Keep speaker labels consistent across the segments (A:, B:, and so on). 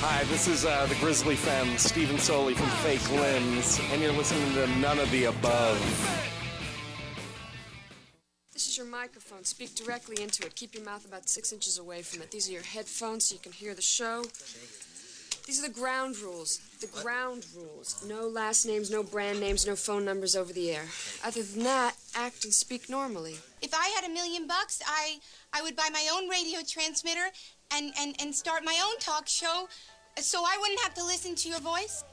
A: Hi, this is uh, the Grizzly Femme, Stephen Soli from Fake Limbs, and you're listening to None of the Above.
B: This is your microphone. Speak directly into it. Keep your mouth about six inches away from it. These are your headphones so you can hear the show. These are the ground rules. The ground rules. No last names, no brand names, no phone numbers over the air. Other than that, act and speak normally.
C: If I had a million bucks, I I would buy my own radio transmitter and and and start my own talk show, so I wouldn't have to listen to your voice.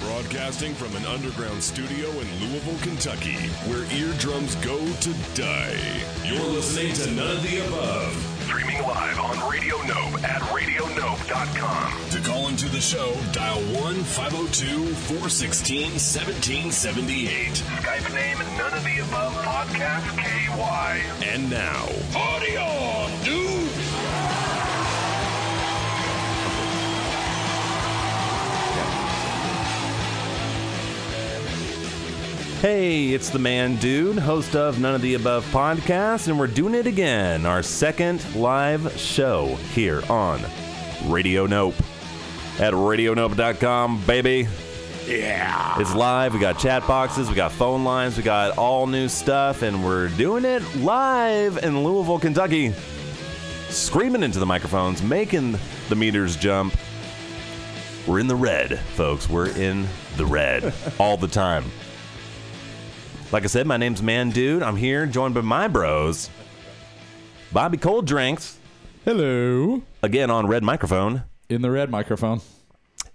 D: Broadcasting from an underground studio in Louisville, Kentucky, where eardrums go to die. You're listening to None of the Above. Streaming live on Radio Nope at radionope.com. To call into the show, dial oh 1 502 416 1778. Skype name None of the Above Podcast KY. And now, party on, dude!
E: Hey, it's the man dude, host of None of the Above podcast, and we're doing it again, our second live show here on Radio Nope at radionope.com, baby. Yeah. It's live. We got chat boxes, we got phone lines, we got all new stuff, and we're doing it live in Louisville, Kentucky. Screaming into the microphones, making the meters jump. We're in the red, folks. We're in the red all the time. Like I said, my name's Man Dude. I'm here joined by my bros, Bobby Cold Drinks,
F: Hello.
E: again on red microphone,
F: In the red microphone.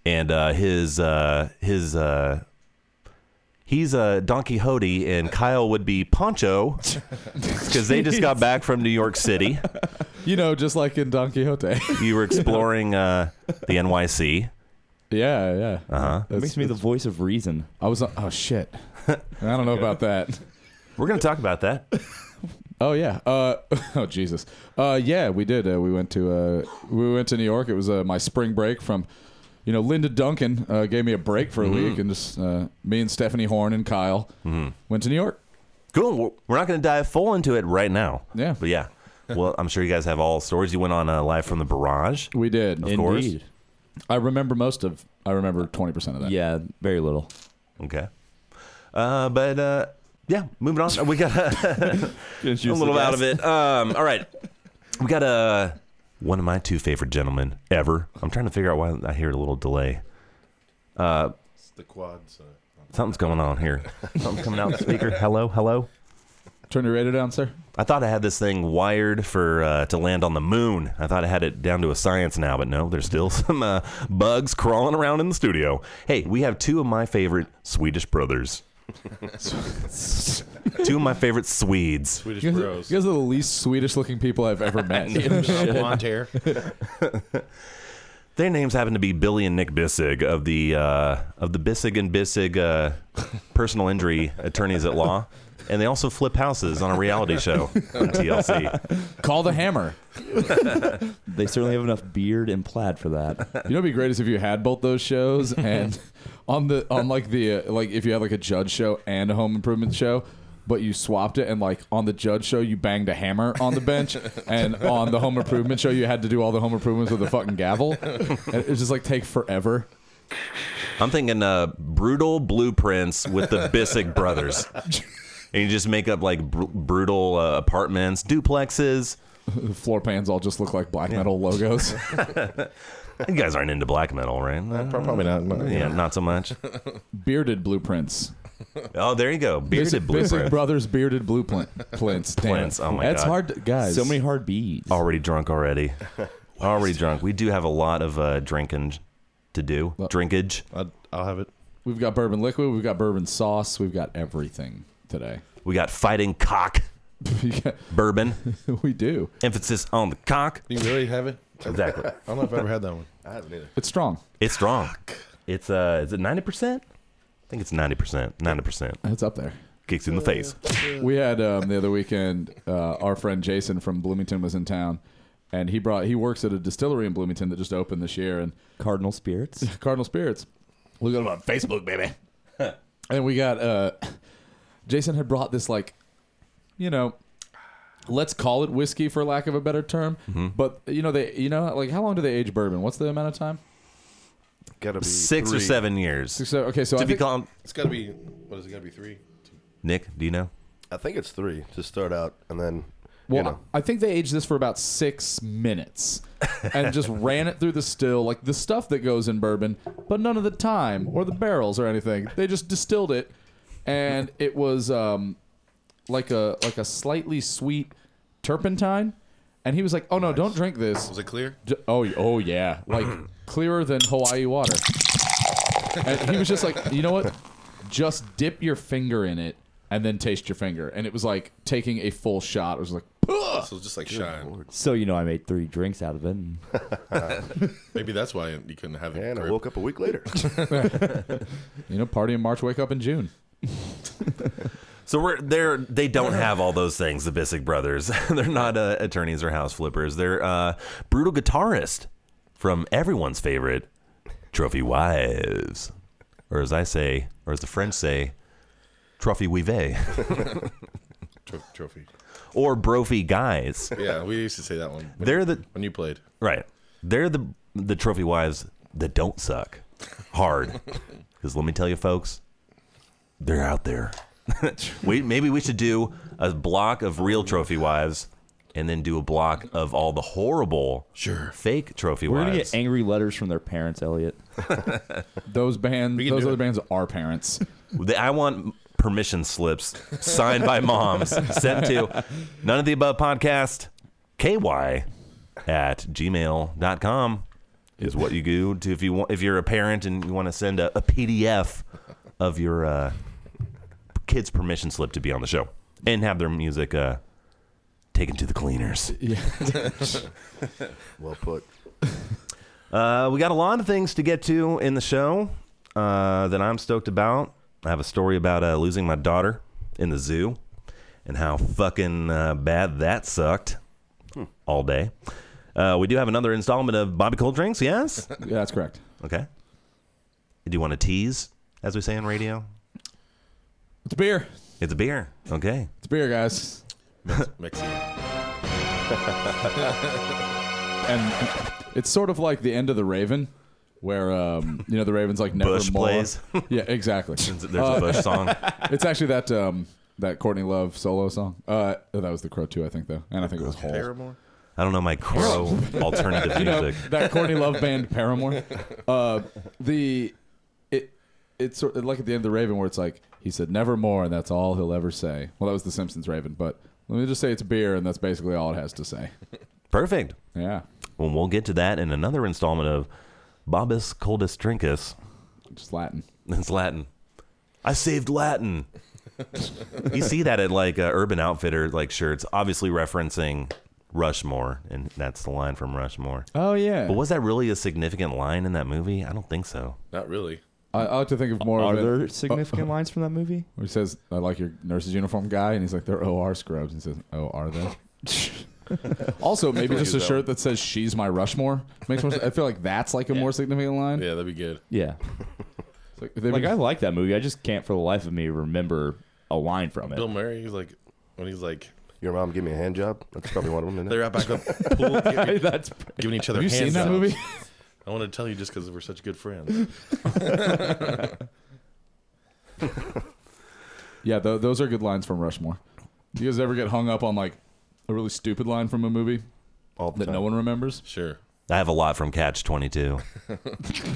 E: and uh, his uh, his uh, he's uh, Don Quixote, and Kyle would be Poncho because they just got back from New York City.
F: You know, just like in Don Quixote.
E: You were exploring uh, the NYC.
F: yeah, yeah.
E: Uh-huh.
F: Uh huh.
G: Makes me the voice of reason.
F: I was. Oh shit. I don't know about that.
E: We're gonna talk about that.
F: Oh yeah. Uh, oh Jesus. Uh, yeah, we did. Uh, we went to uh, we went to New York. It was uh, my spring break from, you know, Linda Duncan uh, gave me a break for a
E: Mm-hmm.
F: week, and just uh, me and Stephanie Horn and Kyle went to New York.
E: Cool. We're- We're not gonna dive full into it right now.
F: Yeah.
E: but yeah. Well, I'm sure you guys have all stories. You went on uh, live from the barrage.
F: We did.
E: Of course.
G: Indeed.
F: I remember most of. I remember twenty percent of that.
G: Yeah, very little.
E: Okay. Uh, but uh, yeah, moving on. We got a, a little out of it. Um, all right, we got uh, one of my two favorite gentlemen ever. I'm trying to figure out why I hear a little delay. Uh,
H: The uh, quad, so.
E: Something's going on here. Something coming out the speaker. Hello, hello.
F: Turn your radio down, sir.
E: I thought I had this thing wired for uh, to land on the moon. I thought I had it down to a science now, but no, there's still some uh, bugs crawling around in the studio. Hey, we have two of my favorite Swedish brothers. two of my favorite Swedes.
H: Swedish
F: You guys,
H: bros.
F: you guys are the least Swedish looking people I've ever met.
H: Blonde hair.
E: Their names happen to be Billy and Nick Bissig of the uh, of the Bissig and Bissig uh, personal injury attorneys at law, and they also flip houses on a reality show on TLC.
F: Call the hammer.
G: They certainly have enough beard and plaid for that.
F: You know, what'd be great is if you had both those shows and on the on like the uh, like if you had like a judge show and a home improvement show, but you swapped it and like on the judge show you banged a hammer on the bench, and on the home improvement show you had to do all the home improvements with a fucking gavel. And it just like take forever.
E: I'm thinking uh, brutal blueprints with the Bissig brothers, and you just make up like br- brutal uh, apartments, duplexes.
F: The floor pans all just look like black metal logos.
E: You guys aren't into black metal, right? Uh,
H: Probably not. not
E: yeah, not so much.
F: Bearded blueprints.
E: Oh, there you go, bearded
F: Basic, Basic
E: blueprint.
F: Brothers bearded blueprint plints. Damn it.
E: Plints, oh my
F: That's
E: God.
F: hard, to, guys.
G: So many hard beads.
E: Already drunk already. Already drunk. We do have a lot of uh, drinking to do. Drinkage.
H: I'd, I'll have it.
F: We've got bourbon liquid. We've got bourbon sauce. We've got everything today.
E: We got fighting cock bourbon.
F: we do.
E: Emphasis on the cock.
H: You really have it? I
E: Exactly.
H: don't know if I've ever had that one. I haven't either.
F: It's strong.
E: It's strong. It's uh, is it ninety percent? I think it's ninety percent. Ninety percent
F: It's up there.
E: kicks you in the face.
F: We had um, the other weekend. Uh, our friend Jason from Bloomington was in town, and he brought. He works at a distillery in Bloomington that just opened this year, and
G: Cardinal spirits.
F: Cardinal Spirits. Look at him on Facebook, baby. and we got uh Jason had brought this like, you know, let's call it whiskey for lack of a better term.
E: Mm-hmm.
F: But you know they you know like how long do they age bourbon? What's the amount of time?
H: Gotta be
E: Six
H: three.
E: or seven years.
F: So okay, so I
E: To be
F: think,
E: calm.
H: It's gotta be. What is it? Gotta be three.
E: Nick, do you know?
H: I think it's three to start out, and then
F: well,
H: you know.
F: I think they aged this for about six minutes and just ran it through the still, like the stuff that goes in bourbon, but none of the time or the barrels or anything. They just distilled it, and it was um, like a like a slightly sweet turpentine. And he was like, "Oh no, don't drink this."
H: Was it clear?
F: J- Oh, y- oh yeah, like clearer than Hawaii water. And he was just like, you know what? Just dip your finger in it and then taste your finger. And it was like taking a full shot. It was like, "Ugh."
I: So it's just like shine.
G: So you know, I made three drinks out of it. and-
I: Maybe that's why you couldn't have it.
H: And I woke up a week later.
F: you know, party in March, wake up in June.
E: So we're they're they don't have all those things. The Bisick brothers. they're not uh, attorneys or house flippers. They're uh, brutal guitarist from everyone's favorite trophy wives, or as I say, or as the French say, trophy wives,
I: Tro- trophy.
E: or brophy guys.
I: Yeah, we used to say that one when,
E: They're the
I: when you played.
E: right. They're the the trophy wives that don't suck hard. Because let me tell you, folks, they're out there. we maybe we should do a block of real trophy wives, and then do a block of all the horrible
I: Sure.
E: fake trophy
G: We're gonna
E: wives.
G: get angry letters from their parents, Elliot.
F: Those bands,
I: can
F: those
I: do
F: other
I: it.
F: bands are parents.
E: They- I want permission slips signed by moms sent to none of the above podcast ky at gmail.com is what you go to if you want if you're a parent and you want to send a, a pdf of your uh, kid's permission slip to be on the show and have their music uh, taken to the cleaners
H: well put.
E: Uh, we got a lot of things to get to in the show uh, that I'm stoked about. I have a story about uh, losing my daughter in the zoo and how fucking uh, bad that sucked
F: Hmm.
E: all day. Uh, we do have another installment of Bobby Cold Drinks, yes?
F: Yeah, that's correct.
E: Okay. Do you want to tease, as we say on radio?
F: It's beer.
E: It's a beer. Okay.
F: It's beer, guys.
I: Mexican.
F: And it's sort of like the end of the Raven, where um, you know the Raven's like never
E: Bush
F: more.
E: plays.
F: Yeah, exactly. Uh,
E: There's a Bush song.
F: It's actually that um, that Courtney Love solo song. Uh, that was the Crow too, I think, though, and I think it was Hole.
I: Paramore?
E: I don't know my crow alternative music.
F: that Courtney Love band Paramore. Uh, the it it's sort of like at the end of the Raven where it's like he said nevermore and that's all he'll ever say. Well, that was the Simpsons Raven, but let me just say it's beer and that's basically all it has to say.
E: Perfect.
F: Yeah,
E: Well, we'll get to that in another installment of Bobus Coldus Drinkus.
F: just Latin.
E: It's Latin. I saved Latin. you see that at like uh, Urban Outfitter like shirts, obviously referencing Rushmore, and that's the line from Rushmore.
F: Oh yeah.
E: But was that really a significant line in that movie? I don't think so.
I: Not really.
F: I, I like to think of more
G: Are
F: of it. Uh,
G: there significant lines from that movie?
F: Uh-huh. Where he says, "I like your nurse's uniform guy," and he's like, "They're OR scrubs." And he says, "Oh, are they?" also, maybe just a shirt that says "She's my Rushmore" makes more. Sense. I feel like that's like a more significant line.
I: Yeah, that'd be good.
G: Yeah.
F: It's like, they've
G: Like
F: been-
G: I like that movie. I just can't for the life of me remember a line from it.
I: Bill Murray, he's like, when he's like,
H: Your mom gave me a hand job. That's probably one of them. Isn't
I: they're
H: it?
I: out back up pool, giving,
G: That's
I: giving each other
F: have you
I: hands.
F: seen that
I: out.
F: movie?
I: I want to tell you just because we're such good friends.
F: yeah, th- those are good lines from Rushmore. Do you guys ever get hung up on like a really stupid line from a movie
H: All the
F: that
H: time.
F: no one remembers?
I: Sure.
E: I have a lot from Catch Twenty Two.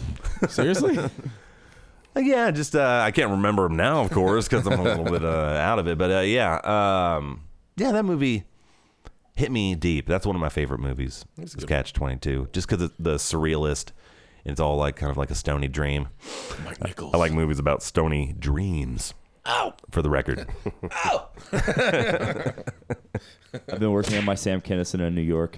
F: Seriously?
E: Like, yeah, just uh, I can't remember them now, of course, because I'm a little bit uh, out of it. But uh, yeah, um, yeah, that movie hit me deep. That's one of my favorite movies. It's Catch Twenty Two, just because the surrealist. It's all like kind of like a stony dream.
I: Mike Nichols.
E: I like movies about stony dreams. Ow! For the record,
G: Oh! I've been working on my Sam Kinison in New York.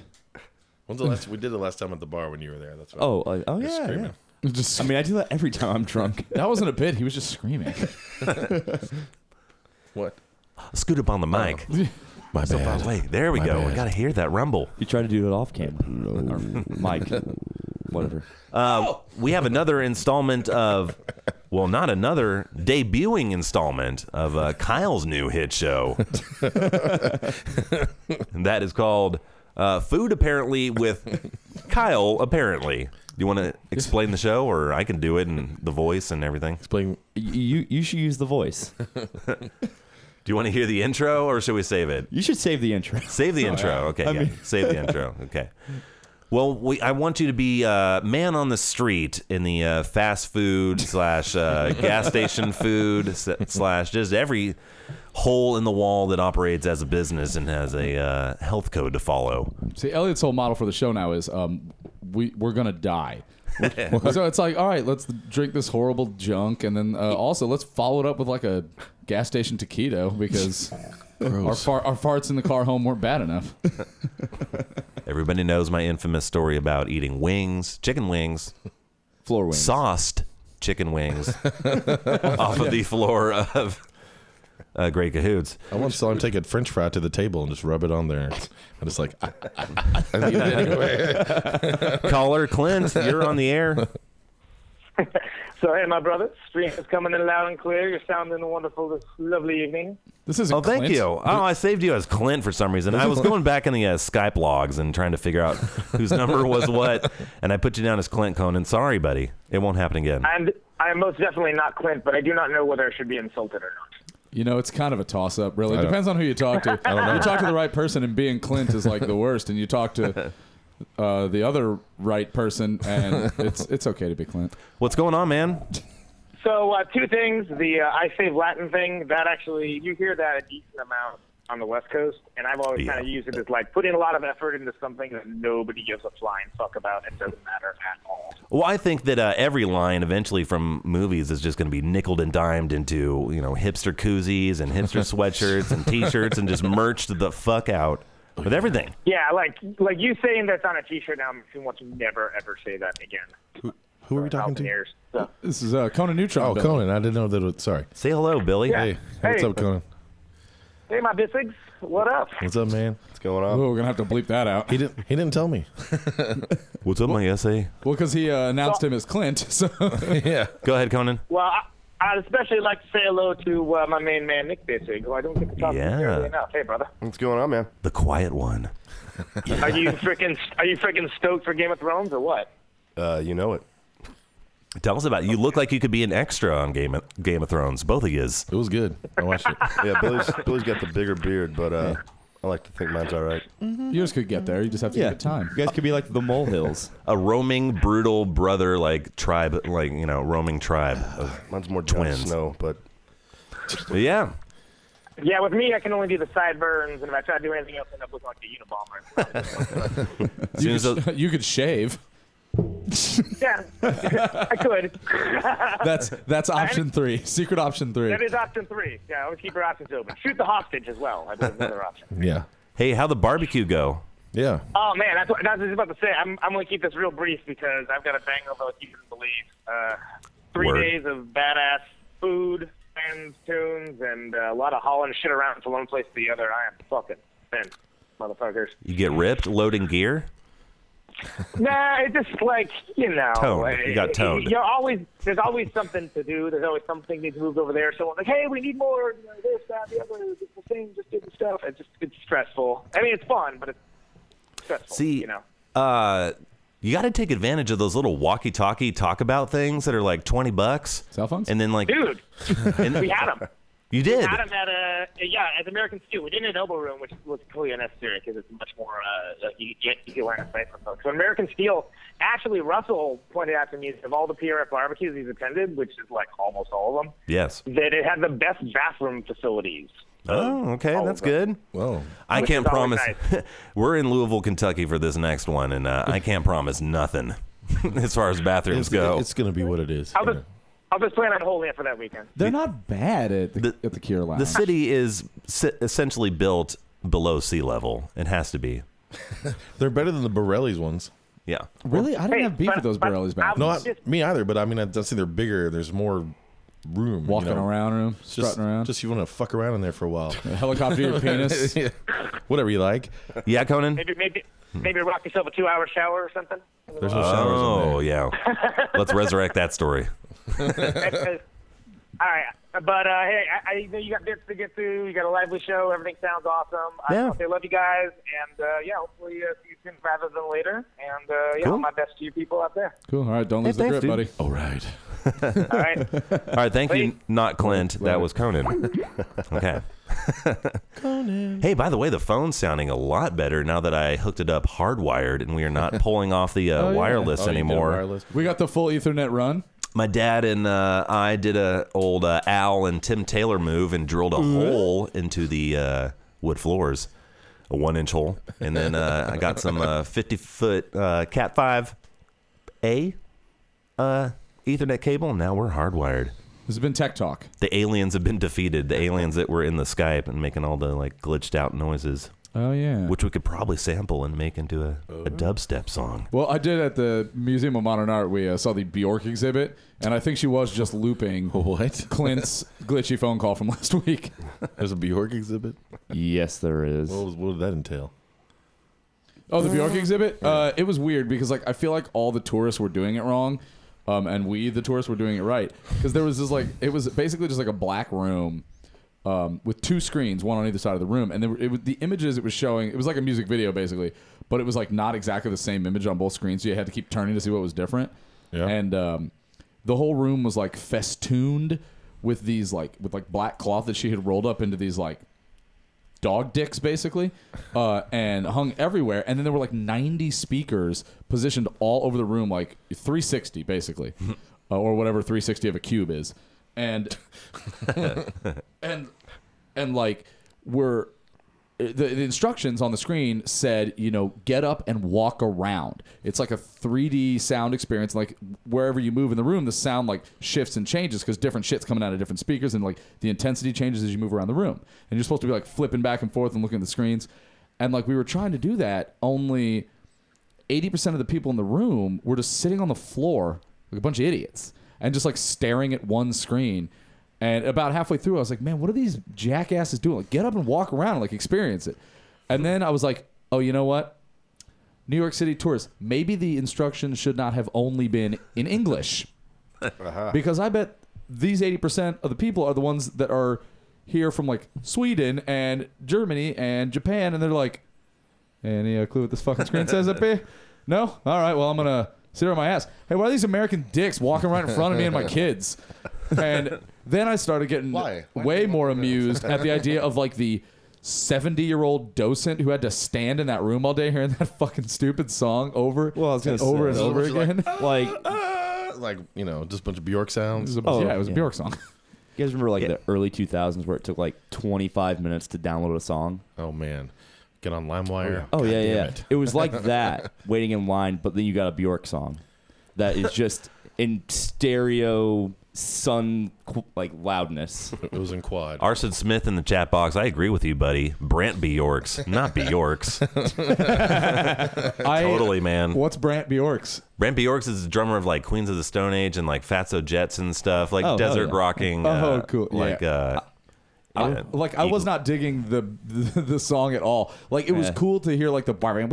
I: When's the last we did the last time at the bar when you were there? That's what
G: Oh, uh,
I: I
G: oh
I: was
G: yeah,
I: screaming.
G: yeah.
F: just
G: I mean, I do that every time I'm drunk.
F: that wasn't a bit. He was just screaming.
I: What?
E: scoot up on the mic.
I: Oh. My
E: So far away. There we
I: My
E: go. I
I: bad.
E: gotta hear that rumble.
G: You try to do it off camera, or Mike, whatever. Oh.
E: Um, Uh, we have another installment of Well, not another debuting installment of uh, Kyle's new hit show. and that is called uh, Food Apparently with Kyle Apparently. Do you want to explain the show, or I can do it and the voice and everything?
I: Playing
G: You you should use the voice.
E: Do you want to hear the intro, or should we save it?
G: You should save the intro.
E: Save the intro. Okay, yeah. Save the intro. Okay. Well, we, I want you to be uh, man on the street in the uh, fast food slash uh, gas station food s- slash just every hole in the wall that operates as a business and has a uh, health code to follow.
F: See, Elliot's whole model for the show now is um, we we're gonna die. so it's like, all right, let's drink this horrible junk, and then uh, also let's follow it up with like a gas station taquito because our, far- our farts in the car home weren't bad enough.
E: Everybody knows my infamous story about eating wings, chicken wings,
G: Floor wings.
E: sauced chicken wings off of the floor of uh, Great Cahoots.
I: I once saw him take a French fry to the table and just rub it on there. And it's like, I, I, I, I need it anyway.
E: Caller Clint, you're on the air.
J: So, hey, my brother, stream is coming in loud and clear. You're sounding wonderful this lovely evening.
F: This isn't.
E: Oh, thank
F: Clint.
E: you. Oh, I saved you as Clint for some reason. I was going back in the uh, Skype logs and trying to figure out whose number was what, and I put you down as Clint Conan. Sorry, buddy. It won't happen again.
J: And I am most definitely not Clint, but I do not know whether I should be insulted or not.
F: You know, it's kind of a toss up, really. It depends on who you talk to. You talk to the right person, and being Clint is like the worst. And you talk to uh, the other right person, and it's it's okay to be Clint.
E: What's going on, man?
J: So, uh, two things. The uh, I Save Latin thing, that actually, you hear that a decent amount on the West Coast, and I've always
E: Yeah.
J: kind of used it as like putting a lot of effort into something that nobody gives a flying fuck about. It doesn't matter at all.
E: Well, I think that uh, every line eventually from movies is just going to be nickled and dimed into you know hipster koozies and hipster sweatshirts and t-shirts and just merged the fuck out with everything.
J: Yeah, like like you saying that's on a t shirt now makes me want to never, ever say that again.
I: Who, who are we talking to?
J: Mountaineers. So.
F: This is uh, Conan Neutron.
I: Oh,
F: Bill.
I: Conan. I didn't know that. Was, sorry.
E: Say hello, Billy.
I: Hey, what's
J: Hey.
I: up, Conan?
J: Hey, my bissigs, what up?
I: What's up, man?
H: What's going
F: Oh,
H: on?
F: we're gonna have to bleep that out.
I: He didn't. He didn't tell me.
E: What's up, my essay?
F: Well, because he uh, announced him as Clint, so
I: yeah.
E: Go ahead, Conan.
J: Well, I, I'd especially like to say hello to uh, my main man, Nick Bissig, who I don't think we talk
E: Yeah.
J: to nearly enough. Hey, brother.
H: What's going on, man?
E: The quiet one.
J: Are you freaking Are you freaking stoked for Game of Thrones or what?
H: Uh, you know it.
E: Tell us about it. You look like you could be an extra on Game of, Game of Thrones. Both of yous.
I: It was good. I watched it.
H: Yeah, Billy's Billy's got the bigger beard, but uh, I like to think mine's all right.
I: Mm-hmm.
F: yours could get there. You just have to
G: Yeah.
F: give it time.
G: You guys could be like the molehills.
E: a roaming brutal brother like tribe like you know roaming tribe of,
H: Mine's more Jon
E: Twins.
H: Snow, but
E: yeah
J: Yeah, with me, I can only do the sideburns, and if I try to do anything else, I end up looking like a Unabomber.
E: as soon as those-
F: you could shave.
J: yeah, I could.
F: That's that's option three. Secret option three.
J: That is option three. Yeah, always keep your options open. Shoot the hostage as well. I believe is another option.
I: Yeah.
E: hey how the barbecue go
I: Yeah.
J: Oh man, that's what, that's what I was about to say. I'm I'm gonna keep this real brief because I've got a hangover like you can believe. Uh, three
E: Word.
J: days of badass food, fans, tunes, and uh, a lot of hauling shit around from one place to the other. I am fucking spent, motherfuckers.
E: you get ripped loading gear
J: Nah, it's just like you know,
E: Toned. You got toned.
J: You're always there's always something to do. There's always something needs moved over there. So I'm like, hey, we need more. You know, this, that, the other, this thing, just do the stuff. It's just it's stressful. I mean, it's fun, but it's stressful.
E: See,
J: you know.
E: uh you got to take advantage of those little walkie-talkie talk about things that are like 20 bucks
F: Cell phones?
E: and then like
J: Dude, we
E: and,
J: had them.
E: you did
J: Adam had a yeah at the American Stew. We did an elbow room, which was completely unnecessary because it's much more uh, like, you get you get line of sight from folks. So American Steel, actually Russell pointed out to me of all the PRF barbecues he's attended, which is like almost all of them,
E: yes
J: that it had the best bathroom facilities.
E: oh okay
J: All
E: that's
J: of them.
E: good
I: Whoa.
E: i
J: Which
E: can't
J: is always
E: promise we're in louisville kentucky for this next one and uh, i can't promise nothing as far as bathrooms
I: It's,
E: go
I: it's gonna be what it is.
J: I'll just I'll just plan on holding it for that weekend.
F: They're not bad at the,
E: The-
F: at the Cure Lounge.
E: The city is si- essentially built below sea level. It has to be.
I: They're better than the Borelli's ones.
E: Yeah.
F: really, I didn't
J: Hey,
F: have beef
J: but-
F: with those
J: but
F: Borelli's
J: I
F: back.
I: No,
J: was-
I: I, me either. But I mean, I, I see they're bigger. There's more room. you
F: Walking
I: know.
F: around room, strutting
I: Just,
F: around, just
I: just you want to fuck around in there for a while.
F: helicopter your penis.
I: Yeah. Whatever you like.
E: Yeah, Conan?
J: Maybe maybe maybe rock yourself a two hour shower or something.
I: There's no showers in
E: Oh,
I: there.
E: yeah. Let's resurrect that story.
J: All right, but uh, hey, I, I know you got bits to get through. You got a lively show. Everything sounds awesome. I
E: Yeah.
J: just wanna say love you guys, and uh, yeah, hopefully uh, see you soon rather than later. And uh, yeah,
E: Cool.
J: my best to you people out there.
F: Cool. All right. Don't lose
E: Hey,
F: the
E: thanks,
F: grip, buddy.
E: dude.
F: All right.
J: All right.
E: All right, thank you, not Clint. That was Conan. Okay. Conan. Hey, by the way, the phone's sounding a lot better now that I hooked it up hardwired, and we are not pulling off the uh,
F: Oh, yeah.
E: wireless
F: Oh, you did
E: anymore.
F: wireless. We got the full Ethernet run.
E: My dad and uh, I did a old uh, Al and Tim Taylor move and drilled a
F: Mm-hmm.
E: hole into the uh, wood floors, a one inch hole, and then uh, I got some uh, fifty foot uh, Cat five A uh, Ethernet cable. and Now we're hardwired.
F: This has been Tech Talk.
E: The aliens have been defeated. The aliens that were in the Skype and making all the like glitched out noises,
F: Oh yeah. Oh.
E: which we could probably sample and make into a, a dubstep song.
F: Well, I did at the Museum of Modern Art. We uh, saw the Bjork exhibit, and I think she was just looping
I: What?
F: Clint's glitchy phone call from last week.
I: There's a Bjork exhibit.
G: Yes, there is.
I: What, was, what did that entail?
F: Oh, the Bjork exhibit. Uh, it was weird because like I feel like all the tourists were doing it wrong, um, and we the tourists were doing it right because there was this like it was basically just like a black room. Um, with two screens, one on either side of the room, and there were, it was, the images it was showing, it was like a music video basically, but it was like not exactly the same image on both screens. So you had to keep turning to see what was different.
I: Yeah.
F: And um, the whole room was like festooned with these like with like black cloth that she had rolled up into these like dog dicks basically uh, and hung everywhere and then there were like 90 speakers positioned all over the room like 360 basically uh, or whatever 360 of a cube is and and and like were Uh, the, the instructions on the screen said you know get up and walk around it's like a 3d sound experience like wherever you move in the room the sound like shifts and changes because different shit's coming out of different speakers and like the intensity changes as you move around the room and you're supposed to be like flipping back and forth and looking at the screens and like we were trying to do that only 80% of the people in the room were just sitting on the floor like a bunch of idiots and just like staring at one screen. And about halfway through, I was like, man, what are these jackasses doing? Like, get up and walk around and like experience it. And then I was like, oh, you know what? New York City tourists, maybe the instructions should not have only been in English.
E: Ah.
F: Because I bet these 80% of the people are the ones that are here from like Sweden and Germany and Japan, and they're like, any uh, clue what this fucking screen says up here? No? All right, well, I'm going to sit on my ass. Hey, why are these American dicks walking right in front of me and my kids? And then I started getting
I: Why? Why
F: way more amused at the idea of like the 70 year old docent who had to stand in that room all day hearing that fucking stupid song over
G: Well, I was gonna
F: and over
G: say-
F: and
G: So
F: over
I: it's like-
F: again.
G: like,
I: Uh, like you know, just a bunch of Bjork sounds.
G: Oh,
F: yeah, it was a
G: yeah.
F: Bjork song.
G: you guys remember like the early 2000s where it took like 25 minutes to download a song?
I: Oh man, get on LimeWire.
G: Oh
I: God
G: yeah,
I: damn
G: yeah.
I: It.
G: It. was like that, waiting in line, but then you got a Bjork song that is just in stereo sun qu- like loudness.
I: It was in quad.
E: Arson Smith in the chat box. I agree with you, buddy. Brant Bjorks, not Bjorks.
F: I,
E: totally, man.
F: What's Brant Bjork's?
E: Brent Bjorks is the drummer of like Queens of the Stone Age and like Fatso Jets and stuff, like
G: Oh, hell
E: desert
G: yeah.
E: rocking.
F: Oh,
E: uh,
F: cool. Yeah.
E: Like, uh, yeah,
F: Like I was
E: Eagle.
F: not digging the the, the song at all. Like it was
G: Yeah. Mm.
F: cool to hear like the bar in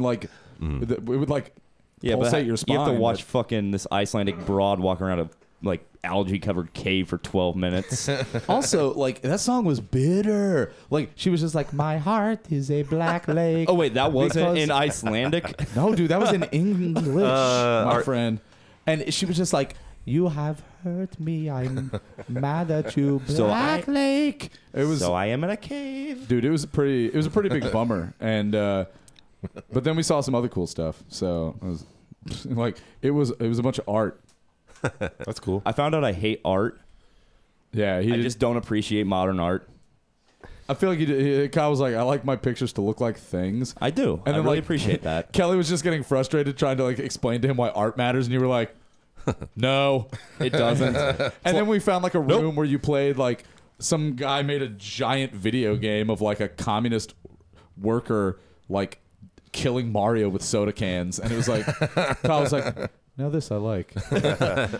F: like the, it would like pulsate your spine.
G: you have to watch
F: but-
G: fucking this Icelandic broad walking around a like algae covered cave for 12 minutes.
F: also, like that song was bitter. Like she was just like, "My heart is a black lake."
G: oh wait, that wasn't
F: Because-
G: in Icelandic. Uh,
F: No, dude, that was in English, my
E: are-
F: friend. And she was just like, "You have hurt me. I'm mad at you, Black
G: So I-
F: Lake." It was,
G: so I am in a cave.
F: dude. It was a pretty. It was a pretty big bummer. And uh, but then we saw some other cool stuff. So it was like it was it was a bunch of art.
I: That's cool.
G: I found out I hate art.
F: Yeah, he
G: I
F: did-
G: just don't appreciate modern art.
F: I feel like he did, he, Kyle was like, "I like my pictures to look like things."
G: I do. I
F: then,
G: really
F: like,
G: appreciate that.
F: Kelly was just getting frustrated trying to like explain to him why art matters, and you were like, "No."
G: It doesn't.
F: And then we found like a room where you played like some guy made a giant video game of like a communist worker like killing Mario with soda cans, and it was like Kyle was like, "Now this I like."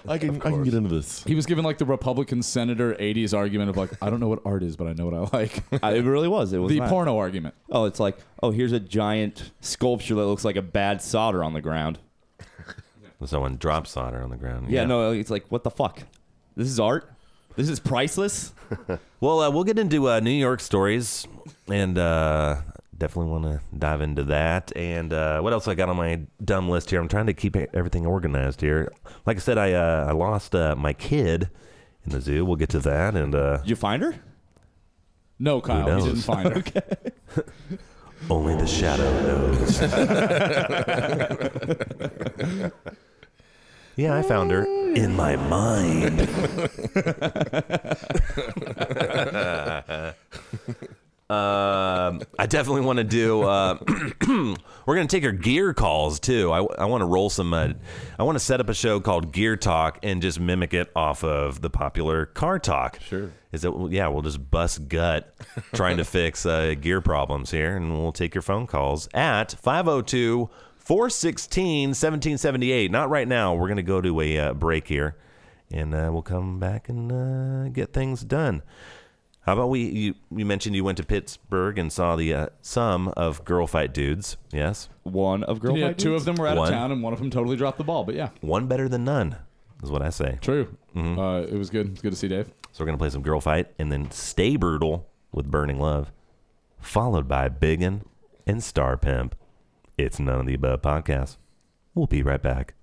I: I can, I can get into this.
F: He was given like the Republican senator '80s argument of like, "I don't know what art is, but I know what I like."
G: I, it really was. It was
F: The
G: not.
F: porno argument.
G: Oh, it's like, oh, here's a giant sculpture that looks like a bad solder on the ground.
E: Someone drop solder on the ground.
G: Yeah, no, it's like what the fuck? This is art. This is priceless.
E: well, uh, we'll get into uh, New York stories, and uh, definitely want to dive into that. And uh, what else I got on my dumb list here? I'm trying to keep e- everything organized here. Like I said, I uh, I lost uh, my kid in the zoo. We'll get to that. And uh,
G: Did you find her?
F: No,
E: Kyle,
F: Kyle,
E: knows?
F: he didn't find her.
E: only the shadow knows. yeah, I found her in my mind. Um, I definitely want to do. Uh, we're gonna take our gear calls too. I, I want to roll some. Uh, I want to set up a show called Gear Talk and just mimic it off of the popular Car Talk. Sure. Is that yeah? We'll just bust gut trying to fix uh, gear problems here, and we'll take your phone calls at 502 416 1778. Not right now. We're gonna go to a uh, break here, and uh, we'll come back and uh, get things done. How about we? You, you mentioned you went to Pittsburgh and saw the uh, some of Girl Fight Dudes. Yes,
G: One of girl.
F: yeah,
G: fight
F: two
G: dudes?
F: of them were out
E: One.
F: of town, and one of them totally dropped the ball. But yeah,
E: one better than none is what I say. Mm-hmm.
F: true. Uh, it was good. It's good to see Dave.
E: So we're gonna play some Girl Fight and then Stay Brutal with Burning Love, followed by Biggin and Star Pimp. It's none of the above podcast. We'll be right back.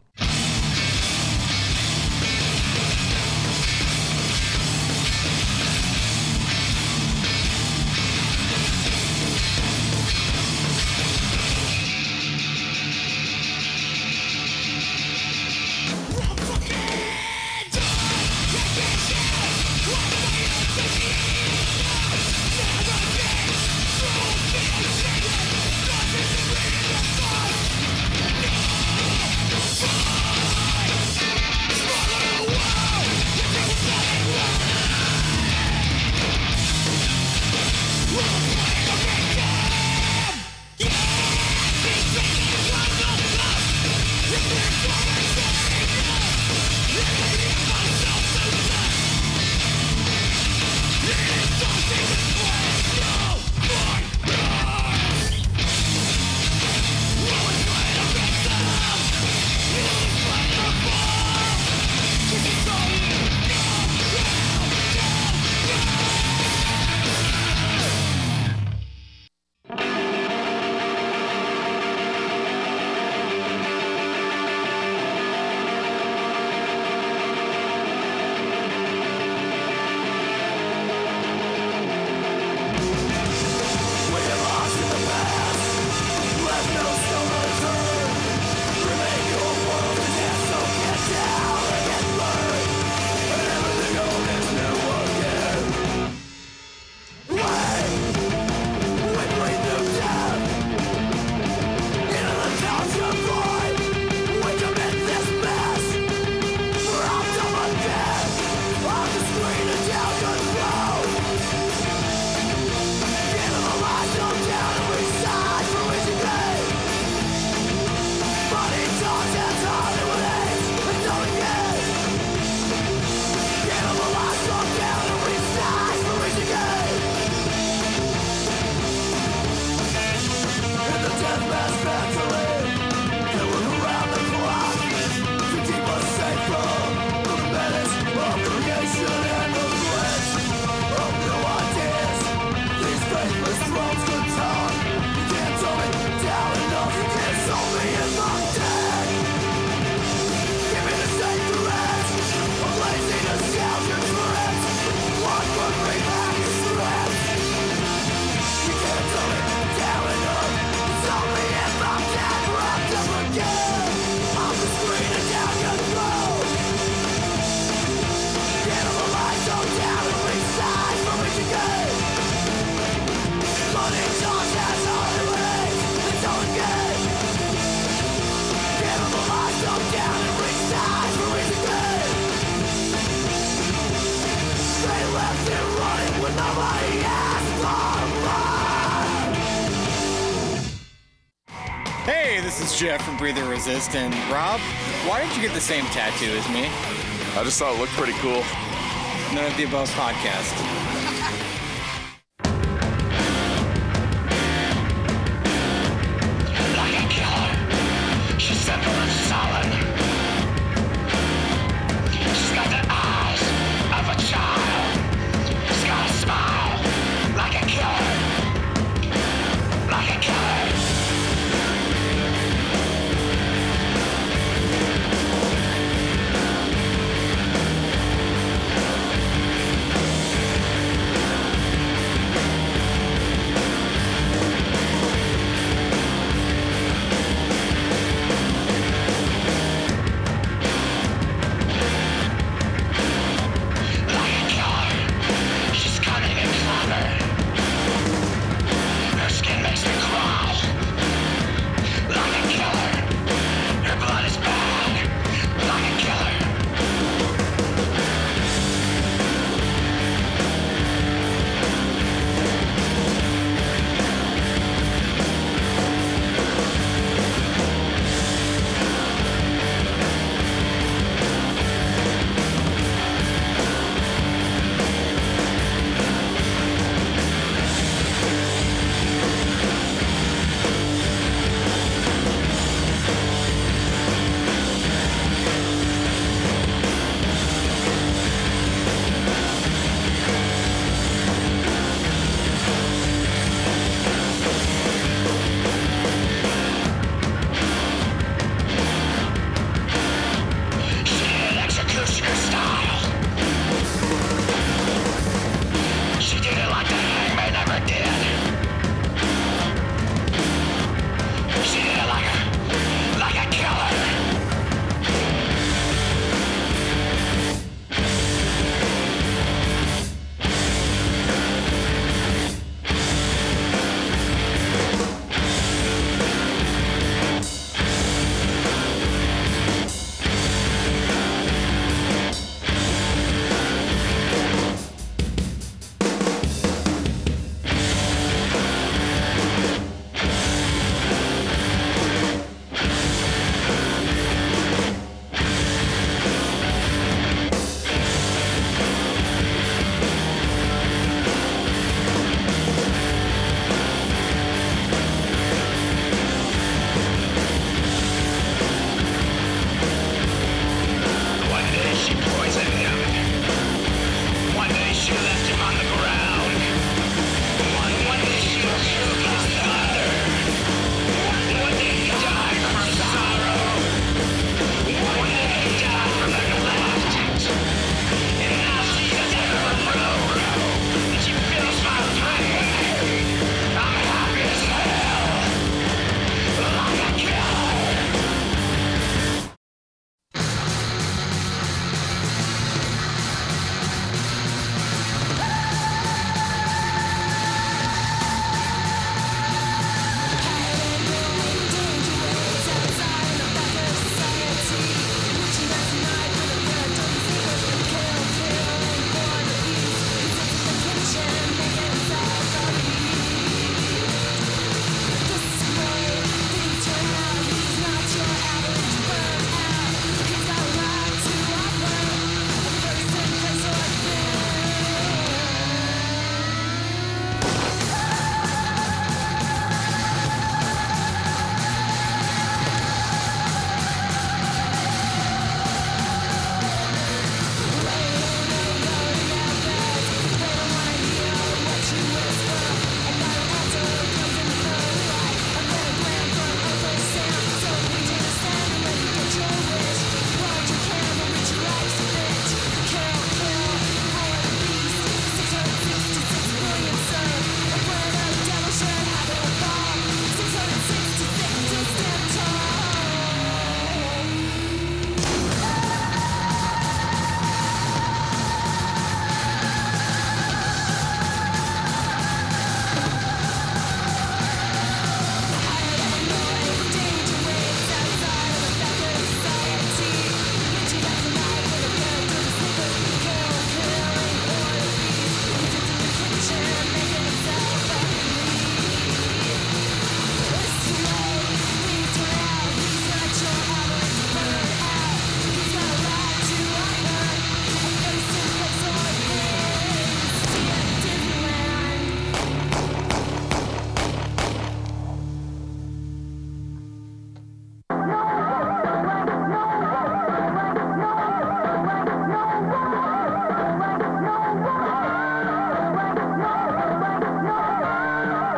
K: Hey, this is Jeff from Breather Resist, and Rob, why did you get the same tattoo as me? I just thought it looked pretty cool. None of the Above podcast.
L: Like a killer, she's simple and solid.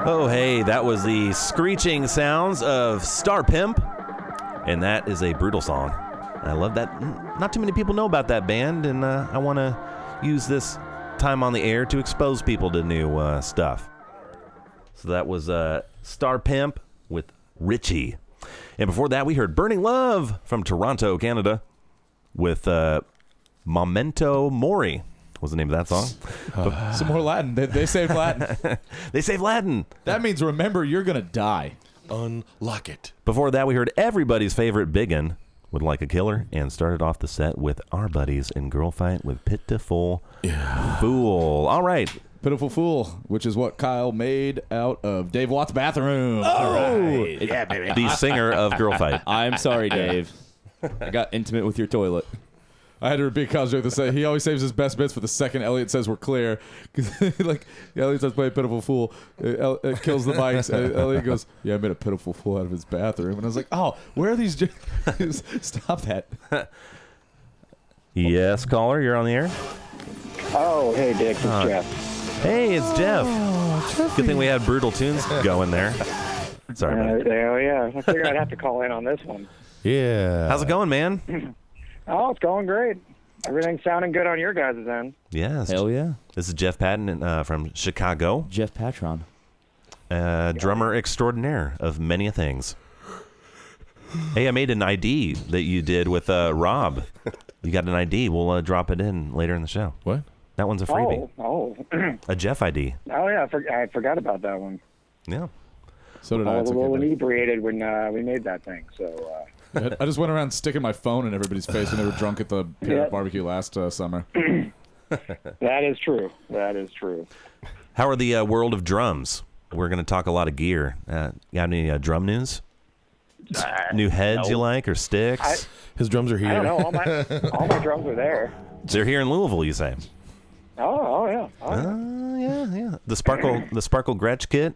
E: Oh, that was the screeching sounds of Star Pimp, and that is a brutal song. I love that. N- Not too many people know about that band, and uh, I want to use this time on the air to expose people to new uh, stuff. So that was uh, Star Pimp with Richie. And before that, we heard Burning Love from Toronto, Canada, with uh, Memento Mori, was the name of that song.
F: Some more Latin. They, they saved Latin.
E: they saved Latin.
F: hmm. That means remember you're gonna die.
I: Unlock it.
E: Before that, we heard everybody's favorite biggin would like a killer and started off the set with our buddies in Girl Fight with Pitiful Fool. All right.
F: Pitiful Fool, which is what Kyle made out of Dave Watt's bathroom.
G: yeah,
E: baby. The singer of Girl Fight.
G: I'm sorry, Dave. I got intimate with your toilet.
F: I had to repeat Kyle's joke to say he always saves his best bits for the second Elliot says we're clear. 'Cause, like Elliot says, play a pitiful fool. Uh, El- uh, kills the mics. and Elliot goes, "Yeah, I made a pitiful fool out of his bathroom." And I was like, "Oh, where are these? jo- Stop that!"
E: Yes, caller, you're on the air.
L: Oh, hey, Dick, it's
E: Uh, Hey, it's Jeff. Good thing we had brutal tunes going there. Sorry,
L: Uh,
E: buddy.
L: there, yeah. I figured I'd have to call in on this one.
E: Yeah. How's it going, man?
L: Oh, it's going great. Everything's sounding good on your guys' end.
E: Yes. Hell yeah. This is Jeff Patton and, uh, from Chicago.
G: Jeff Patron.
E: Uh, drummer extraordinaire of many a things. Hey, I made an ID that you did with uh, Rob. You got an ID. We'll uh, drop it in later in the show. What? That one's a freebie.
L: Oh, oh, oh
E: A Jeff ID.
L: yeah. I, for, I forgot about that one.
E: Yeah.
F: So did
L: I
F: I.
L: was
F: It's
L: a
F: okay.
L: little inebriated when uh, we made that thing. So, uh,
F: I I just went around sticking my phone in everybody's face when they were drunk at the Parrot
L: Yeah.
F: barbecue last uh, summer.
L: that is true. That is true.
E: How are the uh, world of drums? We're going to talk a lot of gear. Uh, you got any uh, drum news? New heads you
L: no.
E: like or sticks?
L: I-
E: His drums are
L: I don't know. All my all my drums are there.
E: They're here in Louisville, you say?
L: Oh, oh yeah. Oh,
E: yeah. Uh, yeah, yeah. The sparkle, the sparkle Gretsch kit.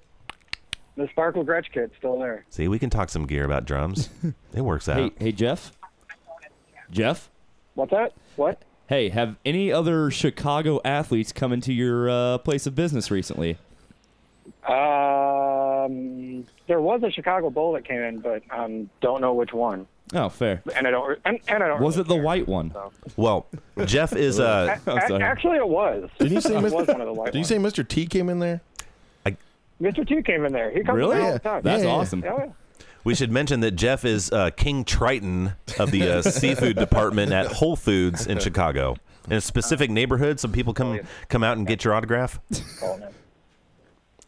L: The Sparkle Gretsch kit's still there.
E: See, we can talk some gear about drums. It works out.
G: Hey, hey, Jeff. Jeff.
L: What's that? What?
G: Hey, have any other Chicago athletes come into your uh, place of business recently?
L: Um, there was a Chicago Bowl that came in, but um, don't know which one.
G: Oh, fair.
L: And I don't. And, and I don't.
G: Was it the white one?
E: Well, Jeff is uh,
L: A- a- actually, it was.
I: Did Oh, you say
L: it was one of the
I: Mr.
L: white
I: Did you say Mr. T came in there?
L: Mr. T came in there. He comes
E: Really?
L: in all
E: Yeah.
L: the time.
E: That's Yeah, yeah, yeah. awesome.
L: Yeah, Oh, yeah.
E: We should mention that Jeff is uh, King Triton of the uh, seafood department at Whole Foods in Chicago. In a specific neighborhood, some people come come out and get your autograph.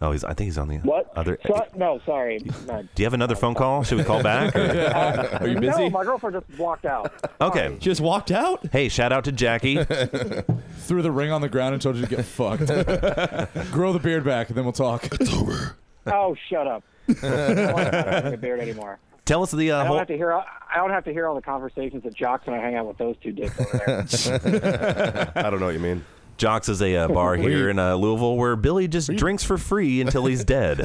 E: Oh, he's. I think he's on the
L: What?
E: other. eh,
L: So, no, sorry. No.
E: Do you have another phone call? Should we call back? or-
L: Uh, No, my girlfriend just walked out.
E: Okay.
G: Just walked out.
E: Hey, shout out to Jackie.
F: Threw the ring on the ground and told you to get fucked. Grow the beard back, and then we'll talk. It's over.
L: Oh, shut up. I don't want to have a beard anymore.
E: Tell us the
L: I
E: uh,
L: don't
E: whole.
L: have to hear. all- I don't have to hear all the conversations that jocks and I hang out with those two dicks over there.
E: I don't know what you mean. Jocks is a uh, bar here in uh, Louisville where Billy just drinks for free until he's dead.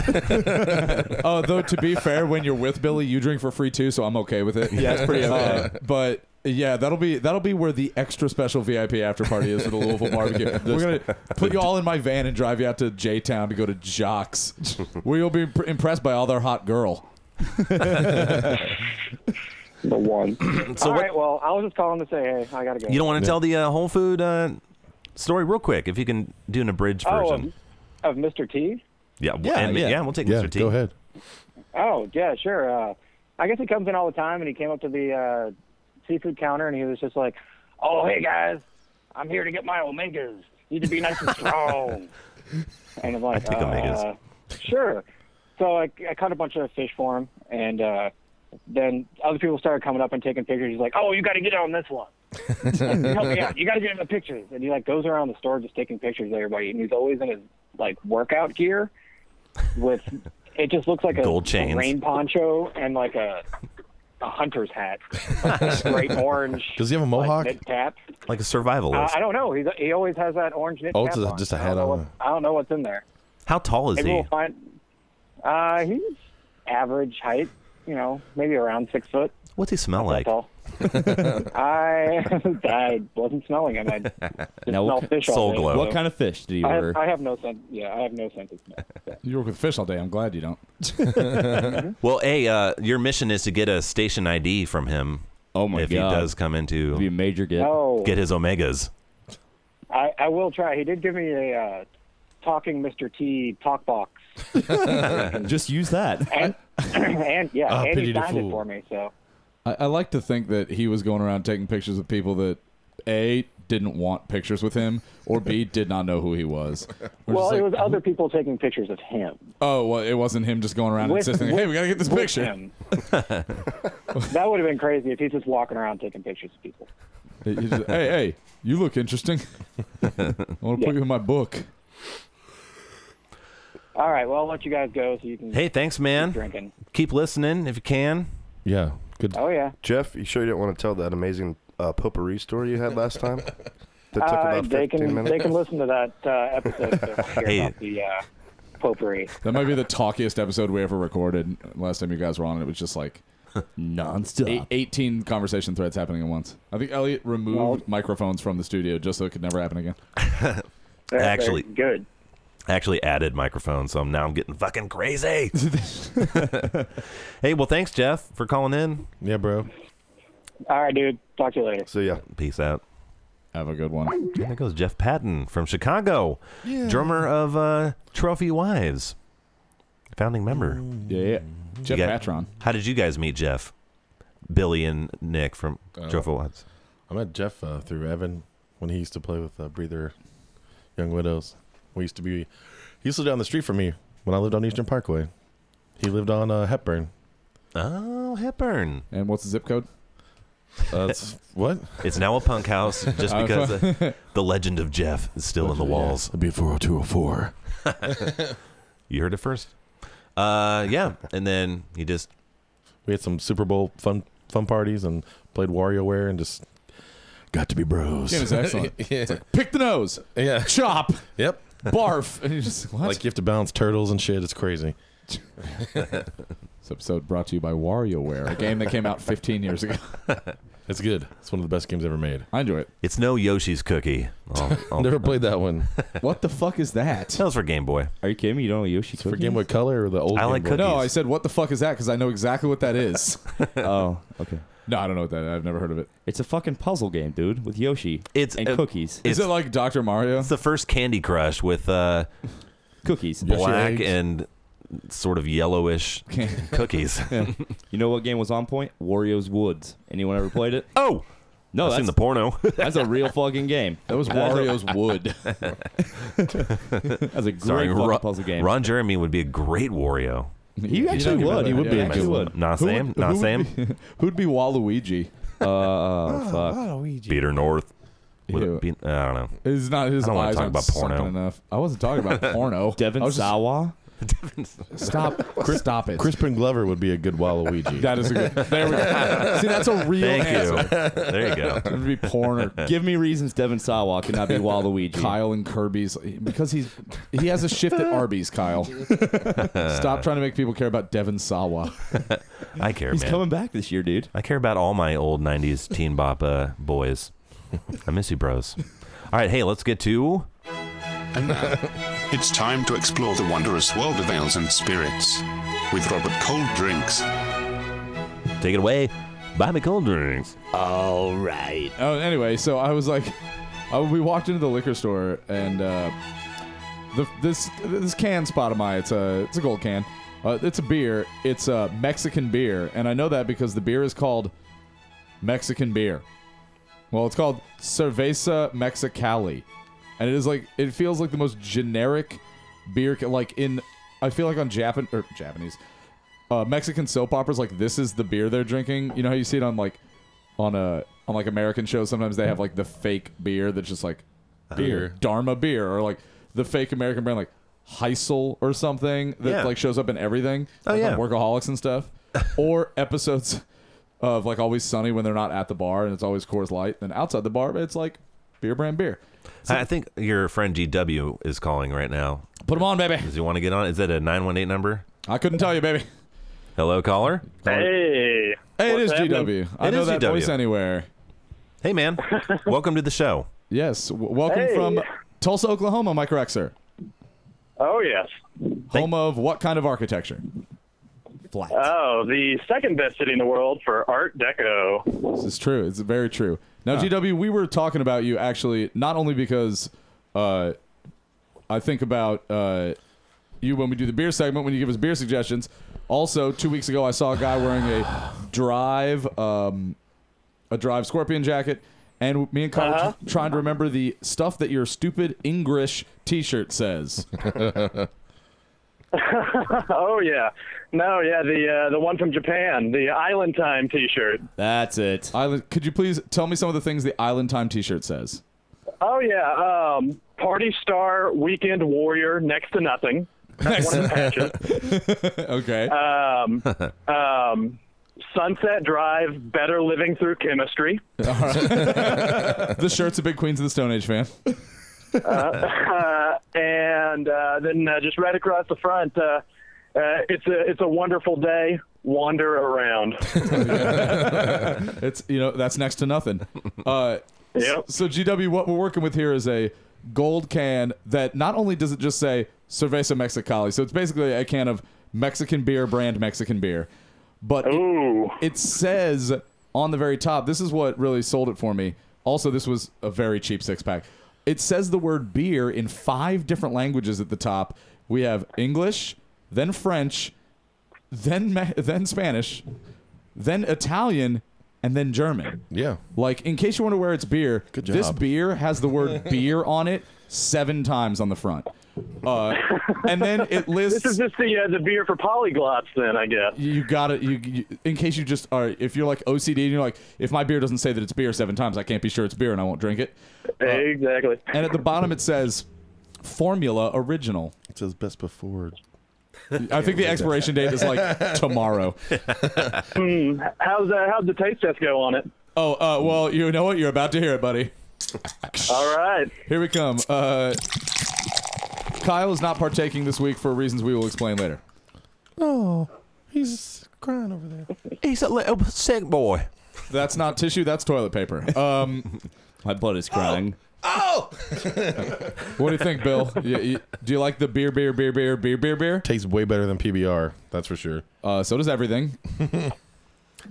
F: Oh, though to be fair, when you're with Billy, you drink for free too, so I'm okay with it.
G: Yeah, it's pretty
F: Uh,
G: okay.
F: but yeah, that'll be that'll be where the extra special VIP after party is for the Louisville barbecue. We're gonna put you all in my van and drive you out to J Town to go to Jocks, where you'll be imp- impressed by all their hot girl.
L: the one.
E: So
L: all
E: what-
L: right. Well, I was just calling to say, hey, I gotta go.
E: You don't want to tell the uh, Whole Food uh, story real quick if you can do an abridged
L: Oh,
E: version.
L: of, of Mr. T.
E: Yeah, w-
L: Yeah,
E: and-
L: yeah.
E: we'll take
I: Yeah,
E: Mr. T.
I: go ahead.
L: Oh yeah, sure. Uh, I guess he comes in all the time, and he came up to the uh, seafood counter, and he was just like, "Oh hey guys, I'm here to get my omegas. Need to be nice and strong." and I'm like,
E: I take omegas.
L: Uh, sure. So I, I cut a bunch of fish for him, and uh, then other people started coming up and taking pictures. He's like, "Oh, you got to get on this one. Help me out. You got to get in the pictures." And he like goes around the store just taking pictures of everybody, and he's always in his like workout gear with it just looks like a
E: Gold chains.
L: rain poncho and like a a hunter's hat, like this great orange
I: Does he have a mohawk?
L: knit cap.
E: Like a
L: Uh,
E: survivalist.
L: I don't know. He's, he always has that orange knit
I: Oh,
L: cap
I: it's a-
L: on.
I: just a
L: I
I: hat
L: don't know
I: on.
L: what- I don't know what's in there.
E: How tall is
L: Maybe
E: he?
L: we'll find. Uh, he's average height, you know, maybe around six foot.
E: What's he smell like?
L: That's all. I, I wasn't smelling them. I just smell
G: Now, what,
L: fish all day,
G: What
L: so-
G: kind of fish do you
L: I
G: order?
L: have, I have no sense. Yeah, I have no sense of smell.
F: You work with fish all day. I'm glad you don't.
L: Mm-hmm.
E: well, hey, uh, your mission is to get a station ID from him.
G: Oh my
E: if
G: God.
E: he does come into
G: be a major get.
L: No.
E: Get his omegas.
L: I, I will try. He did give me a uh, talking Mr. T talk box,
G: Just use that.
L: and, and yeah,
F: Ah,
L: and
F: pity
L: he
F: the
L: signed it
F: fool.
L: for me. So
F: I, I like to think that he was going around taking pictures of people that a didn't want pictures with him, or b did not know who he was. We're
L: well,
F: just like,
L: it was other people taking pictures of him.
F: oh, well, it wasn't him just going around
L: With-
F: insisting, "Hey,
L: with-
F: we gotta get this
L: with
F: picture."
L: him. that would have been crazy if he's just walking around taking pictures of people.
F: He just, hey, hey, you look interesting. I want to put you in my book.
L: All right, well, I'll let you guys go so you can.
E: Hey, thanks, man.
L: drinking.
E: Keep listening if you can.
I: Yeah. Good.
L: Oh yeah.
H: Jeff, you sure you didn't want to tell that amazing uh, potpourri story you had last time? That took
L: Uh,
H: about 15
L: they can
H: minutes.
L: they can listen to that uh, episode. if they want to hear
F: Hey.
L: about the uh, potpourri.
F: That might be the talkiest episode we ever recorded. Last time you guys were on, it was just like nonstop. Eight, Eighteen conversation threads happening at once. I think Elliot removed microphones from the studio just so it could never happen again.
E: actually,
L: good.
E: Actually, added microphones, so now I'm getting fucking crazy. hey, well, thanks, Jeff, for calling in.
I: Yeah, bro.
L: All right, dude. Talk to you later.
H: See ya.
E: Peace out.
F: Have a good one. And
E: there goes Jeff Patton from Chicago,
F: Yeah.
E: drummer of uh, Trophy Wives, founding member.
F: Yeah, Jeff
E: You
F: Patron.
E: How did you guys meet Jeff? Billy and Nick from Trophy Wives.
I: Oh. I met Jeff uh, through Evan when he used to play with uh, Breather Young Widows. We used to be, he used to live down the street from me when I lived on Eastern Parkway. He lived on uh, Hepburn.
E: Oh, Hepburn.
F: And what's the zip code?
I: Uh, it's, what?
E: It's now a punk house just
I: Oh,
E: because
I: fuck.
E: uh, the legend of Jeff is still in the walls.
I: It'd be 40204.
E: you heard it first. Uh, yeah, and then he just
I: We had some Super Bowl fun fun parties and played WarioWare and just got to be bros.
F: Game is excellent. It's like, pick the nose.
I: Yeah.
F: Chop.
I: Yep.
F: Barf. And you just what?
I: Like you have to bounce turtles and shit. It's crazy.
F: this episode brought to you by WarioWare, a game that came out 15 years ago.
I: It's good. It's one of the best games ever made.
F: I enjoy it.
E: It's no Yoshi's Cookie.
I: Never played that one.
F: what the fuck is that?
E: That was for Game Boy.
G: Are you kidding me? You don't know Yoshi's
I: For Game Boy Color or the old Game Boy?
F: No, I said, what the fuck is that? Because I know exactly what that is.
G: oh, okay.
F: No, I don't know what that. Is. I've never heard of it.
G: It's a fucking puzzle game, dude, with Yoshi.
E: It's
G: and
E: a-
G: cookies.
E: it's- Is it
F: like Doctor Mario?
E: It's the first Candy Crush with uh,
G: cookies,
E: black
G: Yoshi eggs.
E: and sort of yellowish cookies.
G: You know what game was on point? Wario's Woods. Anyone ever played it?
E: oh,
G: no,
E: I've
G: that's
E: seen the porno.
G: that's a real fucking game.
F: That was Wario's Wood.
G: That's a great
E: Sorry,
G: fucking
E: Ron,
G: puzzle game.
E: Ron Jeremy would be a great Wario.
G: He actually would. He would be. actually would.
E: Not Sam. Not Sam.
F: Who'd be Waluigi?
G: Uh, fuck.
E: Peter North. Would it
F: Ew.
E: be- I don't know.
F: It's not his
E: I don't wanna
F: eyes
E: talk
F: aren't
E: about porno.
F: sunken enough. I wasn't talking about porno.
G: Devin
F: I was just-
G: Sawa.
F: Stop. Stop it.
I: Crispin Glover would be a good Waluigi.
F: That is a good. There we go. See, that's a real
E: Thank
F: answer.
E: you. There you go.
F: It'd be porn or
G: Give me reasons Devin Sawa could not be Waluigi.
F: Kyle and Kirby's because he's he has a shift at Arby's. Kyle, stop trying to make people care about Devin Sawa.
E: I care,
G: He's
E: man.
G: coming back this year, dude.
E: I care about all my old 90s teen bop uh, boys. I miss you, bros. All right, hey, let's get to.
M: And now, it's time to explore the wondrous world of ales and spirits with Robert Cold Drinks.
E: Take it away. Buy me cold drinks.
F: All right. Oh, anyway, so I was like, I, we walked into the liquor store and uh, the this this can spot of mine. It's a it's a gold can. Uh, it's a beer. It's a Mexican beer, and I know that because the beer is called Mexican beer. Well, it's called Cerveza Mexicali, and it is like it feels like the most generic beer. ca- Like in, I feel like on Japan or Japanese, uh, Mexican soap operas. Like this is the beer they're drinking. You know how you see it on like on a on like American shows. Sometimes they have like the fake beer that's just like
I: Beer.
F: Dharma beer, or like the fake American brand like Heisel or something that
E: Yeah.
F: like shows up in everything.
E: Oh,
F: like on
E: yeah.
F: workaholics and stuff, or episodes of like Always Sunny when they're not at the bar and it's always Coors Light. Then outside the bar, it's like beer brand beer.
E: I I think your friend GW is calling right now.
F: Put them on, baby.
E: Does he want to get on? Is that a 918 number?
F: I couldn't tell you, baby.
E: Hello, caller?
F: Hey. Hey, it
E: What's
F: is
E: happening?
F: GW. I
E: It
F: know
E: is
F: that
E: GW.
F: voice anywhere.
E: Hey, man. welcome to the show.
F: Yes. W- welcome
N: Hey.
F: from Tulsa, Oklahoma, Mike Rex, sir.
N: Oh yes.
F: Home of what kind of architecture?
N: Oh, the second best city in the world for Art Deco.
F: This is true. It's very true. Now, GW, we were talking about you actually, not only because uh, I think about uh, you when we do the beer segment, when you give us beer suggestions. Also, two weeks ago, I saw a guy wearing a drive, um, a drive scorpion jacket, and me and Kyle
N: Uh-huh.
F: were tr- trying to remember the stuff that your stupid English T-shirt says.
N: oh yeah. No, yeah, the uh, the one from Japan, the Island Time T-shirt.
F: That's it. Island. Could you please tell me some of the things the Island Time T-shirt says?
N: Oh yeah, um, party star, weekend warrior, next to nothing. That's one of the patches.
F: okay.
N: Um, um, Sunset Drive, Better Living Through Chemistry.
F: the shirt's a big Queens of the Stone Age fan.
N: Uh, uh, and uh, then uh, just right across the front, uh, uh, it's a it's a wonderful day. Wander around.
F: it's you know that's next to nothing. Uh, s- So GW, what we're working with here is a gold can that not only does it just say Cerveza Mexicali, so it's basically a can of Mexican beer brand Mexican beer, but it, it says on the very top. This is what really sold it for me. Also, this was a very cheap six pack. It says the word beer in five different languages at the top. We have English, then French, then Me- then Spanish, then Italian, and then German. Yeah. Like in case you wonder where it's beer, this
I: job.
F: beer has the word beer on it seven times on the front. Uh, and then it lists.
N: This is just the uh, the beer for polyglots, then I guess.
F: You got it. You, you in case you just are if you're like OCD and you're like if my beer doesn't say that it's beer seven times, I can't be sure it's beer and I won't drink it. Uh,
N: exactly.
F: And at the bottom it says formula original.
I: It says best before.
F: I think the expiration date is like tomorrow.
N: Hmm. How's uh, how's the taste test go on it?
F: Oh, uh, well, you know what? You're about to hear it, buddy.
N: All right.
F: Here we come. Uh, Kyle is not partaking this week for reasons we will explain later.
I: No, he's crying over there.
F: He's a little sick boy. That's not tissue. That's toilet paper. Um, My blood is crying.
I: Oh!
F: what do you think, Bill? You, you, do you like the beer, beer, beer, beer, beer, beer, beer?
I: Tastes way better than PBR. That's for sure.
F: Uh, so does everything.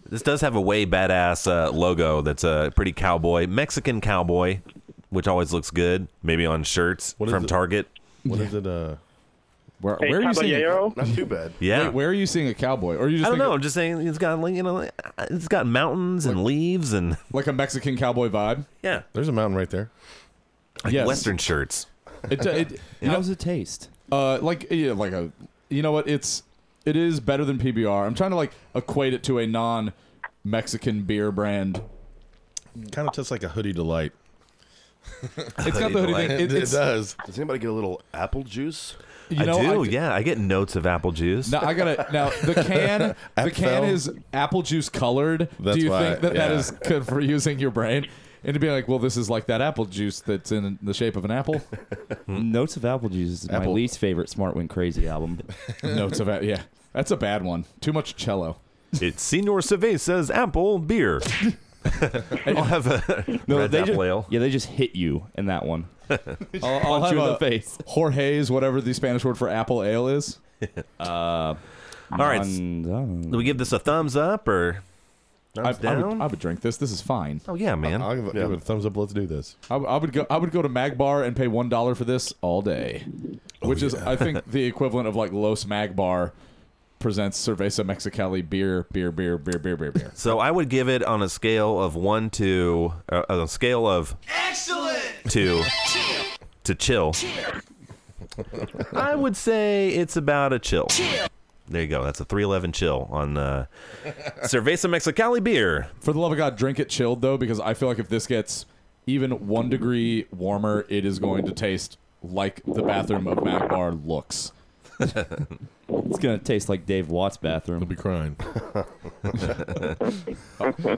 E: This does have a way badass uh, logo that's a pretty cowboy, Mexican cowboy, which always looks good. Maybe on shirts
I: is
E: from
I: it?
E: Target.
I: What is it? Uh,
F: where,
I: Hey,
F: where are you
I: caballero?
F: seeing?
I: Not too bad.
E: Yeah.
F: Wait, where are you seeing a cowboy? Or are you just
E: I don't
F: thinking-
E: know. I'm just saying it's got like, you know like, uh, it's got mountains and leaves and
F: like a Mexican cowboy vibe.
E: Yeah,
I: there's a mountain right there.
E: Like
F: Yes.
E: Western shirts.
F: It, it, you know,
G: How's it taste?
F: Uh, like yeah, like a, you know what? It's it is better than PBR. I'm trying to like equate it to a non Mexican beer brand.
I: Kind of tastes like a hoodie delight.
F: It's not the hoodie thing. It, it's,
I: does.
H: Does anybody get a little apple juice?
F: You know,
E: I do.
F: I d-
E: yeah, I get notes of apple juice.
F: Now I gotta now the can the can
E: Apfel.
F: is apple juice colored.
E: That's
F: do you
E: why,
F: think that that
E: yeah.
F: is good for using your brain? And to be like, well, this is like that apple juice that's in the shape of an apple.
G: Notes of Apple Juice is my
F: Apple.
G: least favorite Smart Went Crazy album.
F: Notes of it, yeah. That's a bad one. Too much cello.
E: It's Senor Cerveza says apple beer. I'll have a
G: No,
E: red
G: they
E: apple
G: just,
E: ale.
G: Yeah, they just hit you in that one.
F: I'll, I'll
G: Punch
F: have
G: you in
F: a
G: the face.
F: Jorge's, whatever the Spanish word for apple ale is.
G: Uh,
E: All right. s- Do we give this a thumbs up or
F: I,
E: thumbs
F: I
E: down?
F: would, I would drink this. This is fine.
E: oh yeah, man.
I: I'll give, it- give it a thumbs up. Let's do this.
F: I, w- I would go. I would go to Mag Bar and pay one dollar for this all day,
I: Oh,
F: which is I think the equivalent of like Los Mag Bar presents Cerveza Mexicali beer, beer, beer, beer, beer, beer, beer.
E: So I would give it on a scale of one to uh, on a scale of excellent to to chill. I would say it's about a chill. There you go. That's a 311 chill on uh, Cerveza Mexicali beer.
F: For the love of God, drink it chilled though, because I feel like if this gets even one degree warmer, it is going to taste like the bathroom of Mag Bar looks.
G: It's gonna taste like Dave Watt's bathroom. I'll
I: be crying.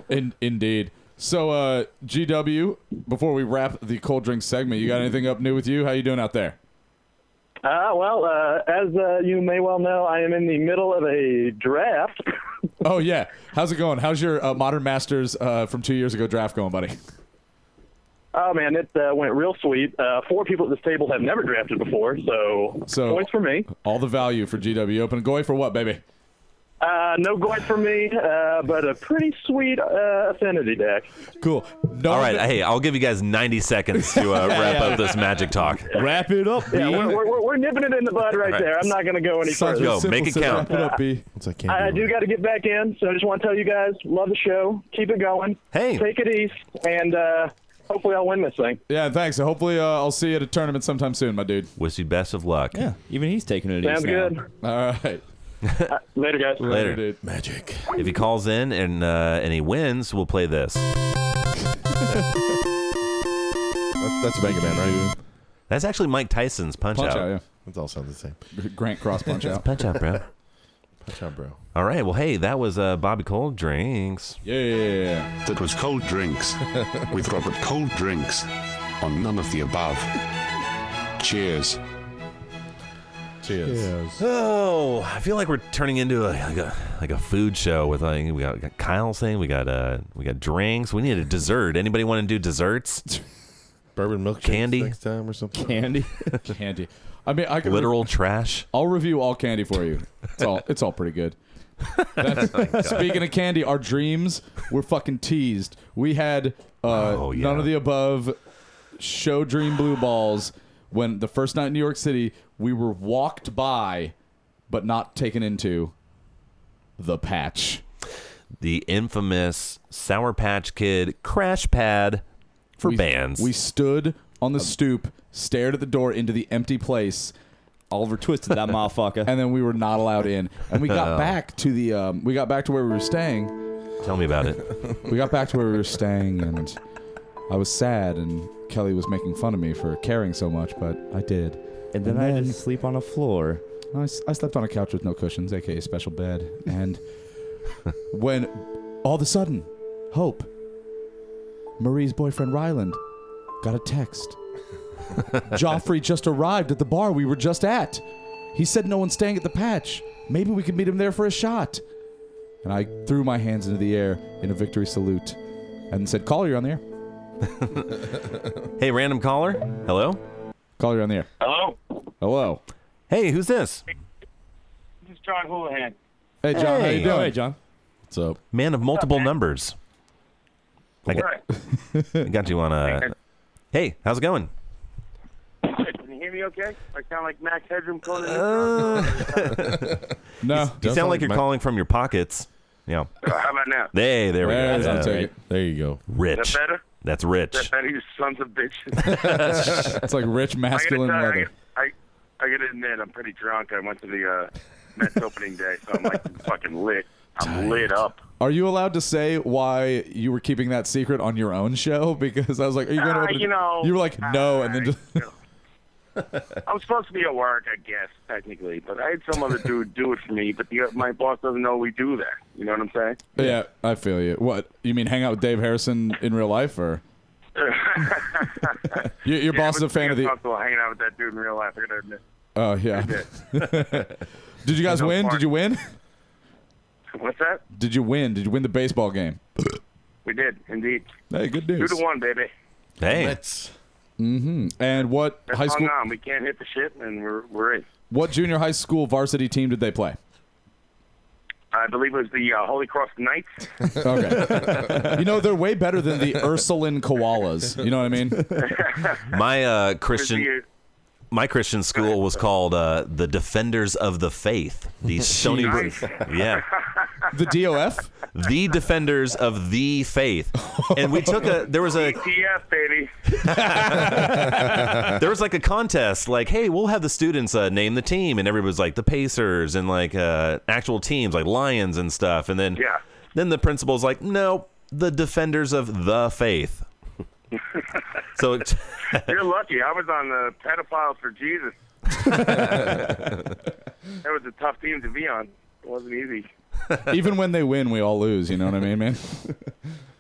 F: In, indeed. So, uh, GW, before we wrap the cold drink segment, you got anything up new with you? How you doing out there?
N: Uh, well, uh, as uh, you may well know, I am in the middle of a draft.
F: Oh yeah, how's it going? How's your uh, Modern Masters uh, from two years ago draft going, buddy?
N: Oh man, it uh, went real sweet. Uh, four people at this table have never drafted before, so,
F: So-
N: points for me.
F: All the value for GW Open. Going for what, baby?
N: Uh, no guard for me, uh, but a pretty sweet uh, affinity deck.
F: Cool.
E: All right, hey, I'll give you guys 90 seconds to uh, wrap
N: Yeah.
E: up this magic talk.
F: Wrap it up,
N: Yeah, we're, we're, we're- we're nipping it in the bud right,
E: Right.
N: there. I'm not going to go any
E: Sounds
N: further.
E: Go, simple, make it so count. wrap it up, B.
N: I, I do got to get back in, so I just want to tell you guys, love the show, keep it going.
E: Hey,
N: take it east, and uh, hopefully I'll win this thing.
F: Yeah, thanks. So Hopefully, uh, I'll see you at a tournament sometime soon, my dude.
E: Wish you best of luck.
F: Yeah,
G: even he's taking it.
N: Sounds easy now. good.
F: All right.
N: Later, guys.
E: Later.
F: dude.
E: Magic. If he calls in and uh, and he wins, we'll play this.
I: That's, that's Mega Man, right?
E: That's actually Mike Tyson's punch,
I: Punch
E: out.
I: Out, yeah. It all sounds the same.
F: Grant Cross Punch
E: It's
F: Out.
E: punch out, bro.
I: Punch out, bro.
E: All right. Well, hey, that was uh, Bobby Cold Drinks.
F: Yeah.
M: That was Cold Drinks with Robert Cold Drinks on None of the Above. Cheers.
I: Cheers.
E: Oh, I feel like we're turning into a like a, like a food show with like we got, we got Kyle's thing, we got uh we got drinks, we need a dessert. Anybody want to do desserts?
I: Bourbon milk
E: candy
I: next time or something.
G: Candy.
F: candy. I mean, I can
E: literal trash.
F: I'll review all candy for you. It's all it's all pretty good. That's- speaking of candy, our dreams were fucking teased. We had uh,
E: Oh,
F: none of the above show dream blue balls when the first night in New York City we were walked by, but not taken into the patch.
E: The infamous Sour Patch Kid crash pad for
F: we,
E: bands.
F: We stood on the stoop, stared at the door into the empty place.
G: Oliver twisted that motherfucker,
F: and then we were not allowed in. And we got
E: Oh.
F: back to the um, we got back to where we were staying.
E: Tell me about it.
F: we got back to where we were staying, and I was sad, and Kelly was making fun of me for caring so much, but I did.
G: And then I had to sleep on a floor.
F: I, s- I slept on a couch with no cushions, aka special bed. And when all of a sudden, Hope, Marie's boyfriend Ryland, got a text. Joffrey just arrived at the bar we were just at. He said no one's staying at the patch. Maybe we could meet him there for a shot. And I threw my hands into the air in a victory salute and said, Call you on the air.
E: hey, random caller. Hello.
F: Call you on the air.
O: Hello,
F: Hello.
E: Hey, who's this?
O: this is John Houlihan.
F: Hey, John. How
E: Hey.
F: you doing?
E: Hey,
G: John.
F: What's up?
E: Man of multiple numbers. I got, I got you on a. Hey, how's it going?
O: Can you hear me okay? I sound like Max Headroom calling in.
E: Uh, You,
F: no.
E: you sound like you're calling from your pockets. Yeah.
O: How about now?
E: Hey, there we go.
O: There's- I'll
E: Yeah.
O: take it.
I: There you go.
E: Rich.
O: Is that better?
E: That's rich.
O: Is that better, you sons of bitches?
F: it's like rich masculine
O: I gotta tell
F: leather.
O: you, I, I, I gotta admit, I'm pretty drunk. I went to the uh, Mets opening day, so I'm like fucking lit. I'm lit up.
F: Are you allowed to say why you were keeping that secret on your own show? Because I was like, "Are you going to?"
O: Ah,
F: open a-
O: you know, uh,
F: you were like, "No," and then just
O: I was supposed to be at work, I guess, technically, but I had some other dude do it for me. But the, my boss doesn't know we do that. You know what I'm saying?
F: yeah. I feel you. What you mean? Hang out with Dave Harrison in real life, or your, your
O: Yeah,
F: boss is
O: I
F: a fan of
O: was
F: the?
O: comfortable hanging out with that dude in real life. I gotta admit.
F: Oh yeah. Did you guys win? Did you win?
O: What's that?
F: Did you win? Did you win the baseball game?
O: We did indeed.
F: Hey, good
O: Two
F: news.
O: to one, baby.
E: Hey.
F: Mm-hmm. And what
O: That's
F: high school?
O: on. We can't hit the shit, and we're we're in.
F: What junior high school varsity team did they play?
O: I believe it was the uh, Holy Cross Knights.
F: Okay. you know they're way better than the Ursuline koalas. You know what I mean?
E: My uh, Christian. My Christian school was called uh, the Defenders of the Faith. The Stony
F: Nice.
E: Brook. Yeah.
F: The DOF?
E: The Defenders of the Faith. And we took a there was a
O: ETF, baby.
E: there was like a contest like hey, we'll have the students uh, name the team and everybody was like the Pacers and like uh, actual teams like Lions and stuff and then yeah. then the principal's like no, the Defenders of the Faith. so it
O: You're lucky. I was on the pedophiles for Jesus. That was a tough team to be on. It wasn't easy.
F: Even when they win, we all lose. You know what I mean, man?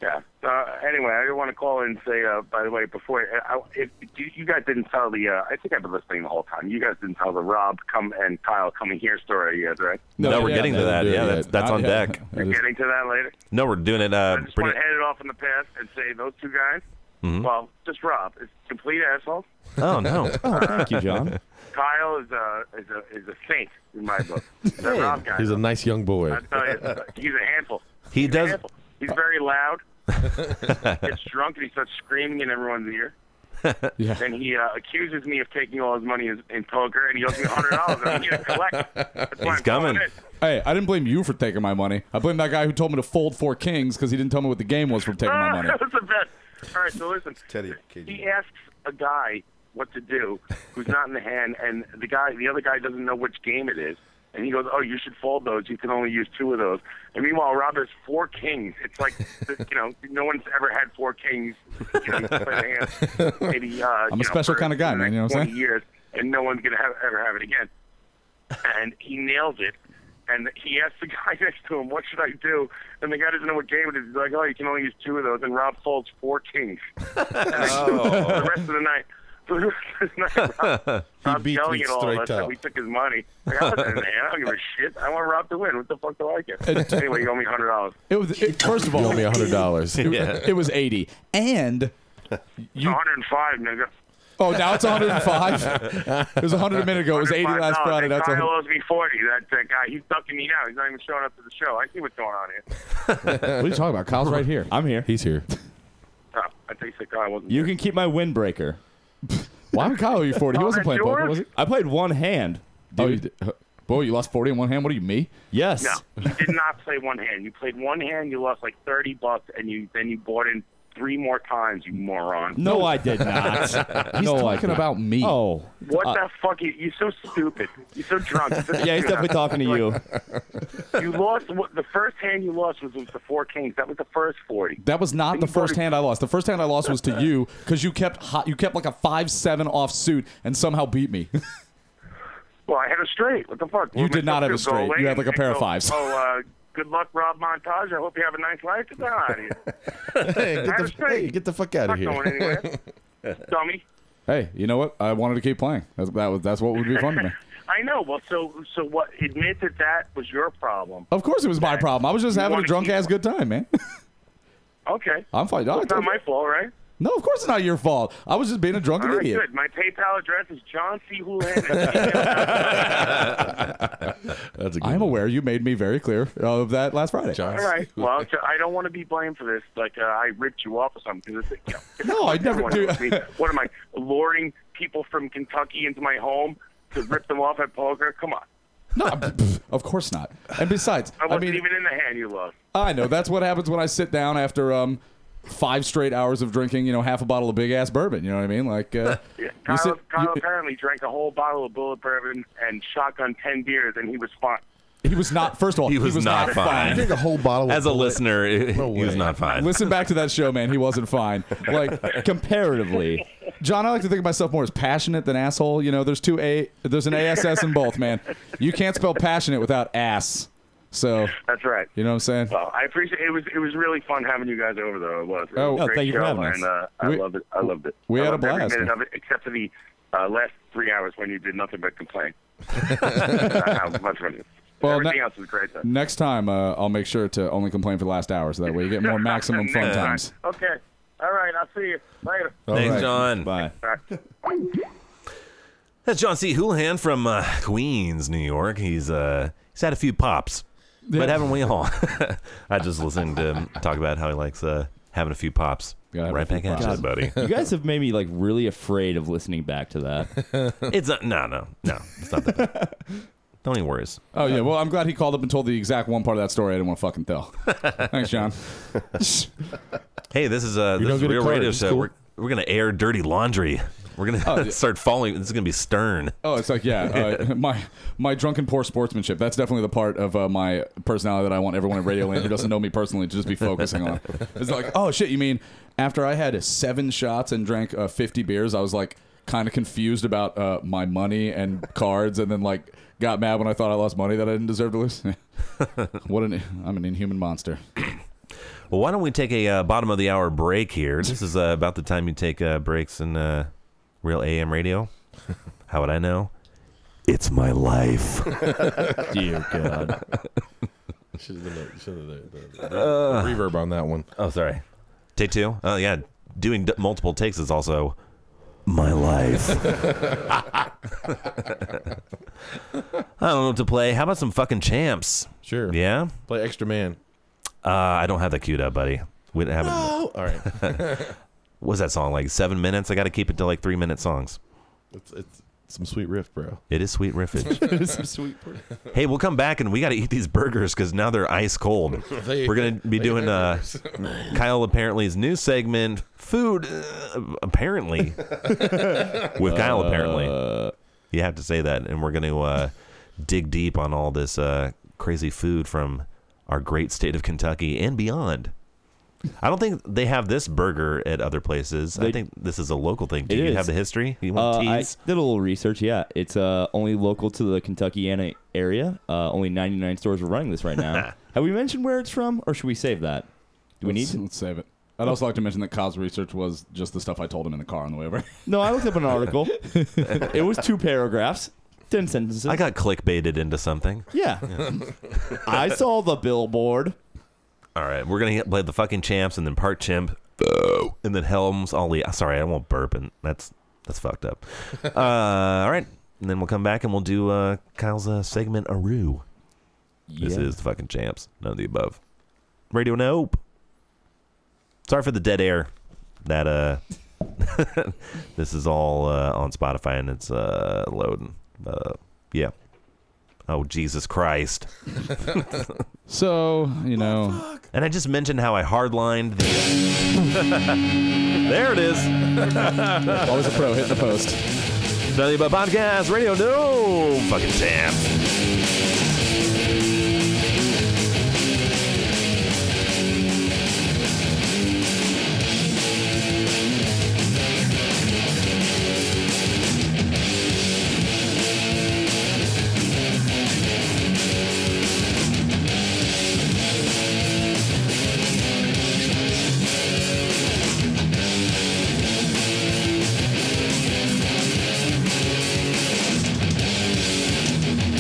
O: Yeah. Uh, hey, anyway, I want to call in and say, uh, by the way, before I, I, if you, you guys didn't tell the, uh, I think I've been listening the whole time. You guys didn't tell the Rob come and Kyle coming here story yet, right?
E: No, we're getting to that.
O: Yeah,
E: Yeah, that's, that's on deck.
O: We're getting to that later.
E: No, we're doing it. Uh,
O: Just
E: pretty-
O: want to head it off in the past and say those two guys.
E: Mhm.
O: Well, just Rob is a complete asshole.
E: Oh no!
O: Oh, thank you, John. Kyle is a is a is a saint in my book. That Rob guy.
I: He's a nice young boy.
O: I tell you, he's a handful.
E: He
O: he's
E: does-
O: A handful. He's very loud. gets drunk and he starts screaming in everyone's ear.
E: Yeah.
O: Then he uh, accuses me of taking all his money in, in poker, and he owes me hundred dollars. I'm going to collect. That's why I'm calling in.
F: Hey, I didn't blame you for taking my money. I blame that guy who told me to fold four kings because he didn't tell me what the game was for taking my money.
O: Ah, That's the best. All right, so listen. He asks a guy what to do who's not in the hand, and the guy, the other guy, doesn't know which game it is. And he goes, "Oh, you should fold those. You can only use two of those." And meanwhile, Rob has four kings. It's like you know, no one's ever had four kings. You know, to play the hand. Maybe, uh, you
F: I'm
O: know,
F: a special
O: for
F: kind of guy, man. You know what I'm
O: 20
F: saying?
O: years, and no one's gonna have, ever have it again. And he nails it. And he asks the guy next to him, "What should I do?" And the guy doesn't know what game it is. He's like, "Oh, you can only use two of those." And Rob folds four kings.
F: Oh.
O: for the rest of the night. For the rest of the night,
I: He
O: Rob, Rob's
I: beat
O: yelling
I: me
O: at all of
I: straight
O: us that
I: up.
O: we took his money. Like, I, wasn't in the hand. I don't give a shit. I want Rob to win. What the fuck do I get? anyway, you owe me hundred dollars.
F: It was it, first of all,
I: You owe me $100.
F: It,
I: Yeah.
F: it was eighty, and
O: It's one hundred and five, nigga.
F: oh, now it's 105. It was 100 a minute ago. It was 80 last
O: $105.
F: Friday.
O: And
F: That's
O: Kyle
F: 100.
O: owes me forty. That, that guy, he's ducking me now. He's not even showing up to the show. I see what's going on here.
F: what are you talking about? Kyle's right here. I'm here. He's here.
O: Oh, I think the guy wasn't.
G: You can keep my windbreaker.
F: Why would Kyle owe you
O: Oh,
F: 40? He wasn't playing poker, was he?
G: I played one hand.
F: Oh, you did. Boy, you lost 40 in one hand? What are you, me?
G: Yes.
O: No, you did not play one hand. You played one hand. You lost like thirty bucks, and you then you bought in three more times. You moron.
G: No, I did not.
F: He's
G: no, I
F: talking
G: did not.
F: about me.
G: Oh.
O: What
G: Uh,
O: the fuck? You, you're so stupid. You're so drunk. You're such a
G: Yeah, he's
O: tune-up.
G: definitely talking to you.
O: You lost what, the first hand. You lost was, was the four kings. That was the first forty.
F: That was not the first hand I lost. The first hand I lost was to you because you kept hot, you kept like a five seven off suit and somehow beat me.
O: Well, I had a straight. What the fuck?
F: You
O: What am
F: did
O: I
F: not have a
O: supposed to do? Go
F: straight.
O: away
F: You had, like, a
O: and
F: pair of
O: go,
F: fives.
O: Oh, uh, good luck, Rob Montage. I hope you have a nice life. Get the hell out of here.
I: hey,
O: I
I: get
O: had a
I: the,
O: straight.
I: hey, get the fuck out of
O: Not
I: here.
O: going anywhere. Dummy.
F: hey, you know what? I wanted to keep playing. That's, that was that's what would be fun to me.
O: I know. Well, so so what? Admit that that was your problem.
F: Of course, it was my problem. I was just
O: You
F: having a
O: wanna
F: drunk
O: keep-
F: ass good time, man.
O: Okay.
F: I'm fine.
O: Well,
F: I
O: it's not
F: told-
O: my fault, right?
F: No, of course it's not your fault. I was just being a drunken
O: All right,
F: idiot.
O: good. My PayPal address is John C. Houlihan.
F: That's a good I'm aware you made me very clear of that last Friday.
O: All right. Well, so I don't want to be blamed for this. Like uh, I ripped you off or something. 'cause it's, you know, it's
F: No, I
O: fucking
F: never
O: everyone
F: do.
O: knows me. What am I luring people from Kentucky into my home to rip them off at poker? Come on.
F: No, pff, of course not. And besides,
O: I
F: I
O: wasn't
F: mean,
O: even in the hand you lost.
F: I know that's what happens when I sit down after um five straight hours of drinking, you know, half a bottle of big ass bourbon. You know what I mean? Like, uh,
O: Yeah,
F: you
O: Kyle,
F: sit-
O: Kyle apparently drank a whole bottle of bullet bourbon and shotgun ten beers, and he was fine.
F: he was not. First of all,
E: He was not fine.
F: fine.
E: You drink a
F: whole bottle.
E: As a listener, it, he was not fine.
F: Listen back to that show, man. He wasn't fine. Like comparatively, John, I like to think of myself more as passionate than asshole. You know, there's two a, there's an ass in both, man. You can't spell passionate without ass. So
O: That's right.
F: you know what I'm saying?
O: Well, I appreciate it. Was it was really fun having you guys over though. It was. It was
F: Oh,
O: a
F: oh,
O: great
F: thank you for
O: show,
F: having us.
O: And, uh, I
F: We-
O: loved it. I loved it.
F: we
O: I
F: had a
O: loved every
F: blast,
O: minute
F: man.
O: of it, except for the uh, last three hours when you did nothing but complain. How much fun it is.
F: Well,
O: Everything
F: ne-
O: else was great though.
F: Next time, uh, I'll make sure to only complain for the last hour, so that way you get more maximum
O: Next
F: fun
O: time.
F: times.
O: Okay. All right. I'll see you later.
E: Thanks, John.
F: Bye.
E: That's John C. Houlihan from uh, Queens, New York. He's uh, he's had a few pops,
F: Yeah.
E: but haven't we all? I just listened to him talk about how he likes uh, having a few pops. right back at you, buddy.
G: You guys have made me like really afraid of listening back to that.
E: it's not, no, no, no. It's not that. bad. Don't even worry.
F: Oh yeah, well I'm glad he called up and told the exact one part of that story I didn't want to fucking tell. Thanks, John.
E: Hey, this is uh,
F: You
E: this
F: don't
E: is
F: get a
E: real
F: card,
E: radio
F: it's
E: show.
F: cool.
E: We're we're gonna air dirty laundry. We're gonna
F: Oh, yeah.
E: start following. This is gonna be stern.
F: Oh, it's like yeah, uh, my my drunken poor sportsmanship. That's definitely the part of uh, my personality that I want everyone in Radio Land who doesn't know me personally to just be focusing on. It's like, oh shit, you mean after I had seven shots and drank uh, fifty beers, I was like kind of confused about uh, my money and cards, and then like got mad when I thought I lost money that I didn't deserve to lose. what an I'm an inhuman monster.
E: Well, why don't we take a uh, bottom of the hour break here? This is uh, about the time you take uh, breaks in uh, real AM radio. How would I know? It's my life.
I: Dear God. Should have done, the, should've done the- the- the reverb on that one.
E: Uh, Oh, sorry. Take two. Oh yeah, doing d- multiple takes is also my life. I don't know what to play. How about some fucking champs?
I: Sure.
E: Yeah.
I: Play extra man.
E: Uh, I don't have that queued up, buddy. We didn't have
I: No.
E: it.
I: All right.
E: what was that song like? Seven minutes. I got to keep it to like three minute songs.
I: It's, it's some sweet riff, bro.
E: It is sweet riffage.
I: some sweet riff.
E: hey, we'll come back and we got to eat these burgers because now they're ice cold.
I: They-
E: We're gonna be
I: they
E: doing uh,
I: are
E: Kyle apparently's new segment, food uh, apparently with Kyle
G: Uh,
E: apparently. You have to say that, and we're gonna uh, dig deep on all this uh, crazy food from our great state of Kentucky and beyond. I don't think they have this burger at other places. I
G: They-
E: think this is a local thing. Do
G: It
E: you
G: is.
E: have the history? You want
G: Uh, I
E: tease?
G: did a little research. Yeah, it's uh, only local to the Kentuckiana area. Uh, only 99 stores are running this right now. Have we mentioned where it's from, or should we save that? Do we need
F: Let's-
G: to?
F: Let's save it. I'd also like to mention that Kyle's research was just the stuff I told him in the car on the way over.
G: No, I looked up an article. it was two paragraphs, ten sentences.
E: I got clickbaited into something.
G: Yeah. I saw the billboard.
E: All right, we're gonna get- play the fucking champs and then Park Chimp, and then Helms Ollie. Sorry, I won't burp, and that's that's fucked up. uh, all right, and then we'll come back and we'll do uh, Kyle's uh, segment Aru. This
G: Yeah.
E: is the fucking champs. None of the above. Radio Nope. Sorry for the dead air. That uh, this is all uh, on Spotify and it's uh loading. Uh, yeah. Oh Jesus Christ.
F: so you know,
E: and I just mentioned how I hardlined the. there it is.
F: Always a pro hitting the post.
E: Nothing but podcast radio. No fucking champ.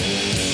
P: Thank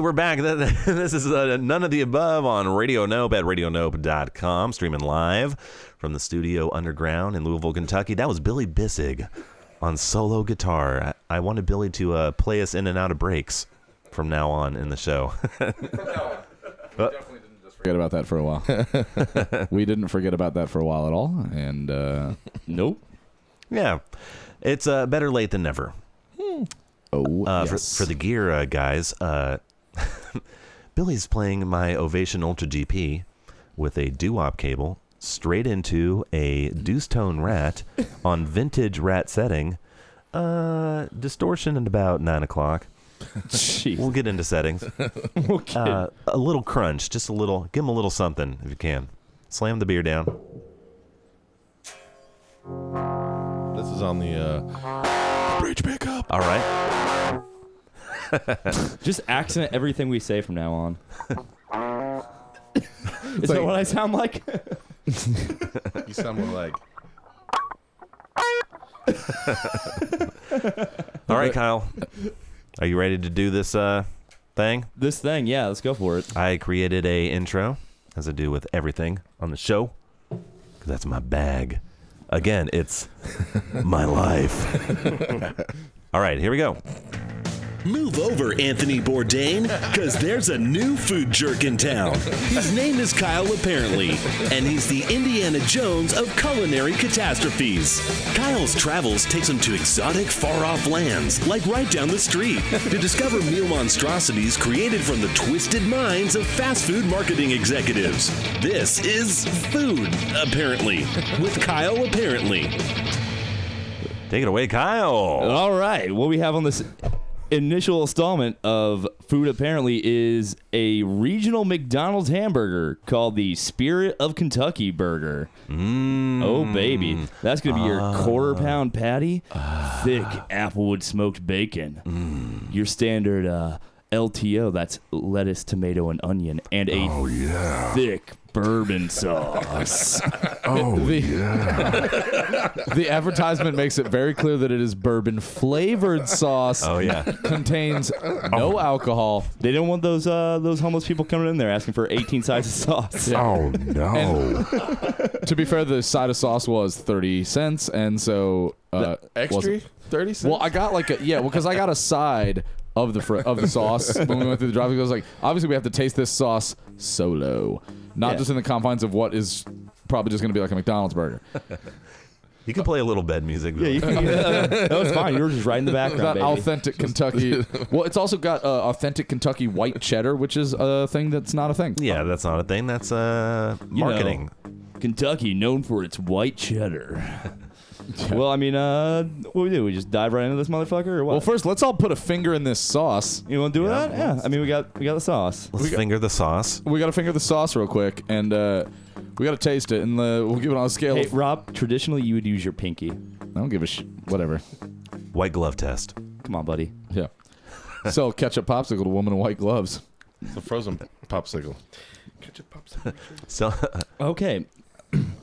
E: we're back. Th- th- This is uh, none of the above on Radio Nope at radionope.com, streaming live from the studio underground in Louisville, Kentucky. That was Billy Bissig on solo guitar. I, I wanted Billy to uh, play us in and out of breaks from now on in the show. Uh,
F: forget about that for a while. we didn't forget about that for a while at all, and uh,
G: nope.
E: Yeah, it's uh, better late than never.
F: Oh,
E: uh, for, for the gear uh, guys, uh, Billy's playing my Ovation Ultra GP with a doo-wop cable straight into a Deuce Tone Rat on vintage Rat setting, uh, distortion at about nine o'clock. We'll get into settings. uh, a little crunch, just a little. Give him a little something if you can. Slam the beer down.
I: This is on the uh, bridge pickup.
E: All right.
G: Just accent everything we say from now on. Is
I: It's
G: that
I: like-
G: what I sound like?
I: you sound more like.
E: All right, Kyle. Are you ready to do this uh, thing?
G: This thing, yeah. Let's go for it.
E: I created a intro, as I do with everything on the show, 'cause that's my bag. Again, it's my life. All right, here we go.
P: Move over, Anthony Bourdain, because there's a new food jerk in town. His name is Kyle, apparently, and he's the Indiana Jones of culinary catastrophes. Kyle's travels takes him to exotic, far-off lands, like right down the street, to discover meal monstrosities created from the twisted minds of fast food marketing executives. This is food, apparently, with Kyle, apparently.
E: Take it away, Kyle. All
G: right. What we have on this initial installment of Food Apparently is a regional McDonald's hamburger called the Spirit of Kentucky Burger.
E: Mm.
G: Oh, baby. That's going to be
E: Ah.
G: your quarter pound patty, thick applewood smoked bacon,
E: Mm.
G: your standard uh, LTO that's lettuce, tomato, and onion, and a
E: Oh,
G: thick bourbon sauce.
F: Oh, The- the advertisement makes it very clear that it is bourbon flavored sauce.
G: Oh, yeah.
F: contains
G: Oh.
E: Oh.
F: no alcohol.
G: They don't want those uh, those homeless people coming in there asking for 18 sides of sauce.
F: Oh,
G: no.
F: to be fair, the side of sauce was thirty cents, and so uh,
I: extra?
F: wasn't-
I: 30
F: Well, I got like a yeah, well, because I got a side of the fr- of the sauce when we went through the drive. It was like obviously we have to taste this sauce solo, not
E: Yeah.
F: just in the confines of what is probably just going to be like a McDonald's burger.
E: You can play a little bed music.
F: Yeah, you can- yeah, that was fine. You were just right in the background,
E: That
F: That baby. authentic Kentucky. Well, it's also got uh, authentic Kentucky white cheddar, which is a thing that's not a thing.
E: Yeah, that's not a thing. That's uh, marketing.
G: Kentucky, known for its white cheddar. Well, I mean, uh, what we do? We just dive right into this motherfucker, or what? Well,
F: first, let's all put a finger in this sauce.
G: You want to do that? Yeah. I mean, we got we got the sauce.
E: Let's finger the sauce.
F: We got to finger the sauce real quick, and uh, we got to taste it, and uh, we'll give it on a scale.
G: Hey,
F: of-
G: Rob, traditionally you would use your pinky.
F: I don't give a sh. Whatever.
E: White glove test.
G: Come on, buddy.
F: Yeah. Sell ketchup popsicle to woman in white gloves.
I: It's a frozen popsicle. Ketchup popsicle.
E: So,
G: okay.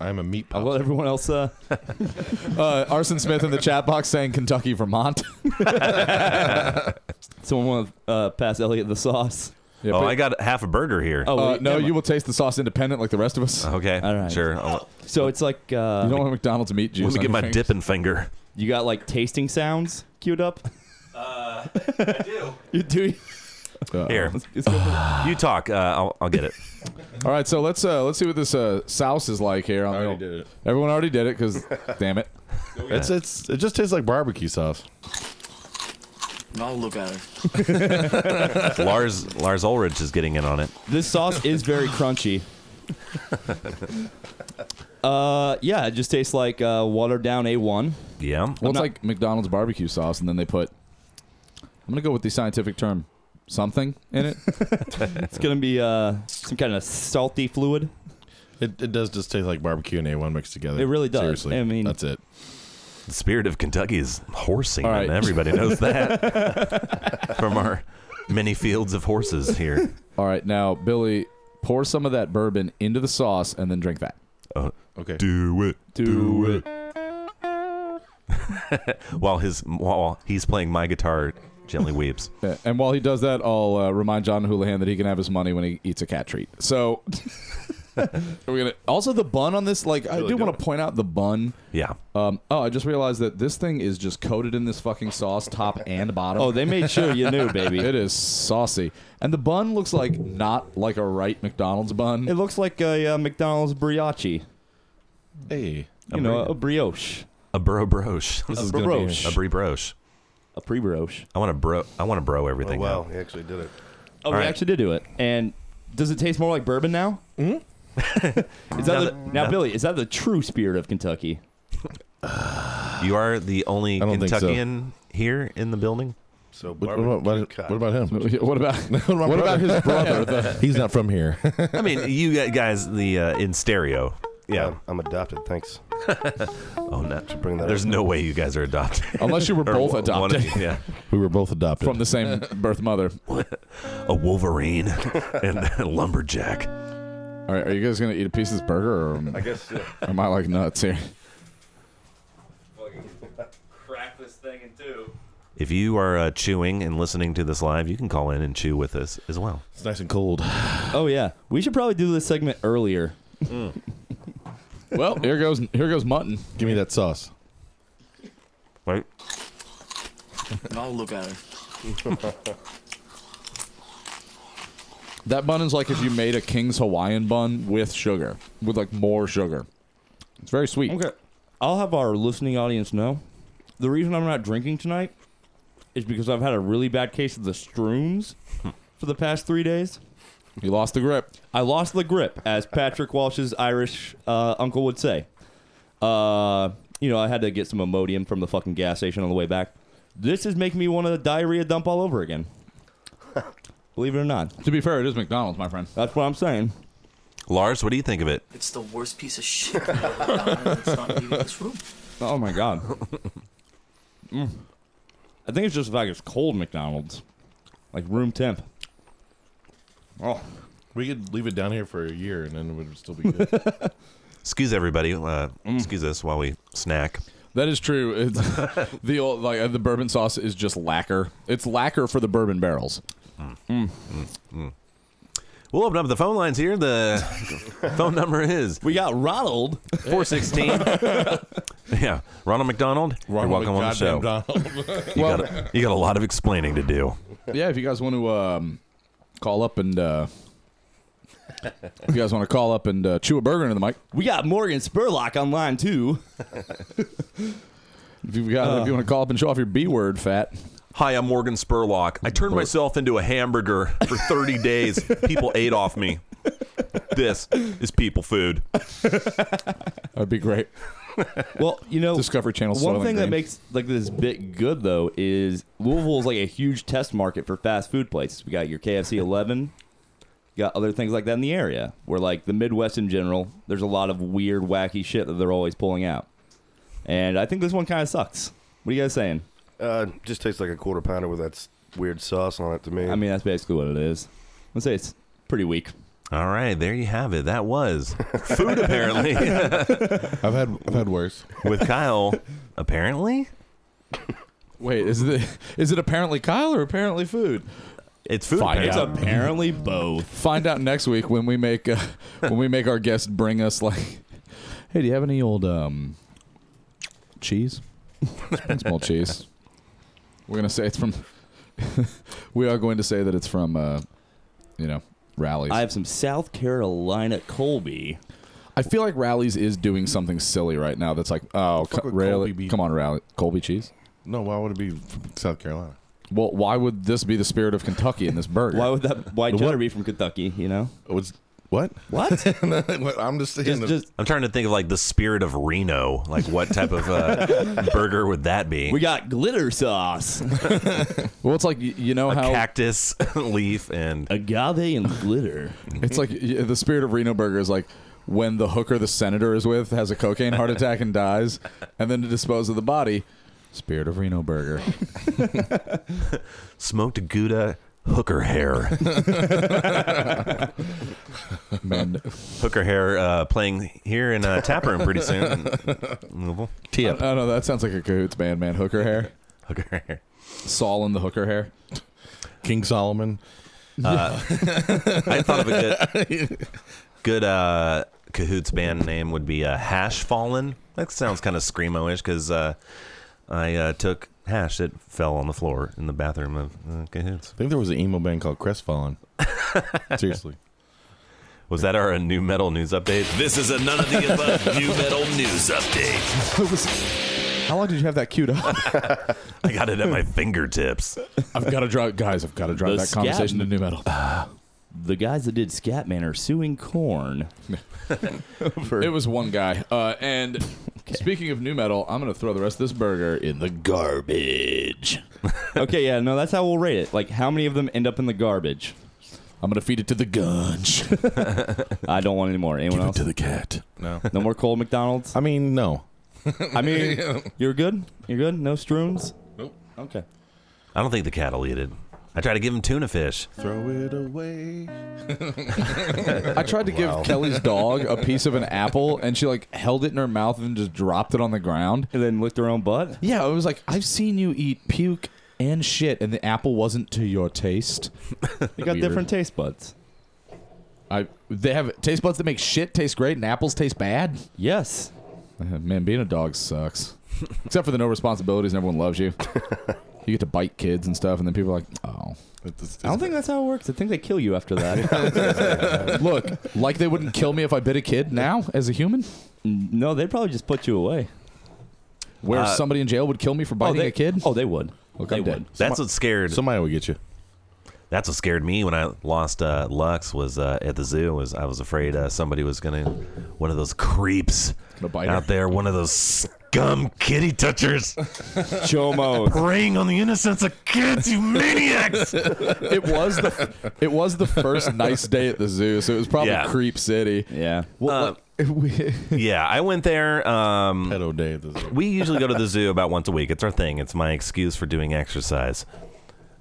I: I'm a meat.
G: I'll let everyone else. Uh,
F: uh, Arson Smith in the chat box saying Kentucky, Vermont.
G: Someone want to uh, pass Elliot the sauce? Oh,
F: Yeah,
E: oh,
F: but-
E: I got half a burger here.
F: Uh, no, you will taste the sauce independent like the rest of us.
E: Okay. All right. Sure. I'll-
G: So it's like uh,
F: you don't want McDonald's meat juice.
E: Let me get
F: on your
E: my
F: fingers.
E: dipping finger.
G: You got like tasting sounds queued up. Uh, I do. you do.
F: Uh,
E: Here, you talk. Uh, I'll, I'll get it.
F: All right, so let's uh, let's see what this uh, sauce is like here. I already did it. Everyone already did it because, damn it,
I: It's it's it just tastes like barbecue sauce.
Q: I'll look at her.
E: Lars Lars Ulrich is getting in on it.
G: This sauce is very crunchy. Uh, yeah, it just tastes like uh, watered down A1.
E: Yeah. Well,
F: it's like McDonald's barbecue sauce, and then they put. I'm gonna go with the scientific term, something in it.
G: it's gonna be uh, some kind of salty fluid.
I: It, it does just taste like barbecue and A1 mixed together.
G: It really does.
I: Seriously,
G: I mean-
I: that's it.
E: The spirit of Kentucky is horse semen.
I: All right.
E: Everybody knows
H: Oh,
E: that from our many fields of horses here.
F: All right, now Billy, pour some of that bourbon into the sauce, and then drink that.
E: Oh,
I: okay.
E: Do it.
F: Do
E: it. while his while he's playing my guitar Gently weeps.
F: Yeah, And while he does that, I'll uh, remind John Houlihan that he can have his money when he eats a cat treat. So we're gonna. Also, the bun on this, like, I
E: Really
F: do
E: good.
F: want to point out the bun.
E: Yeah.
F: Um. Oh, I just realized that this thing is just coated in this fucking sauce, top and bottom.
G: Oh, they made sure you knew, baby.
F: It is saucy, and the bun looks like not like a right McDonald's bun.
G: It looks like a uh, McDonald's brioche.
F: Hey,
G: you know, a brioche.
E: A bro broche.
G: This is gonna be-
E: A brie broche.
G: A pre broche.
E: I want to bro. I want to bro everything.
H: Oh, wow,
E: up.
H: he actually did it.
G: Oh,
E: All
G: we
E: right.
G: actually did do it. And does it taste more like bourbon now? Mm-hmm. is that the, now, Billy? Is that the true spirit of Kentucky?
E: You are the only
G: I don't think so.
E: Kentuckian here in the building.
H: So
I: What, what about, what, what about him?
F: What about
E: what about his brother?
I: He's not from here.
E: I mean, you got- guys, the uh, in stereo. Yeah, I'm,
H: adopted. Thanks.
E: oh, no.
H: bring that
E: There's
H: up.
E: no way you guys are adopted,
F: Unless you were
E: Or
F: both
E: one- one of
F: adopted.
E: you, yeah,
I: We were both adopted
F: from the same birth mother.
E: a Wolverine and a lumberjack.
F: All right, are you guys gonna eat a piece of this burger? Or
H: I guess, yeah.
F: Am I like nuts here?
G: Crack this thing in two.
E: If you are uh, chewing and listening to this live, you can call in and chew with us as well.
I: It's nice and cold.
G: Oh yeah, we should probably do this segment earlier.
F: well, here goes here goes mutton.
I: Give me that sauce.
E: Wait.
Q: I'll look at her.
F: That bun is like if you made a King's Hawaiian bun with sugar, with like more sugar. It's very sweet.
G: Okay. I'll have our listening audience know. The reason I'm not drinking tonight is because I've had a really bad case of the stroons for the past three days.
F: You lost the grip.
G: I lost the grip, as Patrick Walsh's Irish uh, uncle would say. Uh, you know, I had to get some Imodium from the fucking gas station on the way back. This is making me want to diarrhea dump all over again. Believe it or not.
F: To be fair, it is McDonald's, my friend.
G: That's what I'm saying.
E: Lars, what do you think of it?
Q: It's the worst piece of shit I've ever done, and it's not leaving this room.
G: Oh my god. Mm. I think it's just the fact it's cold McDonald's, like room temp. Oh,
I: we could leave it down here for a year and then it would still be good.
E: Excuse everybody. Uh, Excuse us while we snack.
F: Mm. That is true. It's, the old like uh, the bourbon sauce is just lacquer. It's lacquer for the bourbon barrels.
G: Hmm.
E: We'll open up the phone lines here. The phone number is
G: we got Ronald
E: four sixteen. yeah, Ronald McDonald.
F: Ronald
E: you're welcome on the show.
F: McGoddamn Donald.
E: you,
F: Well-
E: got a, you got a lot of explaining to do.
F: Yeah, if you guys want to um, call up and uh, if you guys want to call up and uh, chew a burger into the mic,
G: we got Morgan Spurlock online too.
F: if you got if you want to call up and show off your B word, fat.
E: Uh. Hi, I'm Morgan Spurlock. I turned myself into a hamburger for 30 days. People ate off me. This is people food.
F: That'd be great.
G: Well, you know,
F: Discovery Channel.
G: One
F: Soylent
G: thing that
F: Green.
G: makes like this bit good though is Louisville is like a huge test market for fast food places. We got your KFC 11, got other things like that in the area. Where like the Midwest in general, there's a lot of weird, wacky shit that they're always pulling out. And I think this one kind of sucks. What are you guys saying?
H: Uh, just tastes like a quarter pounder with that s- weird sauce on it to me.
G: I mean, that's basically what it is. Let's say it's pretty weak.
E: All right, there you have it. That was food, apparently.
I: I've had I've had worse.
E: With Kyle, apparently?
F: Wait, is it is it apparently Kyle or apparently food?
E: It's food.
F: Find
E: apparently.
F: out.
G: Apparently both.
F: Find out next week when we make uh, when we make our guest bring us like, hey, do you have any old um, cheese? Just bring some old cheese. We're gonna say it's from. we are going to say that it's from, uh, you know, rallies.
G: I have some South Carolina Colby.
F: I feel like Rallies is doing something silly right now. That's like, oh, co-
I: would
F: really?
I: Colby be?
F: Come on, Rally Colby cheese.
I: No, why would it be from South Carolina?
F: Well, why would this be the spirit of Kentucky in this burger?
G: Why would that? Why
F: The
G: cheddar
F: what?
G: be from Kentucky? You know?
I: What's what?
G: What?
I: I'm just saying.
G: Just-
I: that-
G: just-
E: I'm trying to think of like the spirit of Reno. Like, what type of uh, burger would that be?
G: we got glitter sauce,
F: Well, it's like y- you know
E: a
F: how
E: cactus leaf and
G: agave and glitter.
F: It's like yeah, the spirit of Reno Burger is like when the hooker the senator is with has a cocaine heart attack and dies, and then to dispose of the body. Spirit of Reno Burger.
E: smoked Gouda hooker hair.
F: Man,
E: hooker hair uh, playing here in uh, Taproom pretty soon. Louisville.
F: I, I don't know. That sounds like a cahoots band, man. Hooker hair.
E: hooker hair.
F: Saul and the hooker hair.
I: King Solomon.
E: Uh, I thought of a good, good uh, Cahoots band name would be uh, Hash Fallen. That sounds kind of screamo ish because uh, I uh, took hash that fell on the floor in the bathroom of uh, Cahoots.
I: I think there was an emo band called Crestfallen. Seriously.
E: Was that our uh, new metal news update?
P: This is a none of the above new metal news update.
F: How long did you have that queued up?
E: I got it at my fingertips.
F: I've got to drive, guys. I've got to drive
G: The
F: that conversation to
G: scat-
F: new metal.
G: The guys that did Scatman are suing Corn.
F: it was one guy. Uh, and speaking of new metal, I'm gonna throw the rest of this burger in the garbage.
G: okay, yeah, no, that's how we'll rate it. Like, how many of them end up in the garbage?
F: I'm gonna feed it to the gunge.
G: I don't want any more. Anyone else? to the cat.
I: No.
G: No more Cole McDonald's. I
I: mean, no.
G: I mean, you're good. You're good. No strooms.
I: Nope.
G: Okay.
E: I don't think the cat will eat it. I tried to give him tuna fish.
I: Throw it away.
F: I tried to give Kelly's dog a piece of an apple, and she like held it in her mouth and just dropped it on the ground,
G: and then licked her own butt.
F: Yeah, I was like, I've seen you eat puke and shit, and the apple wasn't to your taste.
G: You got different taste buds.
F: I they have taste buds that make shit taste great, and apples taste bad.
G: Yes.
F: Man, being a dog sucks. Except for the no responsibilities and everyone loves you. You get to bite kids and stuff, and then people are like, oh.
G: I don't think that's how it works. I think they kill you after that.
F: Look, like they wouldn't kill me if I bit a kid now as a human?
G: Mm, No, they'd probably just put you away.
F: Where
E: Uh,
F: somebody in jail would kill me for
G: oh,
F: biting
G: they,
F: a kid?
G: Oh, they would.
F: Look,
G: they
F: I'm dead.
G: would.
E: That's what scared.
I: Somebody will get you.
E: That's what scared me when I lost uh, Lux. Was uh, at the zoo. Was I was afraid uh, somebody was gonna one of those creeps
F: bite
E: out there. One of those scum kitty touchers.
G: Chomo.
E: Preying on the innocence of kids, you maniacs!
F: it was the it was the first nice day at the zoo, so it was probably
E: Yeah. Uh,
F: Creep City.
G: Yeah.
F: Well, like,
E: yeah, I went there. Um,
I: Pedo day at the zoo.
E: We usually go to the zoo about once a week. It's our thing. It's my excuse for doing exercise.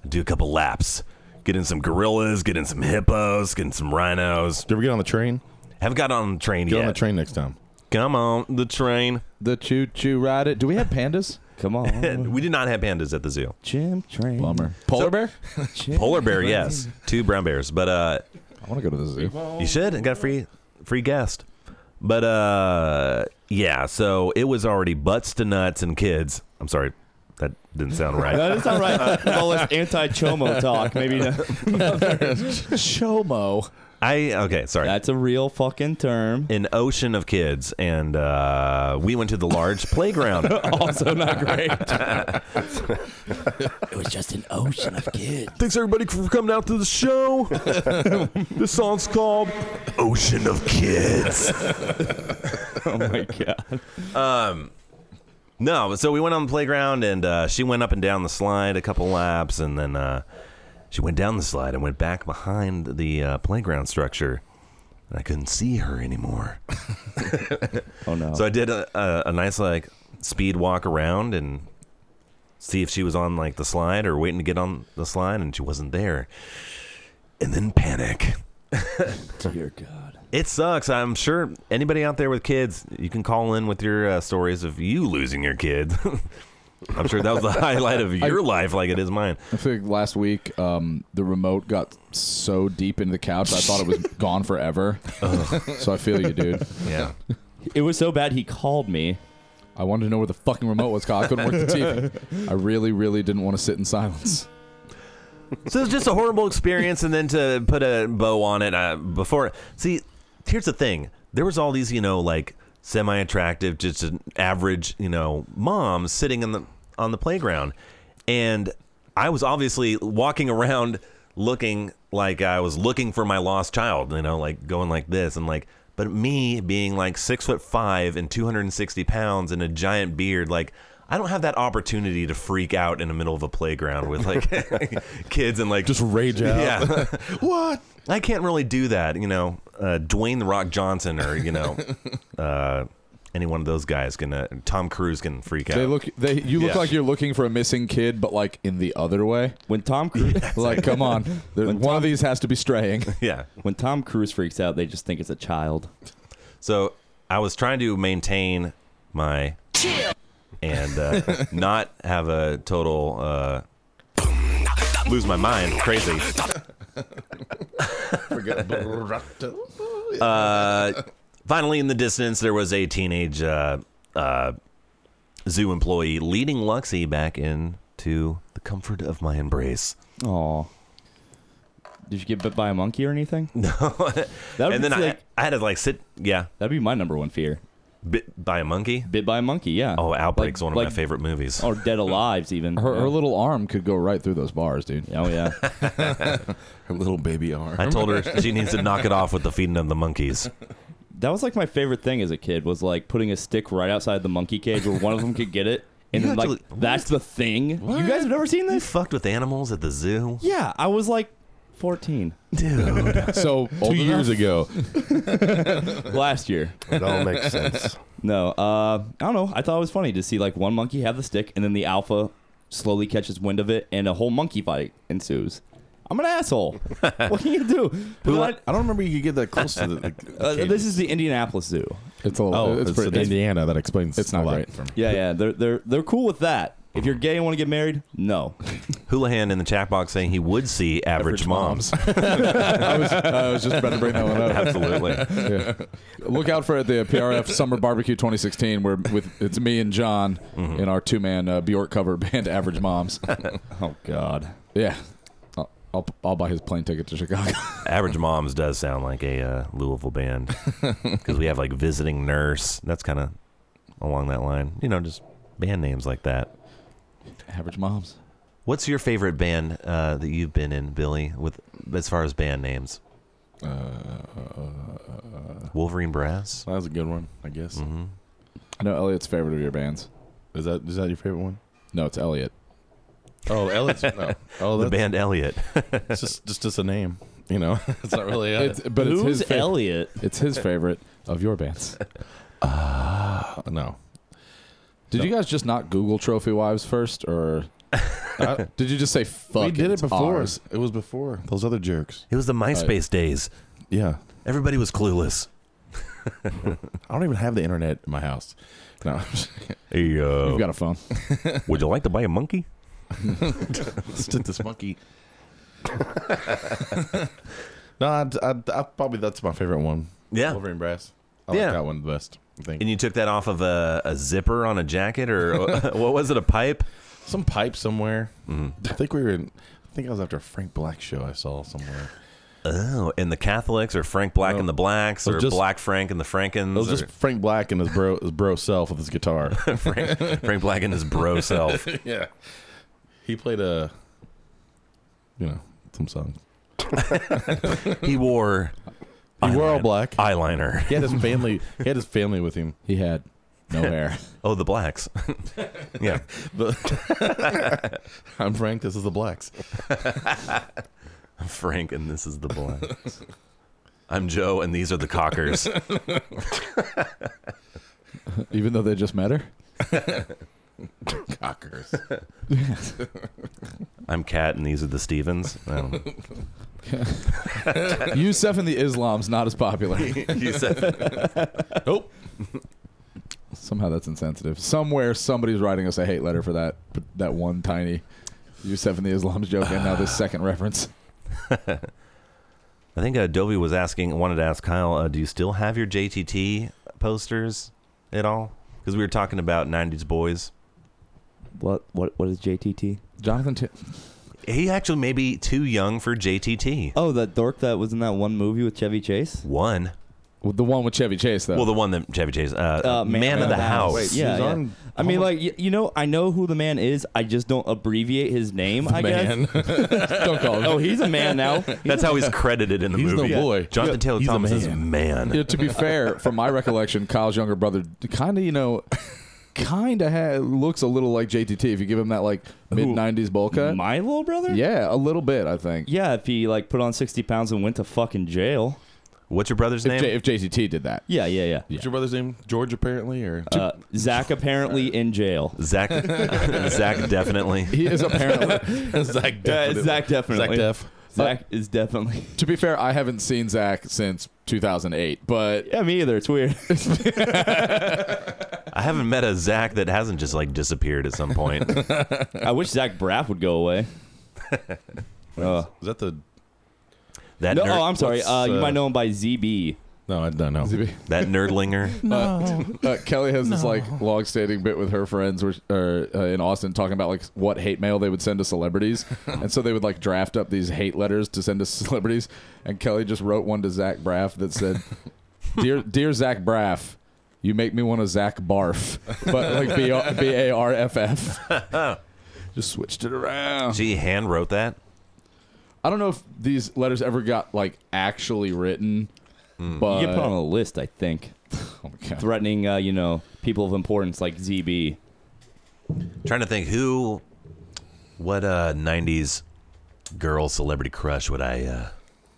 E: Do a couple laps. Get in some gorillas. Get in some hippos. Get in some rhinos.
I: Do you ever get on the train?
E: Haven't got on the train
I: Get
E: yet.
I: on the train next time.
E: Come on, the train.
F: The choo choo ride it. Do we have pandas?
G: Come on.
E: we did not have pandas at the zoo.
G: Jim Train.
F: Bummer. Polar bear?
E: Polar bear, yes. Two brown bears, but uh,
F: I want to go to the zoo.
E: You should. It got free free guest. But uh, yeah. So it was already butts to nuts and kids. I'm sorry, that didn't sound right.
G: That is all right. All this anti-chomo talk, maybe. not.
F: Chomo.
E: I okay, sorry.
G: That's a real fucking term.
E: An ocean of kids, and uh, we went to the large playground.
G: also not great.
Q: It was just an ocean of kids.
E: Thanks everybody for coming out to the show. this song's called "Ocean of Kids."
G: oh my god.
E: Um, no, so we went on the playground and uh, she went up and down the slide a couple laps, and then uh, she went down the slide and went back behind the uh, playground structure, and I couldn't see her anymore.
G: Oh no.
E: So I did a, a, a nice like speed walk around and see if she was on like the slide or waiting to get on the slide, and she wasn't there. And then panic.
G: Dear God.
E: It sucks. I'm sure anybody out there with kids, you can call in with your uh, stories of you losing your kid. I'm sure that was the highlight of your life, like it is mine.
F: I think last week um, the remote got so deep into the couch I thought it was gone forever. so I feel you, dude.
E: Yeah.
G: It was so bad he called me.
F: I wanted to know where the fucking remote was because I couldn't work the TV. I really, really didn't want to sit in silence.
E: So it's just a horrible experience, and then to put a bow on it uh, before. See, here's the thing: there was all these, you know, like semi-attractive, just an average, you know, mom sitting in the on the playground, and I was obviously walking around looking like I was looking for my lost child, you know, like going like this and like. But me being like six foot five and 260 pounds and a giant beard, like I don't have that opportunity to freak out in the middle of a playground with like kids and like just
I: rage out.
E: Yeah,
I: what?
E: I can't really do that. You know, uh, Dwayne the Rock Johnson or you know, uh, any one of those guys can. Uh, Tom Cruise can freak out.
F: They look. They you look
E: Yeah.
F: like you're looking for a missing kid, but like in the other way.
G: When Tom Cruise,
F: like, come on, There-
G: When
F: one of these has to be straying.
E: Yeah.
G: When Tom Cruise freaks out, they just think it's a child.
E: So I was trying to maintain my and uh, not have a total uh, lose my mind crazy. Uh, finally, in the distance, there was a teenage uh, uh, zoo employee leading Luxie back into the comfort of my embrace.
G: Aw. Did you get bit by a monkey or anything?
E: No.
G: That
E: and then
G: like,
E: I, I had to like sit. Yeah,
G: that'd be my number one fear.
E: Bit by a monkey.
G: Bit by a monkey. Yeah.
E: Oh, Outbreak's one of my
G: like-
E: favorite movies.
G: Or Dead Alive's even.
F: Her,
G: yeah.
F: her little arm could go right through those bars, dude.
G: Oh yeah.
F: her little baby arm.
E: I told her she needs to knock it off with the feeding of the monkeys.
G: That was like my favorite thing as a kid was like putting a stick right outside the monkey cage where one of them could get it, and
E: You
G: then, like
E: actually-
G: that's the thing. You guys have never seen this? You
E: fucked with animals at the zoo?
G: Yeah, I was like fourteen.
E: Dude.
F: So
G: Old
F: two years
G: enough?
F: ago,
G: last year.
H: It all makes sense.
G: No, uh, I don't know. I thought it was funny to see like one monkey have the stick, and then the alpha slowly catches wind of it, and a whole monkey fight ensues. I'm an asshole. what can you do? But I-
I: I don't remember you could get that close to the.
G: uh, this is the Indianapolis Zoo.
F: It's a
G: Oh,
F: little. it's,
G: it's
F: pretty,
G: in
F: Indiana. That explains. It's not great for me.
G: Yeah, yeah. They're they're they're cool with that. If you're gay and want to get married, no.
E: Houlihan in the chat box saying he would see average, moms.
F: I was, I was just about to bring that one up.
E: Absolutely.
F: Yeah. Look out for it at the PRF Summer Barbecue 2016, where with it's me and John
E: Mm-hmm.
F: in our two man uh, Bjork cover band, Average Moms.
G: oh God.
F: Yeah. I'll, I'll I'll buy his plane ticket to Chicago.
E: Average Moms does sound like a uh, Louisville band because we have like Visiting Nurse. That's kind of along that line. You know, just band names like that.
F: Average Moms.
E: What's your favorite band uh, that you've been in, Billy? With as far as band names,
I: Uh,
E: Wolverine Brass.
I: That was a good one, I guess.
E: hmm
F: I know Elliot's favorite of your bands.
I: Mm-hmm. Is that is that your favorite one?
F: No, it's Elliot.
I: Oh, Elliot's. no. Oh,
E: the
I: that's-
E: band Elliot.
I: it's just just just a name, you know. It's not really. A,
F: It's, but it's his favorite. It's his favorite of your bands.
I: Uh, no.
F: Did you guys just not Google trophy wives first, or uh, did you just say fuck?
I: we did it
F: it's
I: before.
F: ours"?
I: It was before those other jerks.
E: It was the MySpace days.
I: Yeah,
E: everybody was clueless.
I: I don't even have the internet in my house. No,
E: Hey, uh,
F: You've got a phone.
E: Would you like to buy a monkey?
I: Let's do this monkey. no, I'd, I'd, i probably that's my favorite one.
E: Yeah.
I: Wolverine Brass. I
E: Yeah.
I: like that one the best. I think
E: And you took that off of a, a zipper on a jacket, or uh, what was it? A pipe? Mm-hmm.
I: some pipe somewhere. I think we were. in I think I was after a Frank Black show I saw somewhere.
E: Oh, and the Catholics, or Frank Black and the Blacks,
I: It
E: or
I: was just-
E: Black Frank and the Frankens,
I: It was just
E: or
I: Frank Black and his bro his bro self with his guitar.
E: Frank, Frank Black and his bro self.
I: yeah, he played a, you know, some songs.
E: he wore.
I: He wore all black
E: eyeliner.
I: He had his family. He had his family with him.
F: He had no hair.
E: Oh, the Blacks. yeah.
I: The- I'm Frank. This is the Blacks.
E: Frank, and this is the Blacks. I'm Joe, and these are the Cockers.
F: Even though they just met her.
I: Cockers.
E: I'm Cat, and these are the Stevens. Um,
F: Yusef and the Islam's not as popular.
E: Yusef.
F: nope. Somehow that's insensitive. Somewhere somebody's writing us a hate letter for that that one tiny Yusef and the Islam's joke, and now this second reference.
E: I think uh, Dovey was asking, wanted to ask Kyle, uh, do you still have your JTT posters at all? Because we were talking about '90s boys.
G: What what what is JTT?
F: Jonathan. T-
E: He actually may be too young for JTT.
G: Oh, that dork that was in that one movie with Chevy Chase.
E: One.
F: The one with Chevy Chase, though.
E: Well, the one that Chevy Chase, uh,
G: Uh,
E: man, of the House.
G: yeah, yeah. I mean, like y- you know, I know who the man is. I just don't abbreviate his name. I
I: man.
G: guess.
I: Don't call him.
G: Oh, he's a man now.
E: That's
G: a-
E: how he's credited in the
I: He's no
E: movie.
I: boy.
E: Jonathan
I: Yeah,
E: Taylor
I: he's a
E: Thomas is
I: man.
E: man.
F: Yeah, to be fair, from my recollection, Kyle's younger brother kind of, you know, kind of ha- looks a little like JTT if you give him that like mid '90s bowl cut.
G: My little brother.
F: Yeah, a little bit, I think.
G: Yeah, if he like put on sixty pounds and went to fucking jail.
E: What's your brother's
F: If, J- if JTT did that,
G: yeah, yeah, yeah.
I: What's your brother's name? George, apparently, or
G: Uh, Zach apparently in jail.
E: Zach, Zach definitely.
F: he is apparently.
I: Zach
G: Uh, Zach definitely.
I: Zach Def.
G: Zach is definitely.
F: to be fair, I haven't seen Zach since 2008, but
G: Yeah, me either. It's weird.
E: I I haven't met a Zach that hasn't just like disappeared at some point.
G: I wish Zach Braff would go away. Uh.
I: is that the?
E: That
G: no,
E: nerd-
G: oh, I'm sorry.
E: what's,
G: Uh, you
E: uh,
G: might know him by ZB.
I: No, I don't know.
E: That nerdlinger.
F: Uh, uh, Kelly has this like long-standing bit with her friends, which are uh, in Austin, talking about like what hate mail they would send to celebrities, and so they would like draft up these hate letters to send to celebrities. And Kelly just wrote one to Zach Braff that said, "Dear, dear Zach Braff, you make me want to Zach barf, but like B A R F F." Just switched it around.
E: She hand wrote that.
F: I don't know if these letters ever got like actually written, but
E: Hmm.
F: Oh,
G: you get put on a list, I think. Threatening, uh, you know, people of importance like ZB.
E: Trying to think who, what uh, '90s girl celebrity crush would I uh,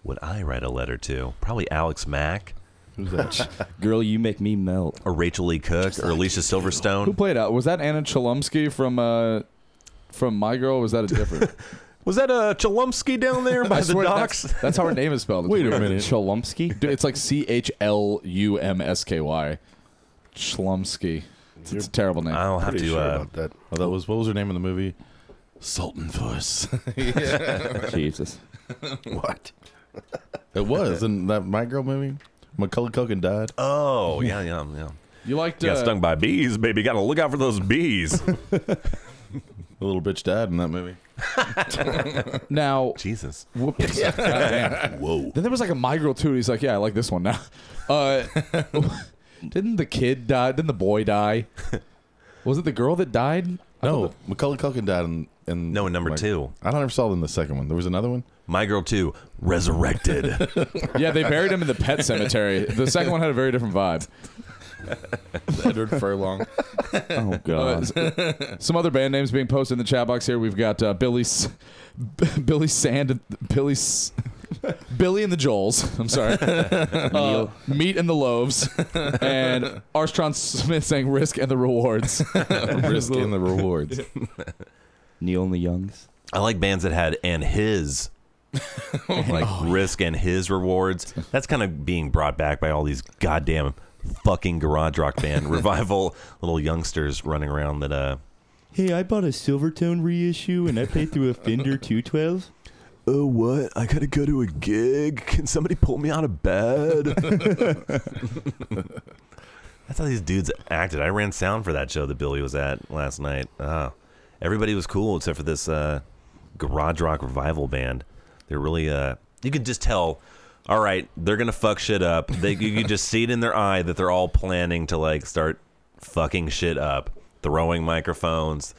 E: would I write a letter to? Probably Alex Mack.
G: Who's that? Girl, you make me melt.
E: Or Rachel Lee Cook, or Alicia Silverstone.
F: Who played out? Was that Anna Cholumsky from uh from My Girl? Or was that a different?
E: was that a Cholumsky down there
F: I swear That's, that's how her name is spelled.
G: Wait a minute. Cholumsky?
F: Dude, it's like C H L U M S K Y. Cholumsky. It's, it's a terrible name.
E: I'll have Pretty to, sure uh, about
I: that. Although was what was her name in the movie? Sultan Voice.
G: Jesus.
I: What? It was in that My Girl movie. McCullough Culkin died. uh,
E: Oh yeah, yeah, yeah.
F: You liked uh,
E: got stung by bees, baby. Got to look out for those bees.
I: The little bitch died in that movie.
F: now
E: Jesus.
F: Whoops. Whoa. Then there was like a My Girl too. He's like, yeah, I like this one now. Uh, didn't the kid die? Didn't the boy die? Was it the girl that died?
I: No, McCullough Culkin died in, in
E: no in number two.
I: I don't ever saw them in the second one. There was another one.
E: My Girl Two resurrected.
F: yeah, they buried him in the pet cemetery. The second one had a very different vibe.
I: Edward Furlong.
G: oh
F: God. some other band names being posted in the chat box here. We've got uh, Billy, S- B- Billy Sand, Billy, S- Billy and the Joels. I'm sorry, uh, Meat and the Loaves, and Armstrong Smith saying "Risk and the Rewards."
I: Risk and the Rewards.
G: Neil and the Youngs.
E: I like bands that had and his. like
F: Oh,
E: risk and his rewards. That's kind of being brought back by all these goddamn fucking garage rock band revival little youngsters running around that uh
G: Hey, I bought a Silvertone reissue and I played through a Fender 212.
E: Oh, what? I gotta go to a gig. Can somebody pull me out of bed? That's how these dudes acted. I ran sound for that show that Billy was at last night. Oh, everybody was cool except for this uh, garage rock revival band. They're really, uh, you could just tell. All right, they're gonna fuck shit up. They, you could just see it in their eye that they're all planning to like start fucking shit up, throwing microphones,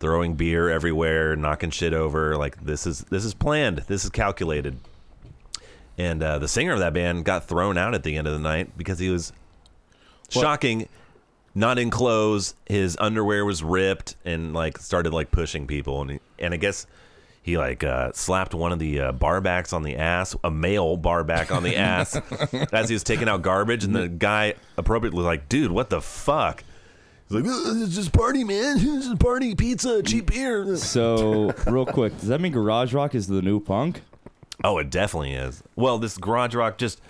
E: throwing beer everywhere, knocking shit over. Like this is this is planned. This is calculated. And uh, the singer of that band got thrown out at the end of the night because he was shocking not in clothes his underwear was ripped and like started like pushing people and he, and i guess he like uh, slapped one of the uh, bar backs on the ass a male bar back on the ass as he was taking out garbage and the guy appropriately was like dude what the fuck he's like "Ugh, it's just party man it's just party pizza cheap beer
G: So, real quick, does that mean garage rock is the new punk?
E: oh it definitely is well this garage rock just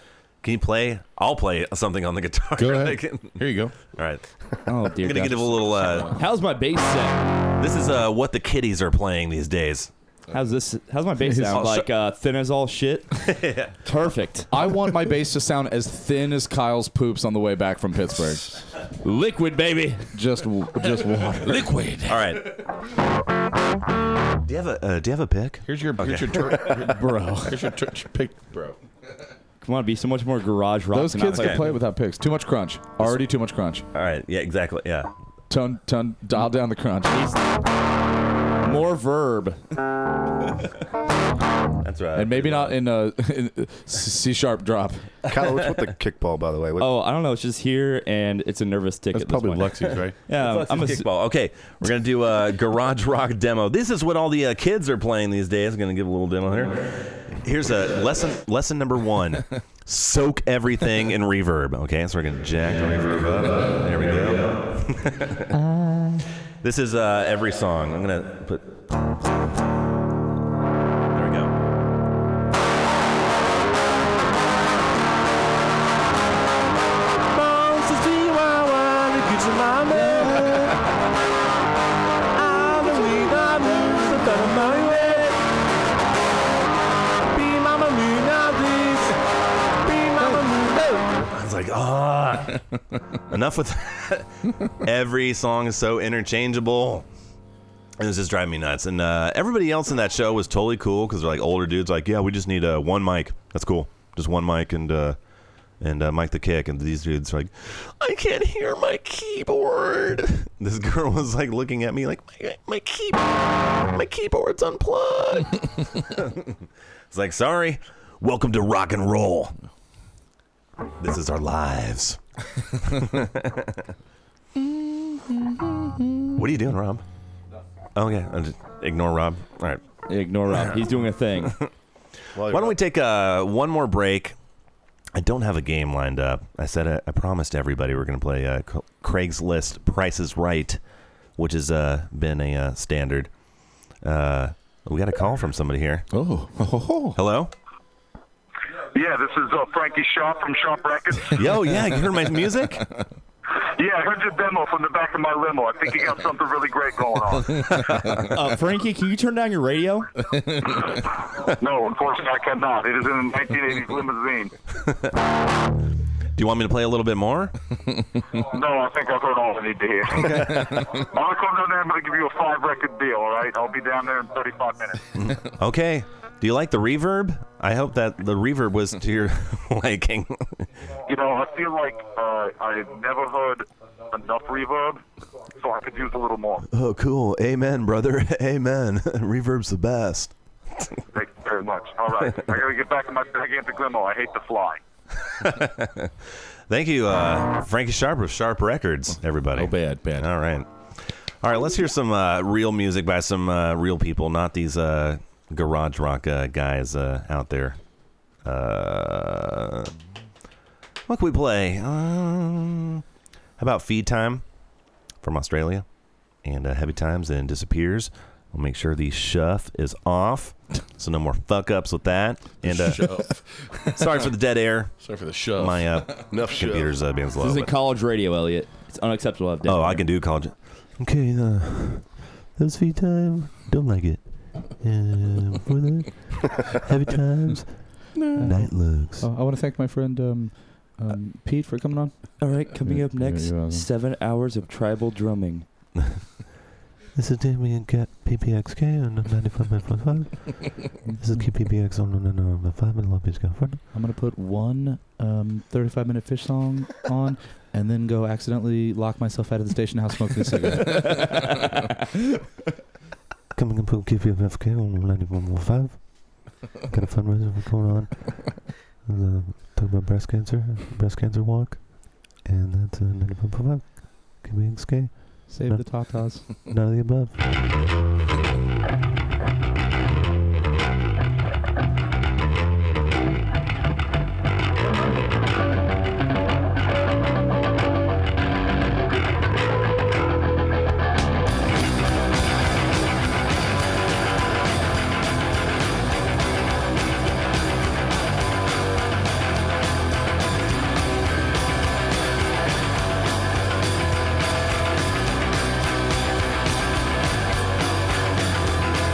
E: can you play i'll play something on the guitar
I: Go ahead.
E: here you
I: go
E: all right
G: Oh, dear.
E: i'm gonna
G: God.
E: give a little uh,
G: How's my bass set?
E: This is uh, what the kiddies are playing these days.
G: How's this? How's my bass sound? Like uh, thin as all shit. Perfect.
F: I want my bass to sound as thin as Kyle's poops on the way back from Pittsburgh.
G: Liquid, baby.
F: Just, w- just water.
E: Liquid. All right. Do you have a uh, Do you have a pick?
I: Here's your
E: Okay.
I: here's your tur-
F: Bro.
I: Here's your, tur- your pick, bro.
G: Come on, be so much more garage rock.
F: Those
G: than I
F: kids
G: like.
F: can play without picks. Too much crunch. Already too much crunch.
E: All right. Yeah. Exactly. Yeah.
F: Tone, tone, dial down the crunch.
G: More verb.
E: That's right.
F: And maybe not in a in a C sharp drop.
H: Kyle, what's with the kickball, by the way? What,
G: Oh, I don't know. It's just here, and it's a nervous tick.
H: That's
G: at this
H: probably
G: point.
H: Lexi's, right?
G: yeah,
E: Let's
G: I'm a
E: do kickball. Okay, we're gonna do a garage rock demo. This is what all the uh, kids are playing these days. I'm gonna give a little demo here. Here's a lesson. Lesson number one: soak everything in reverb. Okay, so we're gonna jack the reverb up. There we go. this is uh, every song. I'm gonna put. There we go.
R: Bones is Chihuahua, the kids are my man.
E: like, ah, enough with that. Every song is so interchangeable. It was just driving me nuts. And uh, everybody else in that show was totally cool because they're like older dudes. Like, yeah, we just need uh, one mic. That's cool. Just one mic and uh, and uh, Mike the kick. And these dudes are like, I can't hear my keyboard. this girl was like looking at me like my, my keyboard, my keyboard's unplugged. it's like, sorry. Welcome to rock and roll. This is our lives. what are you doing, Rob? Oh yeah, I'm just- ignore Rob. All right,
G: ignore Rob. He's doing a thing.
E: Why don't we take uh, one more break? I don't have a game lined up. I said uh, I, I promised everybody we're going to play uh, C- Craigslist Price is Right, which has uh, been a uh, standard. Uh, we got a call from somebody here. Oh, hello.
R: Yeah, this is uh, Frankie Shaw from Shop Records.
E: Yo, yeah, you heard my music?
R: Yeah, I heard your demo from the back of my limo. I think you got something really great going on.
G: uh, Frankie, can you turn down your radio?
R: No, unfortunately, I cannot. It is in a 1980s limousine.
E: Do you want me to play a little bit more?
R: No, I think I've heard all I need to hear. I'll come down there. I'm going to give you a five record deal, all right? I'll be down there in 35 minutes.
E: okay. Do you like the reverb? I hope that the reverb was to your liking.
R: You know, I feel like uh, I never heard enough reverb, so I could use a little more.
E: Oh, cool. Amen, brother. Amen. Reverb's the best.
R: Thank you very much. All right. I got to get back in my gigantic limo. I hate to fly.
E: Thank you, uh, Frankie Sharp of Sharp Records, everybody. Oh, bad, bad. All right. All right, let's hear some uh, real music by some uh, real people, not these uh, garage rock uh, guys uh, out there. Uh, what can we play? Um, how about Feed Time from Australia and uh, Heavy Times and Disappears? We'll make sure the shuff is off, so no more fuck ups with that. And uh,
I: Shuff.
E: sorry for the dead air.
I: Sorry for the shove.
E: My uh,
I: Enough shove.
E: computer's uh, being slow.
G: This isn't
E: but-
G: college radio, Elliot. It's unacceptable. I've done.
E: oh, I can do college. Okay, uh, that was feed time. Don't like it. Yeah, before that, heavy times, night looks.
S: I want to thank my friend um, Uh,
F: uh,
S: um, Pete for coming on.
G: All right, coming up
S: Yeah, you're
G: next,
S: welcome.
G: seven hours of tribal drumming.
E: This is Damien Cat PPXK on 95.5. this is QPPX on 95.5 in Long Beach, California.
S: I'm gonna put one um, 35 minute fish song on, and then go accidentally lock myself out of the station house smoking a cigarette.
E: Coming up from QPFK on 91.5. Got a fundraiser going on. And, uh, talk about breast cancer, breast cancer walk. And that's uh, 91.5. QPXK.
S: Save
E: None-
S: the tatas.
E: None of the above.
T: Thank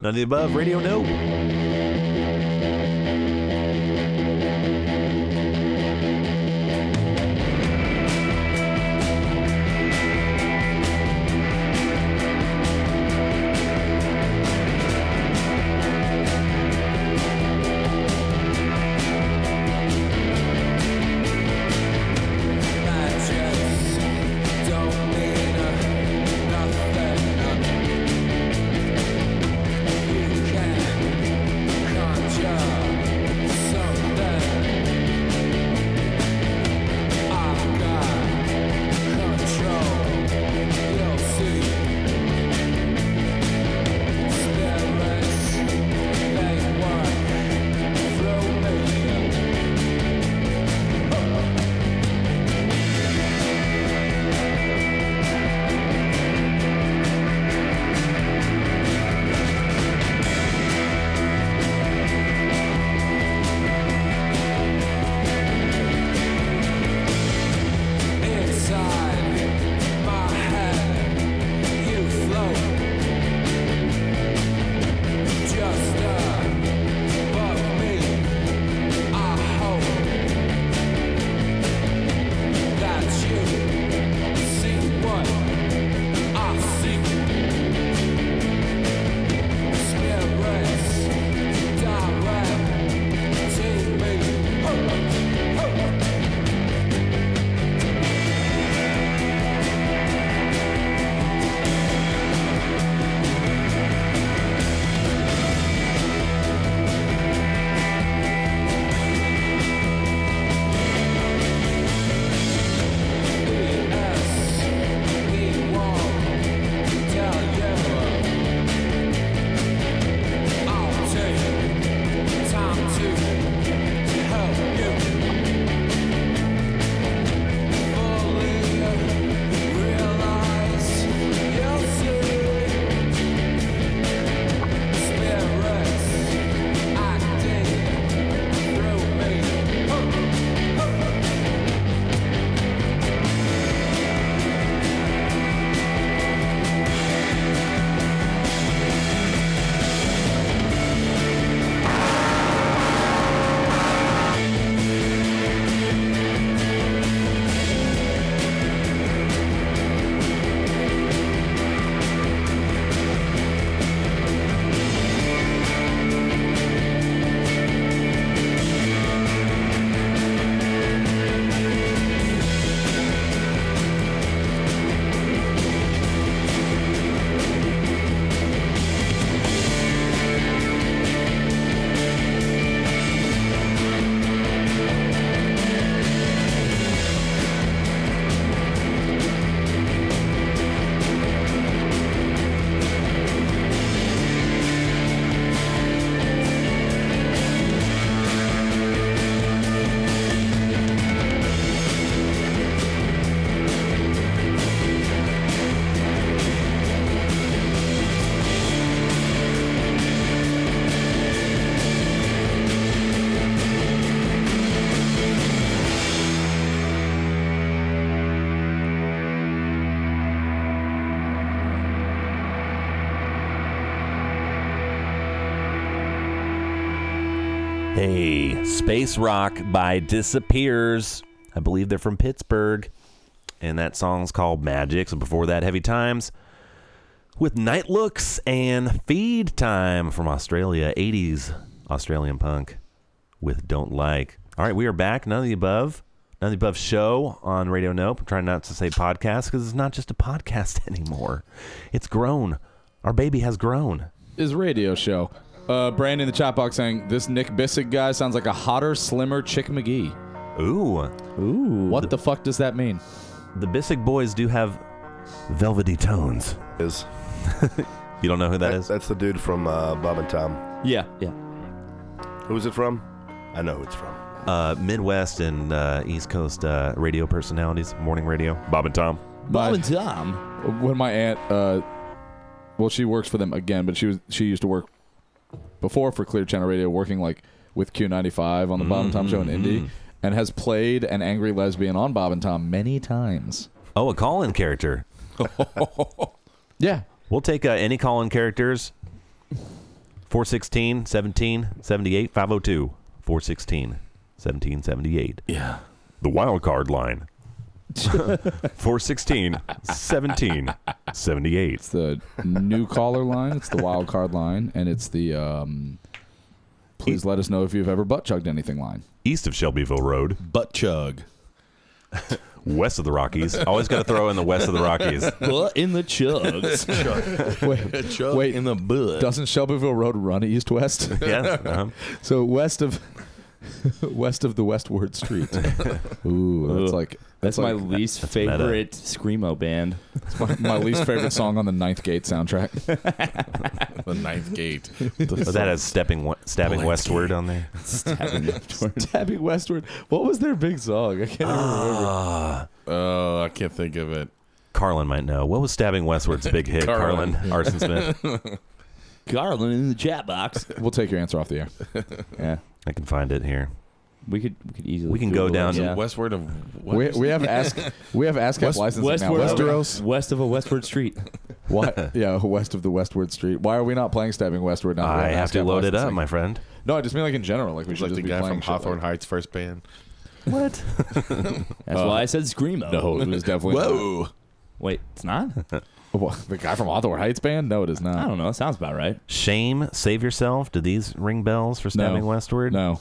D: None of the above. Radio Nope. Hey, Space Rock by Disappears. I believe they're from Pittsburgh. And that song's called Magic. So before that, Heavy Times with Night Looks and Feed Time from Australia, 80s Australian punk with Don't Like. All right, we are back. None of the above. None of the above show on Radio Nope. I'm trying not to say podcast because it's not just a podcast anymore. It's grown. Our baby has grown.
F: Is radio show. Uh, Brandon in the chat box saying this Nick Bissick guy sounds like a hotter, slimmer Chick McGee.
D: Ooh.
F: Ooh. What the, fuck does that mean?
D: The Bissick boys do have velvety tones.
E: Is
D: you don't know who that is?
E: That's the dude from uh, Bob and Tom.
I: Yeah, yeah.
E: Who is it from? I know who it's from.
D: Uh, Midwest and uh, East Coast uh, radio personalities, morning radio. Bob and Tom.
F: Bob and Tom. When my aunt, uh, well, she works for them again, but she was she used to work before for Clear Channel Radio, working like with Q95 on the Bob and Tom show in Indy, and has played an angry lesbian on Bob and Tom many times.
D: Oh, a call-in character.
F: yeah,
D: we'll take uh, any call-in characters.
E: 416 17 78 502 416 17 78. Yeah. The wild card line 416 17 78.
F: It's the new caller line. It's the wild card line, and it's the um, please let us know if you've ever butt chugged anything line.
E: E East of Shelbyville Road.
F: Butt chug.
E: West of the Rockies. Always got to throw in the west of the Rockies.
G: Butt in the chugs.
F: Wait, wait, in the
G: butt.
F: Doesn't Shelbyville Road run east west?
E: Yeah, uh-huh.
F: So west of west of the Westward Street. Ooh, that's like
G: That's, my
F: like-
G: least
F: that's meta.
G: favorite screamo band.
F: It's my, my least favorite song on the Ninth Gate soundtrack.
E: the ninth gate.
F: The-
E: that has stepping, we- stabbing
F: Ninth
E: westward
F: Gate.
E: on there.
F: Stabbing westward. Stabbing westward. What was their big song? I can't even remember.
E: Oh, I can't think of it. Carlin might know. What was stabbing westward's big hit? Carlin, Arson Smith.
G: Garland in the chat box.
F: We'll take your answer off the air.
G: Yeah,
E: I can find it here.
G: We could we could easily
E: We can go
G: Google it,
E: down
G: yeah.
I: Westward of what
F: we,
I: is
F: we
I: it?
F: have ask we have ASCAP
I: West-
F: licensing
I: Westward
F: now.
I: of-
F: Westeros.
G: West of a Westward Street.
F: Why? Yeah, west of the Westward Street. Why are we not playing Stabbing Westward now? that we
E: I have to
F: ASCAP
E: load it up,
F: licensing?
E: my friend.
F: No, I just mean like in general. Like we should
I: like
F: just
I: the
F: be
I: guy
F: playing
I: from
F: shit like-
I: Hawthorne Heights first band.
G: What? That's
F: Uh,
G: why I said screamo.
F: No, it was definitely.
G: Whoa. Wait, it's not.
F: What, the guy from Hawthorne Heights band? No, it is not.
G: I don't know. It sounds about right.
E: Shame, save yourself. Do these ring bells for stabbing westward?
F: No.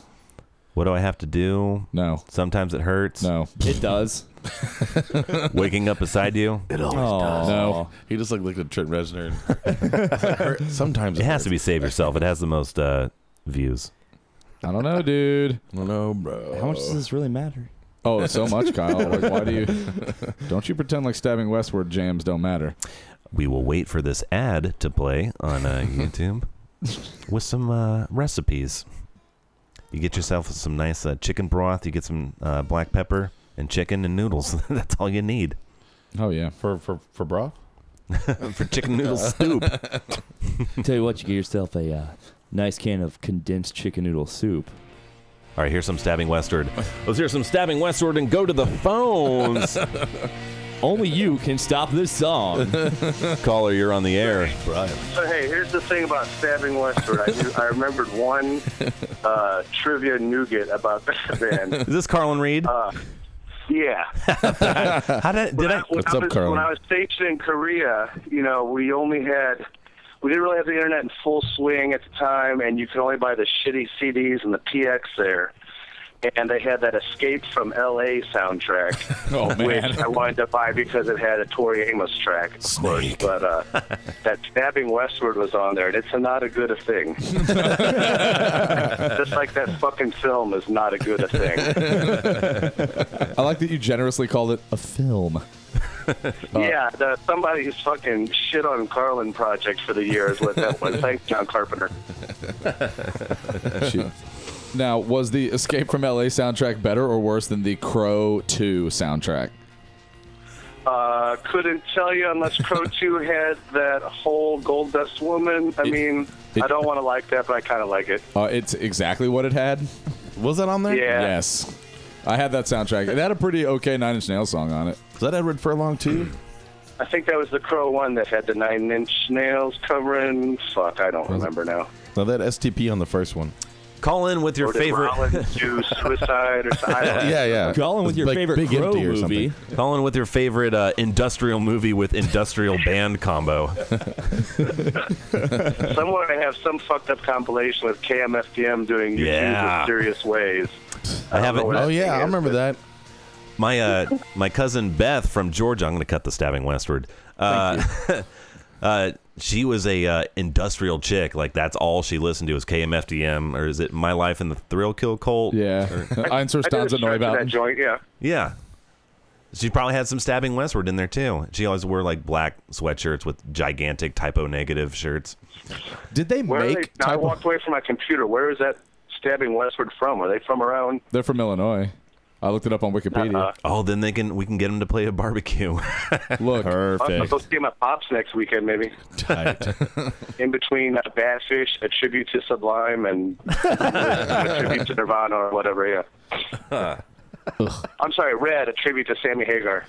E: What do I have to do?
F: No.
E: Sometimes it hurts.
F: No.
G: It does.
E: Waking up beside you.
I: It always does. No, he just like looked at Trent Reznor. And Sometimes
E: it has to be save yourself. It has the most uh, views.
F: I don't know, dude.
I: I don't know, bro.
G: How much does this really matter?
F: Oh, so much, Kyle. Like, why do you? Don't you pretend like stabbing westward jams don't matter?
E: We will wait for this ad to play on uh, YouTube with some uh, recipes. You get yourself some nice uh, chicken broth. You get some uh, black pepper and chicken and noodles. That's all you need
F: Oh yeah.
I: For for for broth.
E: for chicken noodle soup.
G: Tell you what, you get yourself a uh, nice can of condensed chicken noodle soup.
E: All right, here's some stabbing westward. Let's hear some stabbing westward and go to the phones.
G: Only you can stop this song.
E: Caller, you're on the air. Brian.
R: So hey, here's the thing about stabbing Westward. I, knew, I remembered one uh, trivia nougat about this band.
E: Is this Carlin Reed?
R: Uh, yeah.
E: How did,
R: When
E: did
R: I-
E: I?
R: when I was, When I was stationed in Korea, you know, we only had we didn't really have the internet in full swing at the time, and you could only buy the shitty CDs and the PX there. And they had that Escape from LA soundtrack,
F: Oh, man.
R: which I wanted to buy because it had a Tori Amos track, of course. But uh, that stabbing westward was on there, and it's not a good a thing. Just like that fucking film is not a good a thing.
F: I like that you generously called it a film. Uh,
R: yeah, the, somebody who's fucking shit on Carlin project for the year is what that was. Thanks, John Carpenter.
F: Shoot. Now, was the Escape from LA soundtrack better or worse than the Crow 2 soundtrack?
R: Uh, couldn't tell you unless Crow 2 had that whole Gold Dust Woman. I mean, I don't want to like that, but I kind of like it.
F: Uh, it's exactly what it had. Was that on
R: there? Yeah.
F: Yes. I had that soundtrack. It had a pretty okay Nine Inch Nails song on it. Is that Edward Furlong too?
R: I think that was the Crow 1 that had the nine inch nails covering. Fuck, I don't remember now.
I: Now that STP on the first one.
E: Call in with your
R: Or did Rollins do suicide or something? I don't know.
E: Call in with your favorite uh, industrial movie with industrial band combo.
R: Somewhere I have some fucked up compilation with KMFDM doing YouTube
E: Yeah.
R: in serious ways.
E: I
R: don't
E: haven't.
R: know what that thing is, but-
E: that. My uh, my cousin Beth from Georgia. I'm going to cut the stabbing westward. Uh, uh, she was a uh, industrial chick. Like that's all she listened to was KMFDM, or is it My Life in the Thrill Kill Cult?
F: Yeah,
R: I did a search for that joint. Yeah.
E: Yeah. She probably had some stabbing westward in there too. She always wore like black sweatshirts with gigantic typo negative shirts.
F: Did they
R: Where are they? now, I walked away from my computer. Where is that stabbing westward from? Are they from around?
F: They're from Illinois. I looked it up on Wikipedia.
R: Uh-uh.
E: Oh, then they can we can get them to play a barbecue.
F: Look,
R: I'm supposed to see my pops next weekend, maybe. In between uh, Badfish, a tribute to Sublime, and a tribute to Nirvana or whatever. Yeah. I'm sorry, Red, a tribute to Sammy Hagar.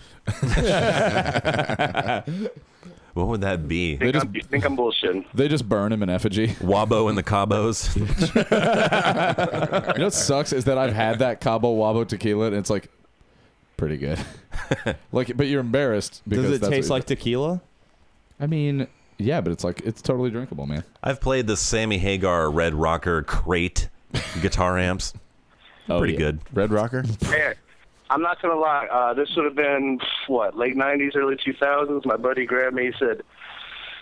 E: What would that be?
R: Think I'm, you think I'm bullshitting?
F: They just burn him in effigy.
E: Wabo and the Cabos.
F: you know what sucks is that I've had that Cabo Wabo tequila and it's like pretty good. like, but you're embarrassed because
G: Does it
F: that's
G: taste
F: what-
G: like tequila?
F: I mean, yeah, but it's like it's totally drinkable, man.
E: I've played the Sammy Hagar Red Rocker crate guitar amps. Pretty good.
F: Oh, Red Rocker?
R: Man, I'm not gonna lie. Uh, this would have been what late '90s, early 2000s. My buddy grabbed me. He said,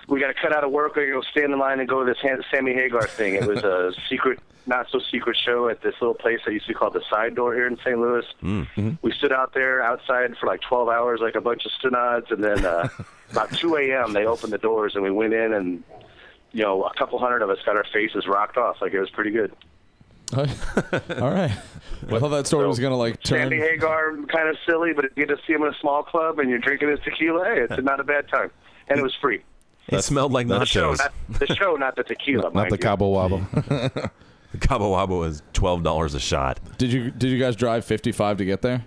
R: "We got to cut out of work, or you go stay in the line and go to this Han- Sammy Hagar thing." It was a secret, not so secret show at this little place that used to be called the Side Door here in St. Louis.
E: Hmm.
R: We stood out there outside for like 12 hours, like a bunch of stunads, and then uh, about 2 a.m. they opened the doors and we went in, and you know, a couple hundred of us got our faces rocked off. Like it was pretty good.
F: All right. I thought that story was gonna like
R: Sandy
F: turn.
R: Hagar, kind of silly, but if you get to see him in a small club and you're drinking his tequila, hey, it's not a bad time. And it was free.
E: It smelled like
R: The show,
E: nachos.
R: not, the, show, not the tequila. mind you.
F: Cabo Wabo.
E: the Cabo Wabo is twelve dollars a shot.
F: Did you did you guys drive 55 to get there?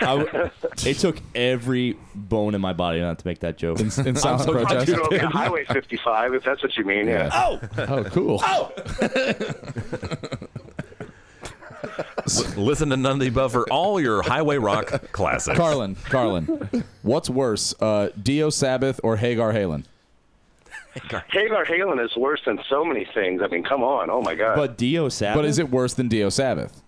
G: I w- it took every bone in my body not to make that joke. In,
F: in silent protest.
R: You know, okay, Highway 55, if that's what you mean. Yeah.
G: Oh!
F: Oh, cool.
G: Oh!
E: L- listen to none of the above for all your highway rock classics.
F: Carlin, Carlin, what's worse, uh, Dio Sabbath or Hagar Halen?
R: Hagar Halen is worse than so many things. I mean, come on. Oh, my God.
G: Dio Sabbath.
F: But is it worse than Dio Sabbath?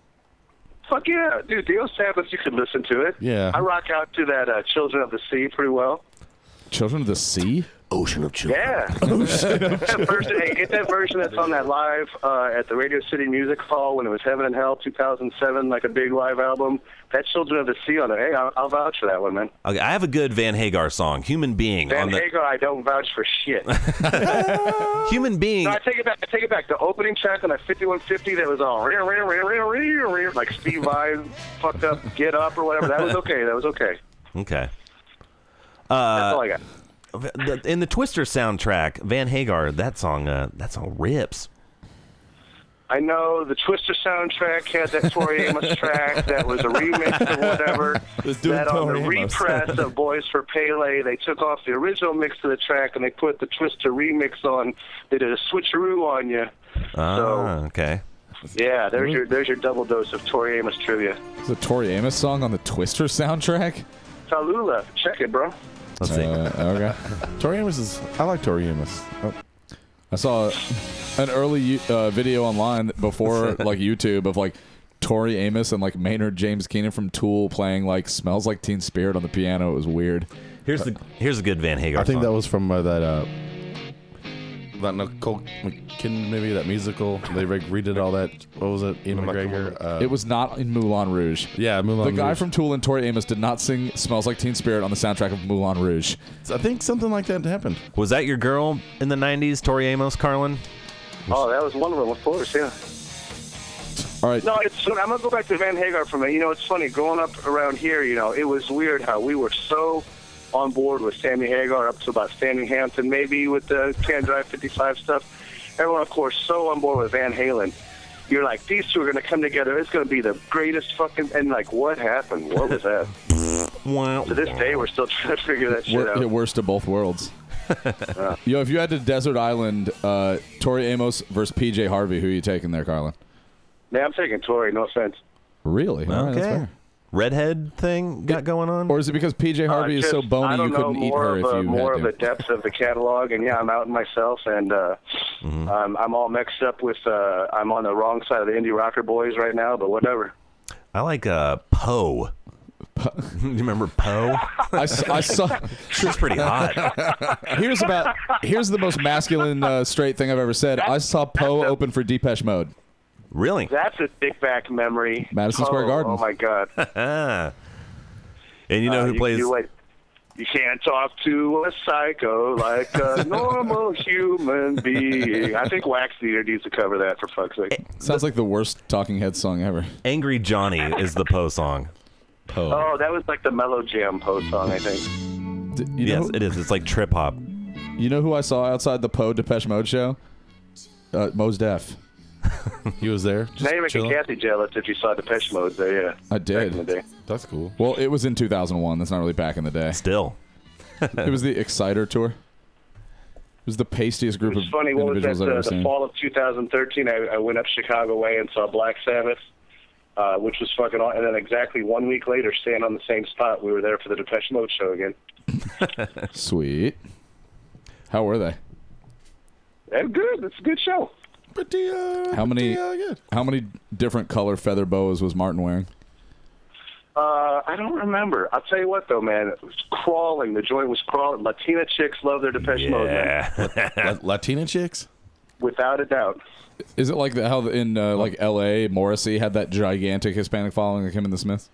R: Fuck yeah. Dude, Dio Sabbath, you could listen to it.
F: Yeah.
R: I rock out to that uh, Children of the Sea pretty well.
F: Children of the Sea,
P: Ocean of Children.
R: Yeah.
E: Oh,
R: Get that version, hey, get that version that's on that live uh, at the Radio City Music Hall when it was Heaven and Hell 2007, like a big live album. That Children of the Sea on there. Hey, I'll, I'll vouch for that one, man.
E: Okay, I have a good Van Hagar song, "Human Being."
R: Van
E: on the
R: Hagar, I don't vouch for shit.
E: Human Being.
R: No, I take it back. I take it back. The opening track on that 5150 that was all "Rear, rear, rear, rear, rear, rear," like Steve Vai fucked up, get up or whatever. That was okay. That was okay.
E: Okay. Uh,
R: all I got.
E: the- In the Twister soundtrack, Van Hagar, that song, uh, that song rips.
R: I know the Twister soundtrack had that Tori Amos track that was a remix of whatever.
G: Let's do
R: That on the
G: Tori Amos.
R: repress of Boys for Pele, they took off the original mix of the track and they put the Twister remix on. They did a switcheroo on you.
E: Ah, okay.
R: Yeah, there's your there's your double dose of Tori Amos trivia.
F: Is a Tori Amos song on the Twister soundtrack?
R: Tallulah, check it, bro.
E: Let's
F: see. okay.
I: Tori Amos is. I like Tori Amos. Oh.
F: I saw an early uh, video online before like YouTube of like Tori Amos and like Maynard James Keenan from Tool playing like "Smells Like Teen Spirit" on the piano. It was weird.
E: Here's the here's a good Van Hagar.
I: I think that was from uh, that uh, that Nicole McKinnon movie, that musical. They re- redid all that. What was it? Ian McGregor. Uh,
F: it was not in Moulin Rouge.
I: Yeah, Moulin
F: The guy
I: Rouge.
F: from Tool and Tori Amos did not sing "Smells Like Teen Spirit" on the soundtrack of Moulin Rouge.
I: I think something like that happened.
E: Was that your girl in the '90s, Tori Amos, Carlin?
R: Oh, that was one of them, of course, yeah.
F: All right.
R: No, it's. I'm gonna go back to Van Hagar for a minute. You know, it's funny growing up around here. You know, it was weird how we were so on board with Sammy Hagar up to about Sammy Hampton, maybe with the Can Drive 55 stuff. Everyone, of course, so on board with Van Halen. You're like, these two are gonna come together. It's gonna be the greatest fucking. And like, what happened? What was that? to this day, we're still trying to figure that shit
F: Wor- yeah,
R: out.
F: worst of both worlds. Yo, if you had to desert island, uh, Tori Amos versus PJ Harvey, who are you taking there, Carlin?
R: Man, I'm taking Tori. No offense.
F: Really? All right, that's
E: Okay.
F: fair.
E: Redhead thing got going on,
F: or is it because PJ Harvey
R: Uh,
F: is so
R: just,
F: bony
R: I don't
F: you
R: know,
F: couldn't eat
R: more
F: her
R: of
F: if
R: a,
F: you
R: more of
F: had to?
R: the depth of the catalog and yeah i'm out myself and uh
F: Mm-hmm.
R: um, i'm all mixed up with uh i'm on the wrong side of the indie rocker boys right now but whatever
E: I like uh, Poe. Do you remember Poe?
F: I, s- I saw.
E: She was pretty hot.
F: Here's about here's the most masculine uh, straight thing I've ever said. I saw Poe open for Depeche Mode.
E: Really?
R: that's a dick back memory
F: Madison Square
R: oh,
F: Garden.
R: oh my god
E: and you know
R: Uh,
E: who plays?
R: you, like, you can't talk to a psycho like a normal human being. I think Wax Theater needs to cover that for fuck's sake.
F: Sounds like the worst Talking Heads song ever.
E: Angry Johnny is the Poe song.
F: Poe.
R: Oh, that was like the Mellow Jam post song, I think.
E: yes, it is. It's like trip hop.
F: You know who I saw outside the Poe Depeche Mode show? Uh, Mos Def.
I: he was there.
R: now you're making
I: chilling.
R: Kathy jealous if you saw Depeche Mode there, yeah.
F: I did.
I: That's cool.
F: Well, it was in 2001. That's not really back in the day.
E: Still.
F: it was the Exciter tour. It was the pastiest group of
R: It's funny, what was that? uh,
F: individuals I've
R: The,
F: ever
R: the
F: seen.
R: fall of 2013, I, I went up Chicago way and saw Black Sabbath, uh, which was fucking aw And then exactly one week later, staying on the same spot, we were there for the Depeche Mode show again.
F: Sweet. How were they?
R: That's good. It's a good show.
I: Pretty, uh,
F: How many?
I: pretty, uh,
F: How many different color feather boas was Martin wearing?
R: Uh, I don't remember. I'll tell you what, though, man. It was crawling. The joint was crawling. Latina chicks love their Depeche Mode,
E: Eh.
R: man.
I: La- Latina chicks?
R: Without a doubt.
F: Is it like the, how the, in uh, like L.A. Morrissey had that gigantic Hispanic following like him and the Smiths?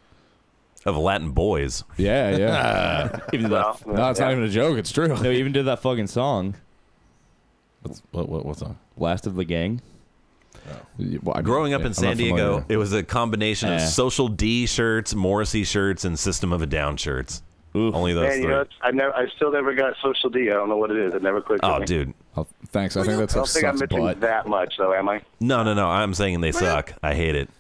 E: Of Latin boys.
F: Yeah, yeah.
G: even
R: that,
F: no, it's not even a joke. It's true.
G: No, even did that fucking song.
F: What's, what, what, what song? Oh.
G: Last of the Gang.
E: Growing up
G: yeah,
E: in
G: I'm
E: San
G: not
E: Diego,
G: familiar.
E: it was a combination of
G: Eh.
E: Social D shirts, Morrissey shirts, and System of a Down shirts. Only those
R: man,
E: three.
R: you know, it's- I never, I still never got Social D. I don't know what it is. It never clicked.
E: oh,
R: with me.
E: dude.
F: thanks.
R: I don't think I'm missing that much, though, am I?
E: No, no, no. I'm saying they suck. I hate it.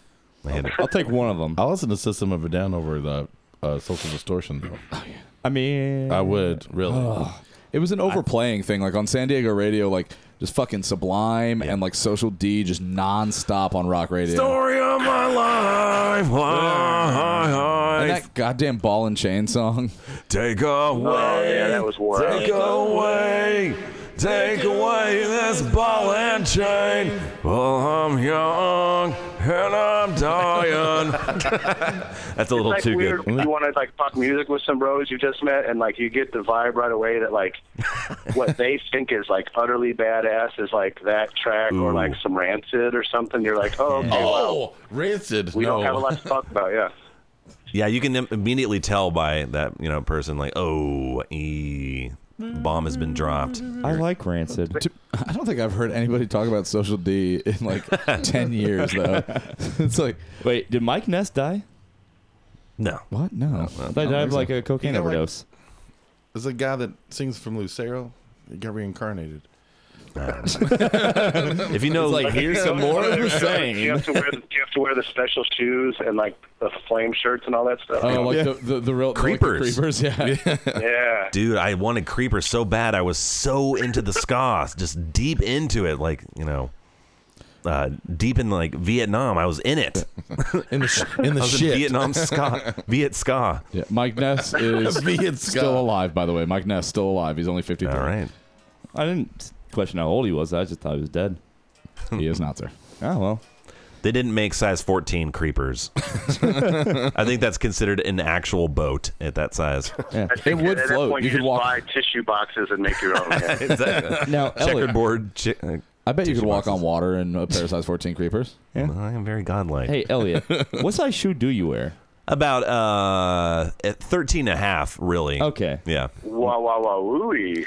E: I hate it.
G: I'll take one of them.
I: I'll listen to System of a Down over the uh, Social Distortion. Though.
G: I mean,
I: I would really.
F: It was an overplaying thing, like on San Diego radio, like just fucking Sublime and like Social D, just nonstop on rock radio.
E: Story of my life.
F: And
E: life.
F: that goddamn ball and chain song.
E: Take away.
R: Oh, yeah, that was war.
E: Take away. Take away this ball and chain. Well, I'm young and I'm dying. That's a little
R: it's like
E: too
R: weird
E: good.
R: when You want to like talk music with some bros you just met, and like you get the vibe right away that like what they think is like utterly badass is like that track or like some rancid or something. You're like, oh, okay, wow.
I: Rancid.
R: we don't have a lot to talk about. Yeah,
E: Yeah, you can im- immediately tell by that you know person like, oh, e bomb has been dropped.
G: I like Rancid.
F: I don't think I've heard anybody talk about Social D in like 10 years, though. it's like,
G: wait, did Mike Ness die?
E: No.
F: What? No.
G: I died of like a cocaine
I: You know, like,
G: overdose.
I: There's a guy that sings from Lucero. He got reincarnated.
E: if you know,
G: It's like, here's some more of the same.
R: you have to wear the, you have to wear the special shoes and like the flame shirts and all that stuff.
F: Oh, like the, the, the real the wicked
E: Creepers.
F: creepers, yeah.
R: yeah.
E: Dude, I wanted Creeper so bad. I was so into the ska, just deep into it, like you know, uh, deep in like Vietnam. I was in it.
I: in the sh- in the
E: I was
I: shit.
E: In Vietnam ska, Viet ska.
F: Yeah, Mike Ness is
I: Viet
F: still alive, by the way. Mike Ness still alive. He's only 53. All
E: right.
G: I didn't question how old he was. I just thought he was dead.
F: He is not, sir.
G: Oh well.
E: They didn't make size 14 creepers. I think that's considered an actual boat at that size.
G: Yeah.
R: I think at That point, you, could buy tissue boxes and make your own. yeah.
E: exactly.
G: Now, Elliot-
E: checkerboard. Chi- uh,
F: I bet you
E: tissue
F: could walk
E: boxes.
F: on water in a pair of size 14 creepers.
G: Yeah.
E: I am very godlike.
G: Hey, Elliot, what size shoe do you wear?
E: About uh, at 13 and a half, really.
G: Okay.
E: Yeah.
R: Wow, wow, wow, wooey.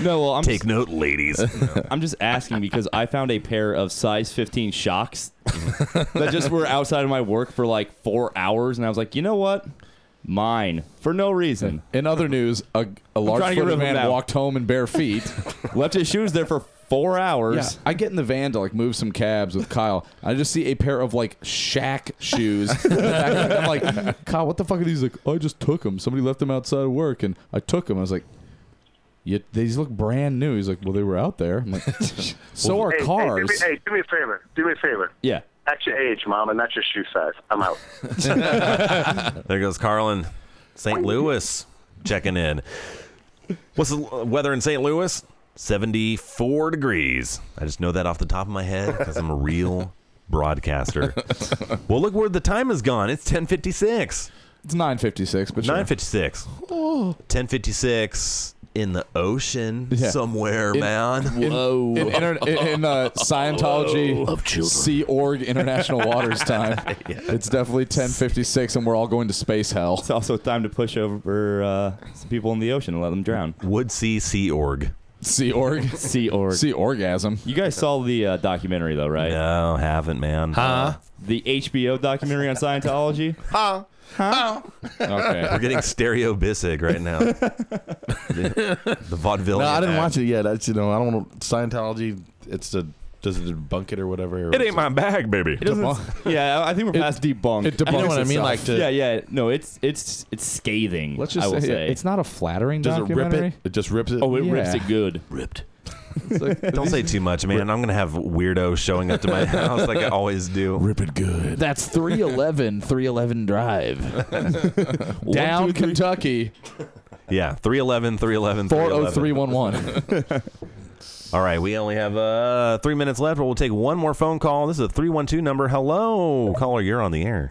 G: No, well, I'm
E: Take
G: just,
E: note, ladies.
G: I'm just asking because I found a pair of size 15 shocks
E: Mm-hmm.
G: that just were outside of my work for like four hours, and I was like, you know what? Mine for no reason.
F: In other news, a, a large footed man walked home in bare feet.
G: left his shoes there for four
F: Yeah,
G: hours.
F: I get in the van to like move some cabs with Kyle. I just see a pair of like Shack shoes. I'm like, Kyle, what the fuck are these? He's Like, I just took them. Somebody left them outside of work, and I took them. I was like, yeah, these look brand new. He's like, well, they were out there. I'm like, so are
R: Hey,
F: cars.
R: Hey, do me, hey, do me a favor. Do me a favor.
G: Yeah.
R: That's your age, Mom, and that's your shoe size. I'm out.
E: There goes Carlin. St. Louis checking in. What's the l- weather in St. Louis? 74 degrees. I just know that off the top of my head because I'm a real broadcaster. well, look where the time has gone. It's 1056.
F: It's 9:56, but sure.
E: 956.
F: Oh.
E: 1056 in the ocean
F: Yeah.
E: somewhere,
F: In-
E: man.
F: in- In, inter- in, in, uh, Scientology, Sea Org International Waters time. It's definitely 1056, and we're all going to space hell.
G: It's also time to push over uh, some people in the ocean and let them drown.
E: Would see Sea Org.
F: Sea Org?
G: Sea Org.
F: Sea Orgasm.
G: You guys saw the uh, documentary, though, right? Uh,
E: No, haven't, man. Huh?
G: The HBO documentary on Scientology?
I: Huh? Huh?
G: Okay.
E: We're getting stereo bisig right now. the, the vaudeville.
I: No, I didn't watch it yet. I just, you know, I don't want to, Scientology. It's the does it debunk it or whatever? Or
E: It ain't my bag, baby.
G: It doesn't- yeah, I I think we're past debunked.
I: it debunks itself.
G: yeah, yeah. No, it's it's it's scathing.
F: Let's just
G: I will
F: say,
G: say
F: it's not a flattering
G: Does it rip it?
F: documentary.
I: It just rips it.
G: Oh, it rips
F: Yeah.
G: it good. Ripped.
E: Don't say too much, man. I'm gonna have weirdos showing up to my house like I always do.
F: Rip it good. That's 311, 311 Drive. Down Kentucky,
E: Yeah, 311, 311,
F: 40311.
E: All right, we only have uh, three minutes left, but we'll take one more phone call. This is a 312 number. Hello, caller, you're on the air.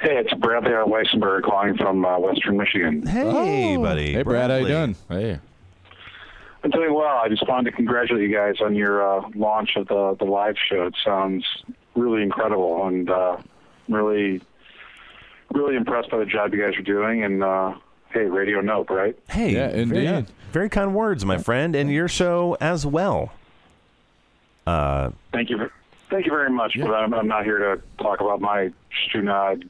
T: Hey, it's Bradley R. Weissenberg calling from uh, Western Michigan.
E: Hey,
I: Oh.
E: buddy.
F: Hey, Brad, how you doing?
I: Hey.
T: I'm doing well. I just wanted to congratulate you guys on your uh, launch of the, the live show. It sounds really incredible, and uh, I'm really, really impressed by the job you guys are doing. And uh, hey, Radio Nope, right?
E: Hey, Very, very kind words, my friend, and your show as well. Uh,
T: Thank you. ver- Thank you very much. But I'm, I'm not here to talk about my stunad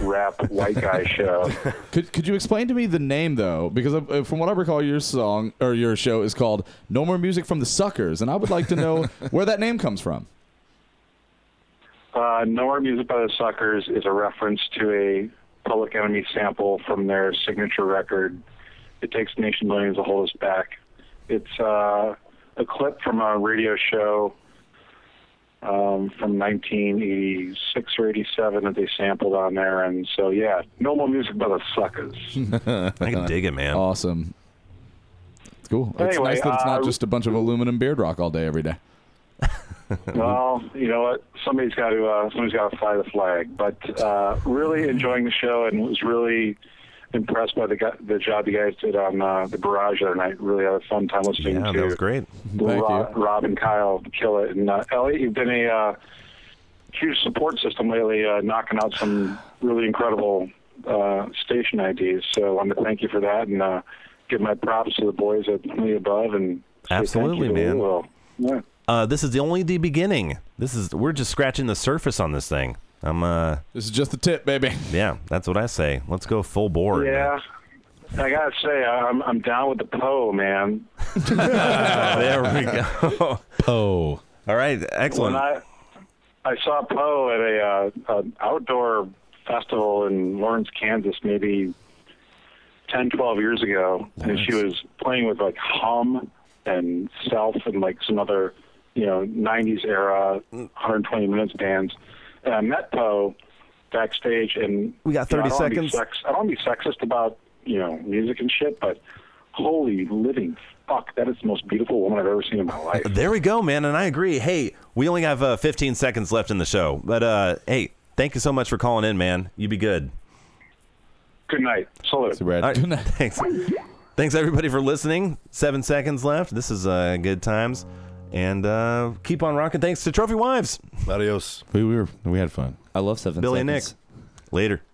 T: rap white guy show.
F: Could could you explain to me the name though? Because uh, from what I recall, your song or your show is called "No More Music from the Suckers," and I would like to know where that name comes from.
T: Uh, Nowhere Music by the Suckers is a reference to a Public Enemy sample from their signature record, It Takes a Nation of Millions to Hold Us Back. It's uh, a clip from a radio show um, from 1986 or 87 that they sampled on there. And so, yeah, No More Music by the Suckers.
E: I can dig it, man.
F: Awesome. It's cool. it's
T: Anyway,
F: nice that it's not
T: uh,
F: just a bunch of aluminum beard rock all day every day.
E: Mm-hmm.
T: well, you know what? Somebody's got to uh, somebody's got to fly the flag. But uh, really enjoying the show and was really impressed by the gu- the job you guys did on uh, the barrage the other night. Really had a fun time listening
E: Yeah,
T: to
E: that was great.
T: Rob, Rob and Kyle kill it. And uh, Elliot, you've been a uh, huge support system lately, uh, knocking out some really incredible uh, station IDs. So I want to thank you for that and uh, give my props to the boys at the above and say thank
E: Absolutely,
T: you to
E: man.
T: Louisville. Yeah.
E: Uh, this is the only the beginning. This is we're just scratching the surface on this thing. I'm uh
F: This is just the tip, baby.
E: yeah, that's what I say. Let's go full board.
T: Yeah. I gotta say, I'm I'm down with the Poe, man.
E: there we go. Poe. All right, excellent.
T: When I I saw Poe at a uh, an outdoor festival in Lawrence, Kansas, maybe 10, 12 years ago, and she was playing with like Hum and Self and like some other you know 90s era
E: Mm.
T: 120 minutes bands. And I met Poe backstage, and
E: We got
T: you know,
E: 30
T: I don't wanna be
E: seconds.
T: sex- I don't want to be sexist about you know music and shit, but holy living fuck, that is the most beautiful woman I've ever seen in my life.
E: There we go, man. And I agree. Hey, we only have uh, 15 seconds left in the show, but uh, hey, thank you so much for calling in, man. You be good.
T: Good night. Salute.
E: All right. Thanks. Thanks everybody for listening. Seven seconds left. This is uh, good times, and uh, keep on rocking. Thanks to Trophy Wives.
I: Adios. We, we were we had fun.
G: I love seven
E: Billy
G: seconds.
E: and Nick. Later.